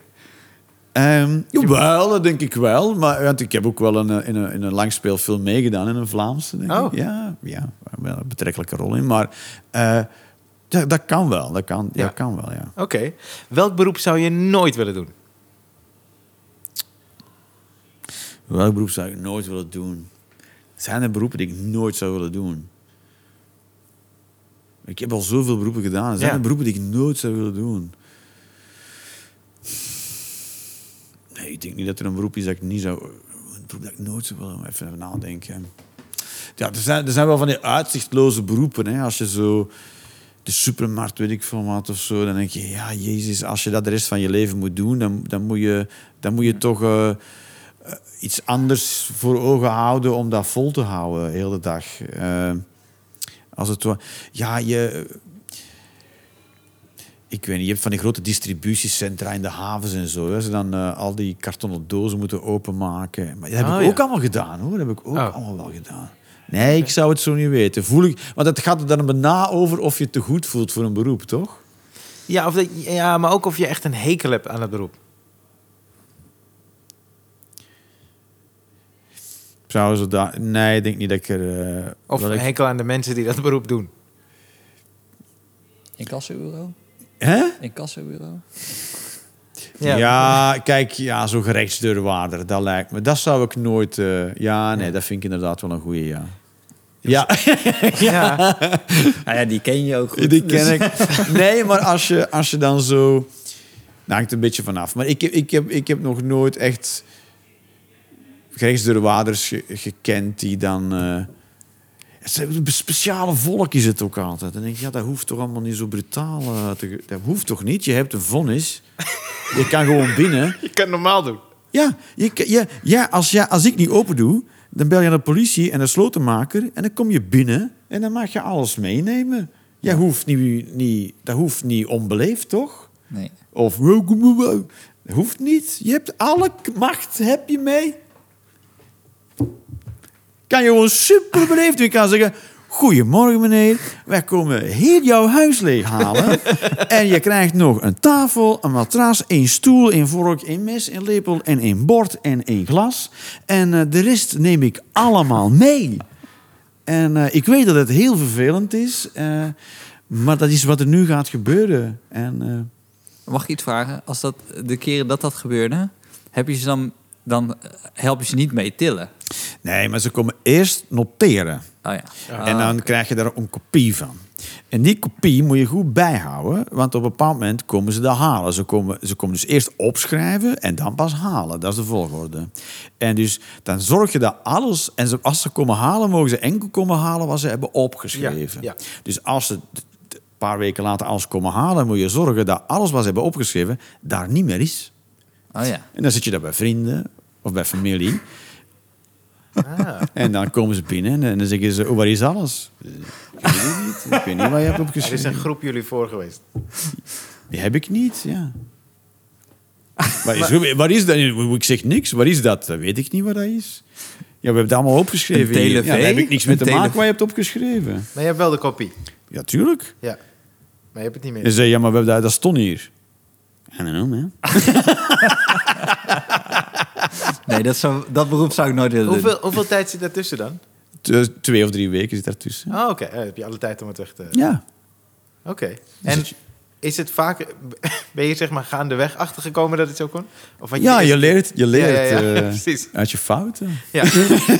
S3: Ehm, jawel, dat denk ik wel. Maar, want ik heb ook wel een, eh, in, een, in een langspeelfilm meegedaan, in een Vlaamse, denk
S1: Oh.
S3: ik. Ja, ja, wel een betrekkelijke rol in. Maar eh, dat, dat kan wel, dat kan,
S1: Ja.
S3: ja. dat kan wel, ja.
S1: Oké. Welk beroep zou je nooit willen doen?
S3: Welk beroep zou ik nooit willen doen? Zijn er beroepen die ik nooit zou willen doen? Ik heb al zoveel beroepen gedaan. Zijn
S1: Ja.
S3: er beroepen die ik nooit zou willen doen? Nee, ik denk niet dat er een beroep is dat ik niet zou... Een beroep dat ik nooit zou willen... Even, even nadenken. Ja, er zijn, er zijn wel van die uitzichtloze beroepen. Hè? Als je zo de supermarkt, weet ik veel wat, of zo... Dan denk je, ja, jezus, als je dat de rest van je leven moet doen... dan, dan, moet, je, dan moet je toch... eh, iets anders voor ogen houden om dat vol te houden, heel de dag. Eh, als het wa- ja, je. Ik weet niet, je hebt van die grote distributiecentra in de havens en zo. Hè, ze dan eh, al die kartonnen dozen moeten openmaken. Maar dat heb
S1: Oh,
S3: ik
S1: ja.
S3: ook allemaal gedaan hoor. Dat heb ik ook
S1: Oh.
S3: allemaal wel gedaan. Nee, ik zou het zo niet weten. Voel ik, want het gaat er dan na over of je te goed voelt voor een beroep, toch?
S1: Ja, of dat, ja, maar ook of je echt een hekel hebt aan het beroep.
S3: Zouden ze daar. Nee, ik denk niet dat ik er. eh,
S1: Of
S3: wel
S1: een
S3: ik-
S1: hekel aan de mensen die dat beroep doen.
S2: Incassobureau?
S3: Hè?
S2: Incassobureau?
S1: Ja.
S3: Ja. kijk, ja, zo'n gerechtsdeurwaarder, dat lijkt me. Dat zou ik nooit... eh, ja, nee, dat vind ik inderdaad wel een goeie, ja. Ja,
S1: Ja.
S2: Nou ja, die ken je ook goed.
S3: die ken ik. Dus- Nee, maar als je, als je dan zo... Nou, het hangt een beetje vanaf. Maar ik, heb- ik, heb, ik heb nog nooit echt gerechtsdeurwaarders ge- gekend die dan... eh, het zijn een speciale volk is het ook altijd. Dan denk ik, ja, dat hoeft toch allemaal niet zo brutaal eh, te... ge- Dat hoeft toch niet? Je hebt een vonnis. Je kan gewoon binnen.
S1: Je kan het normaal doen.
S3: Ja, je, k- ja, ja, als, ja, als ik niet open doe, dan bel je naar de politie en de slotenmaker. En dan kom je binnen en dan mag je alles meenemen. Jij hoeft niet, niet, dat hoeft niet onbeleefd, toch?
S2: Nee.
S3: Of welkom, wow, wow. Dat hoeft niet. Je hebt alle k- macht, heb je mee. Kan je gewoon super beleefd doen. Je kan zeggen... Goedemorgen meneer, wij komen hier jouw huis leeghalen. en je krijgt nog een tafel, een matras, één stoel, één vork, één mes, één lepel en één bord en één glas. En eh, de rest neem ik allemaal mee. En eh, ik weet dat het heel vervelend is, eh, maar dat is wat er nu gaat gebeuren. En... eh,
S2: Mag ik iets vragen? Als dat, de keren dat dat gebeurde, heb je ze dan, dan eh, help je ze niet mee tillen?
S3: Nee, maar ze komen eerst noteren.
S2: Oh ja. Ah,
S3: en dan krijg je daar een kopie van. En die kopie moet je goed bijhouden, want op een bepaald moment komen ze dat halen. Ze komen, ze komen dus eerst opschrijven en dan pas halen. Dat is de volgorde. En dus dan zorg je dat alles, en ze, als ze komen halen, mogen ze enkel komen halen wat ze hebben opgeschreven.
S1: Ja,
S3: Dus als ze t- t- een paar weken later alles komen halen, moet je zorgen dat alles wat ze hebben opgeschreven daar niet meer is.
S2: Oh ja.
S3: En dan zit je daar bij vrienden of bij familie. En dan komen ze binnen en dan zeggen ze, oh, waar is alles? Ah. Ik weet het niet. Ik weet niet waar je hebt
S1: Er is
S3: opgeschreven.
S1: een groep jullie voor geweest.
S3: Die heb ik niet, ja. Waar is, waar is dat? Ik zeg niks. Waar is dat? Dat weet ik niet waar dat is. Ja, we hebben het allemaal opgeschreven.
S2: Een
S3: hier.
S2: telev?
S3: Ja, daar heb ik niks
S2: Een
S3: mee te
S2: telev?
S3: maken waar je hebt opgeschreven.
S1: Maar je hebt wel de kopie.
S3: Ja, tuurlijk.
S1: Ja. Maar je hebt het niet
S3: En
S1: meer.
S3: ze zei, ja, maar we hebben dat, dat stond hier. I don't know, man.
S2: Nee, dat, zou, dat beroep zou ik nooit willen doen.
S1: Hoeveel, hoeveel tijd zit daartussen dan?
S3: T- Twee of drie weken zit daartussen.
S1: Oh, oké. Eh, dan heb je alle tijd om het weg te...
S3: Ja.
S1: Oké. En
S3: zit Dus je-
S1: is het vaak... Ben je zeg maar gaandeweg achtergekomen dat het zo kon? Of had
S3: Ja,
S1: eerst-
S3: je leert, je leert
S1: Ja, ja, ja,
S3: eh,
S1: precies.
S3: uit je fouten.
S1: Ja.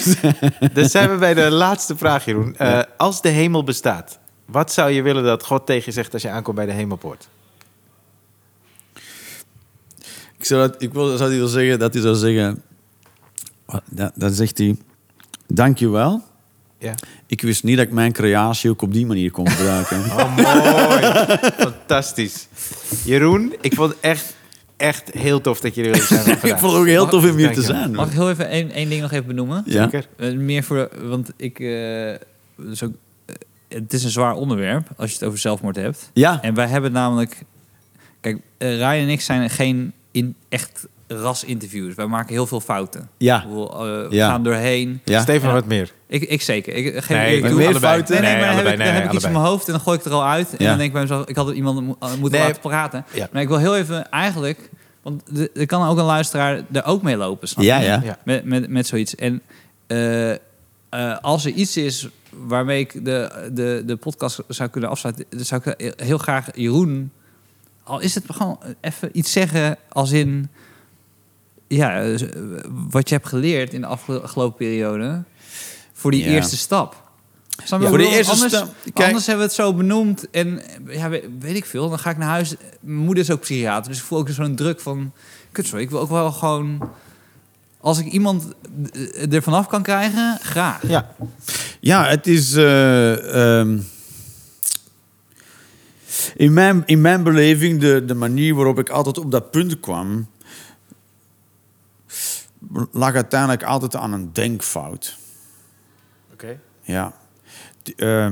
S1: dus zijn we bij de laatste vraag, Jeroen. Eh, als de hemel bestaat, wat zou je willen dat God tegen je zegt als je aankomt bij de hemelpoort?
S3: Ik zou, dat, ik wil, zou die wel zeggen dat hij zou zeggen... Dan, dan zegt hij... Dankjewel.
S1: Ja.
S3: Ik wist niet dat ik mijn creatie ook op die manier kon gebruiken.
S1: Oh, mooi. Fantastisch. Jeroen, ik vond het echt echt heel tof dat jullie er zijn. vandaag.
S3: Ik vond het ook heel tof om hier te
S1: Dankjewel.
S3: zijn.
S2: Mag ik heel even één, één ding nog even benoemen?
S3: Ja.
S1: Zeker.
S2: Eh, meer voor, de- want ik, eh, dus ook, eh, het is een zwaar onderwerp als je het over zelfmoord hebt.
S3: Ja,
S2: En wij hebben namelijk... Kijk, eh, Ryan en ik zijn geen in, echt ras-interviewers. Wij maken heel veel fouten. Ik
S3: ja,
S2: bedoel, eh, We
S3: Ja.
S2: gaan doorheen.
S3: ja.
S1: Steven
S2: Ja.
S1: wat meer.
S2: Ik, ik zeker. Ik, eh, geef
S1: Nee,
S2: eerlijk
S1: maar
S2: toe.
S3: meer
S2: Allebei.
S3: fouten?
S2: Nee, nee,
S1: Nee,
S2: maar dan heb
S1: allebei,
S2: ik, dan
S1: nee,
S2: heb ik iets in
S1: allebei.
S2: mijn hoofd en dan gooi ik het er al uit. En
S3: Ja.
S2: dan denk ik bij mezelf, ik had het iemand mo- eh, moeten
S1: Nee.
S2: laten praten.
S1: Ja.
S2: Maar ik wil heel even eigenlijk... Want de- er kan ook een luisteraar er ook mee lopen, snap je?
S3: Ja, ja.
S1: Ja.
S2: Met, met, met zoiets. En eh, eh, als er iets is waarmee ik de, de, de podcast zou kunnen afsluiten... dan zou ik heel graag Jeroen... Al is het gewoon eh, even iets zeggen als in... Ja, eh, wat je hebt geleerd in de afge- afgelopen periode... voor die
S3: Ja.
S2: eerste stap. Snap je wat ik
S3: Ja, voor die
S2: bedoel?
S3: eerste
S2: anders,
S3: stap. Kijk-
S2: Anders hebben we het zo benoemd. En eh, ja, we- weet ik veel. Dan ga ik naar huis. Mijn moeder is ook psychiater. Dus ik voel ook zo'n druk van... Kut, sorry, ik wil ook wel gewoon... Als ik iemand eh, er vanaf kan krijgen, graag.
S1: Ja.
S3: Ja, het is. eh, ehm, in, mijn, in mijn beleving, de, de manier waarop ik altijd op dat punt kwam, lag uiteindelijk altijd aan een denkfout.
S1: Oké.
S3: Ja. Die, eh,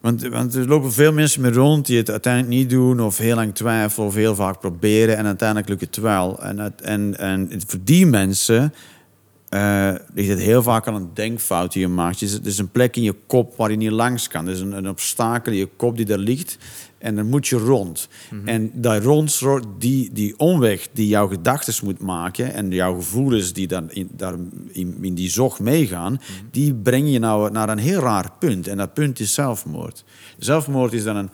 S3: want, want er lopen veel mensen mee rond die het uiteindelijk niet doen, of heel lang twijfelen, of heel vaak proberen en uiteindelijk lukt het wel. En, het- en, en voor die mensen eh, ligt het heel vaak aan een denkfout die je maakt. Het is, het is een plek in je kop waar je niet langs kan. Er is een, een obstakel in je kop die daar ligt en dan moet je rond. En dat rond, die, die omweg die jouw gedachten moet maken en jouw gevoelens die dan in, daar in, in die zocht meegaan, die breng je nou naar een heel raar punt. En dat punt is zelfmoord. Zelfmoord is dan een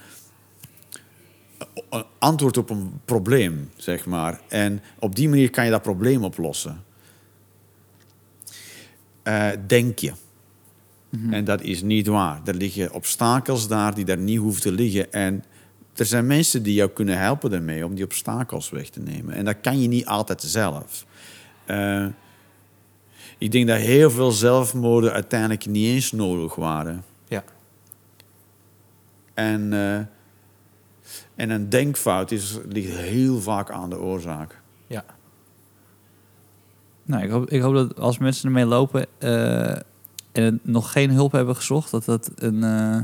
S3: een antwoord op een probleem, zeg maar. En op die manier kan je dat probleem oplossen. Eh, denk je. En dat is niet waar. Er liggen obstakels daar die daar niet hoeven te liggen. En er zijn mensen die jou kunnen helpen daarmee om die obstakels weg te nemen. En dat kan je niet altijd zelf. Eh, ik denk dat heel veel zelfmoorden uiteindelijk niet eens nodig waren.
S1: Ja.
S3: En, eh, en een denkfout is, ligt heel vaak aan de oorzaak.
S1: Ja.
S2: Nou, ik hoop, ik hoop dat als mensen ermee lopen eh, en het nog geen hulp hebben gezocht, dat dat een eh,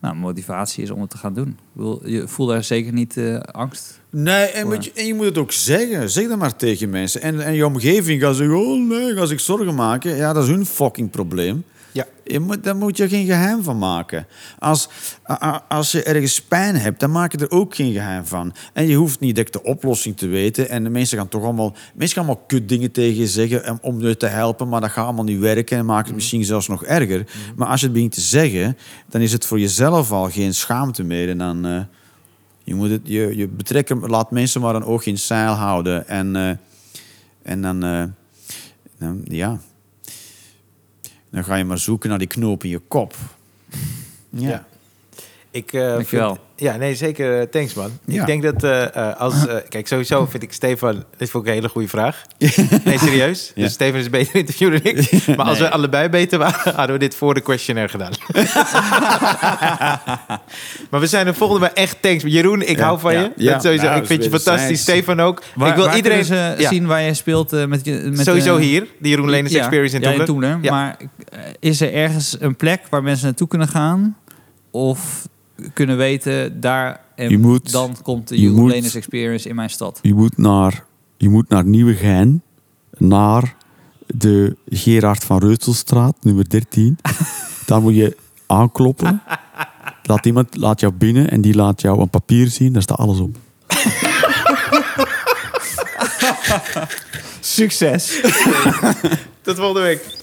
S2: nou, motivatie is om het te gaan doen. Ik bedoel, je voelt daar zeker niet eh, angst.
S3: Nee, en, moet je, en je moet het ook zeggen. Zeg dat maar tegen mensen. En, en je omgeving gaat zeggen, oh nee, als ik zorgen maken. Ja, dat is hun fucking probleem.
S1: Ja.
S3: Je moet, daar moet je geen geheim van maken. Als, a- a- als je ergens pijn hebt, dan maak je er ook geen geheim van. En je hoeft niet direct de oplossing te weten. En de mensen gaan toch allemaal, mensen gaan allemaal kut dingen tegen je zeggen em, om je te helpen. Maar dat gaat allemaal niet werken en maakt het misschien zelfs nog erger. Maar als je het begint te zeggen, dan is het voor jezelf al geen schaamte meer. En dan, eh, je moet het, je, je betrekken, laat mensen maar een oog in het zeil houden. En, eh, en dan, eh, dan, ja. Dan ga je maar zoeken naar die knoop in je kop. Ja.
S1: Ja. Ik, eh,
S2: Dankjewel.
S1: vind- ja, nee, zeker. eh, Thanks, man.
S3: Ja.
S1: Ik denk dat eh, eh, als... eh, kijk, sowieso vind ik Stefan... Dit vond ik een hele goede vraag. Nee, serieus.
S3: Ja.
S1: Dus Stefan is een beter interview dan ik. Maar als we allebei beter waren, hadden we dit voor de questionnaire gedaan. maar we zijn er volgende maar echt thanks. Jeroen, ik hou van
S3: ja.
S1: je.
S3: Ja.
S1: Dat sowieso,
S3: Nou,
S1: ik vind je
S3: wederzijds.
S1: fantastisch. Stefan ook.
S2: Waar,
S1: ik wil
S2: waar
S1: iedereen
S2: kunnen ze
S1: ja,
S2: zien waar jij speelt eh, met je... Met,
S1: sowieso
S2: eh,
S1: hier, de Jeroen Lenens
S2: ja,
S1: Experience in
S2: ja,
S1: Toemler.
S2: Toemler.
S1: Ja.
S2: Maar eh, is er ergens een plek waar mensen naartoe kunnen gaan? Of kunnen weten, daar en
S3: Je moet-
S2: dan komt de
S3: je
S2: Jeroen
S3: moet-
S2: Lenens Experience in mijn stad.
S3: Je moet naar, je moet naar Nieuwegein, naar de Gerard van Reutelstraat, nummer 13. Daar moet je aankloppen. Laat iemand laat jou binnen en die laat jou een papier zien. Daar staat alles op.
S2: Succes!
S1: Tot volgende week.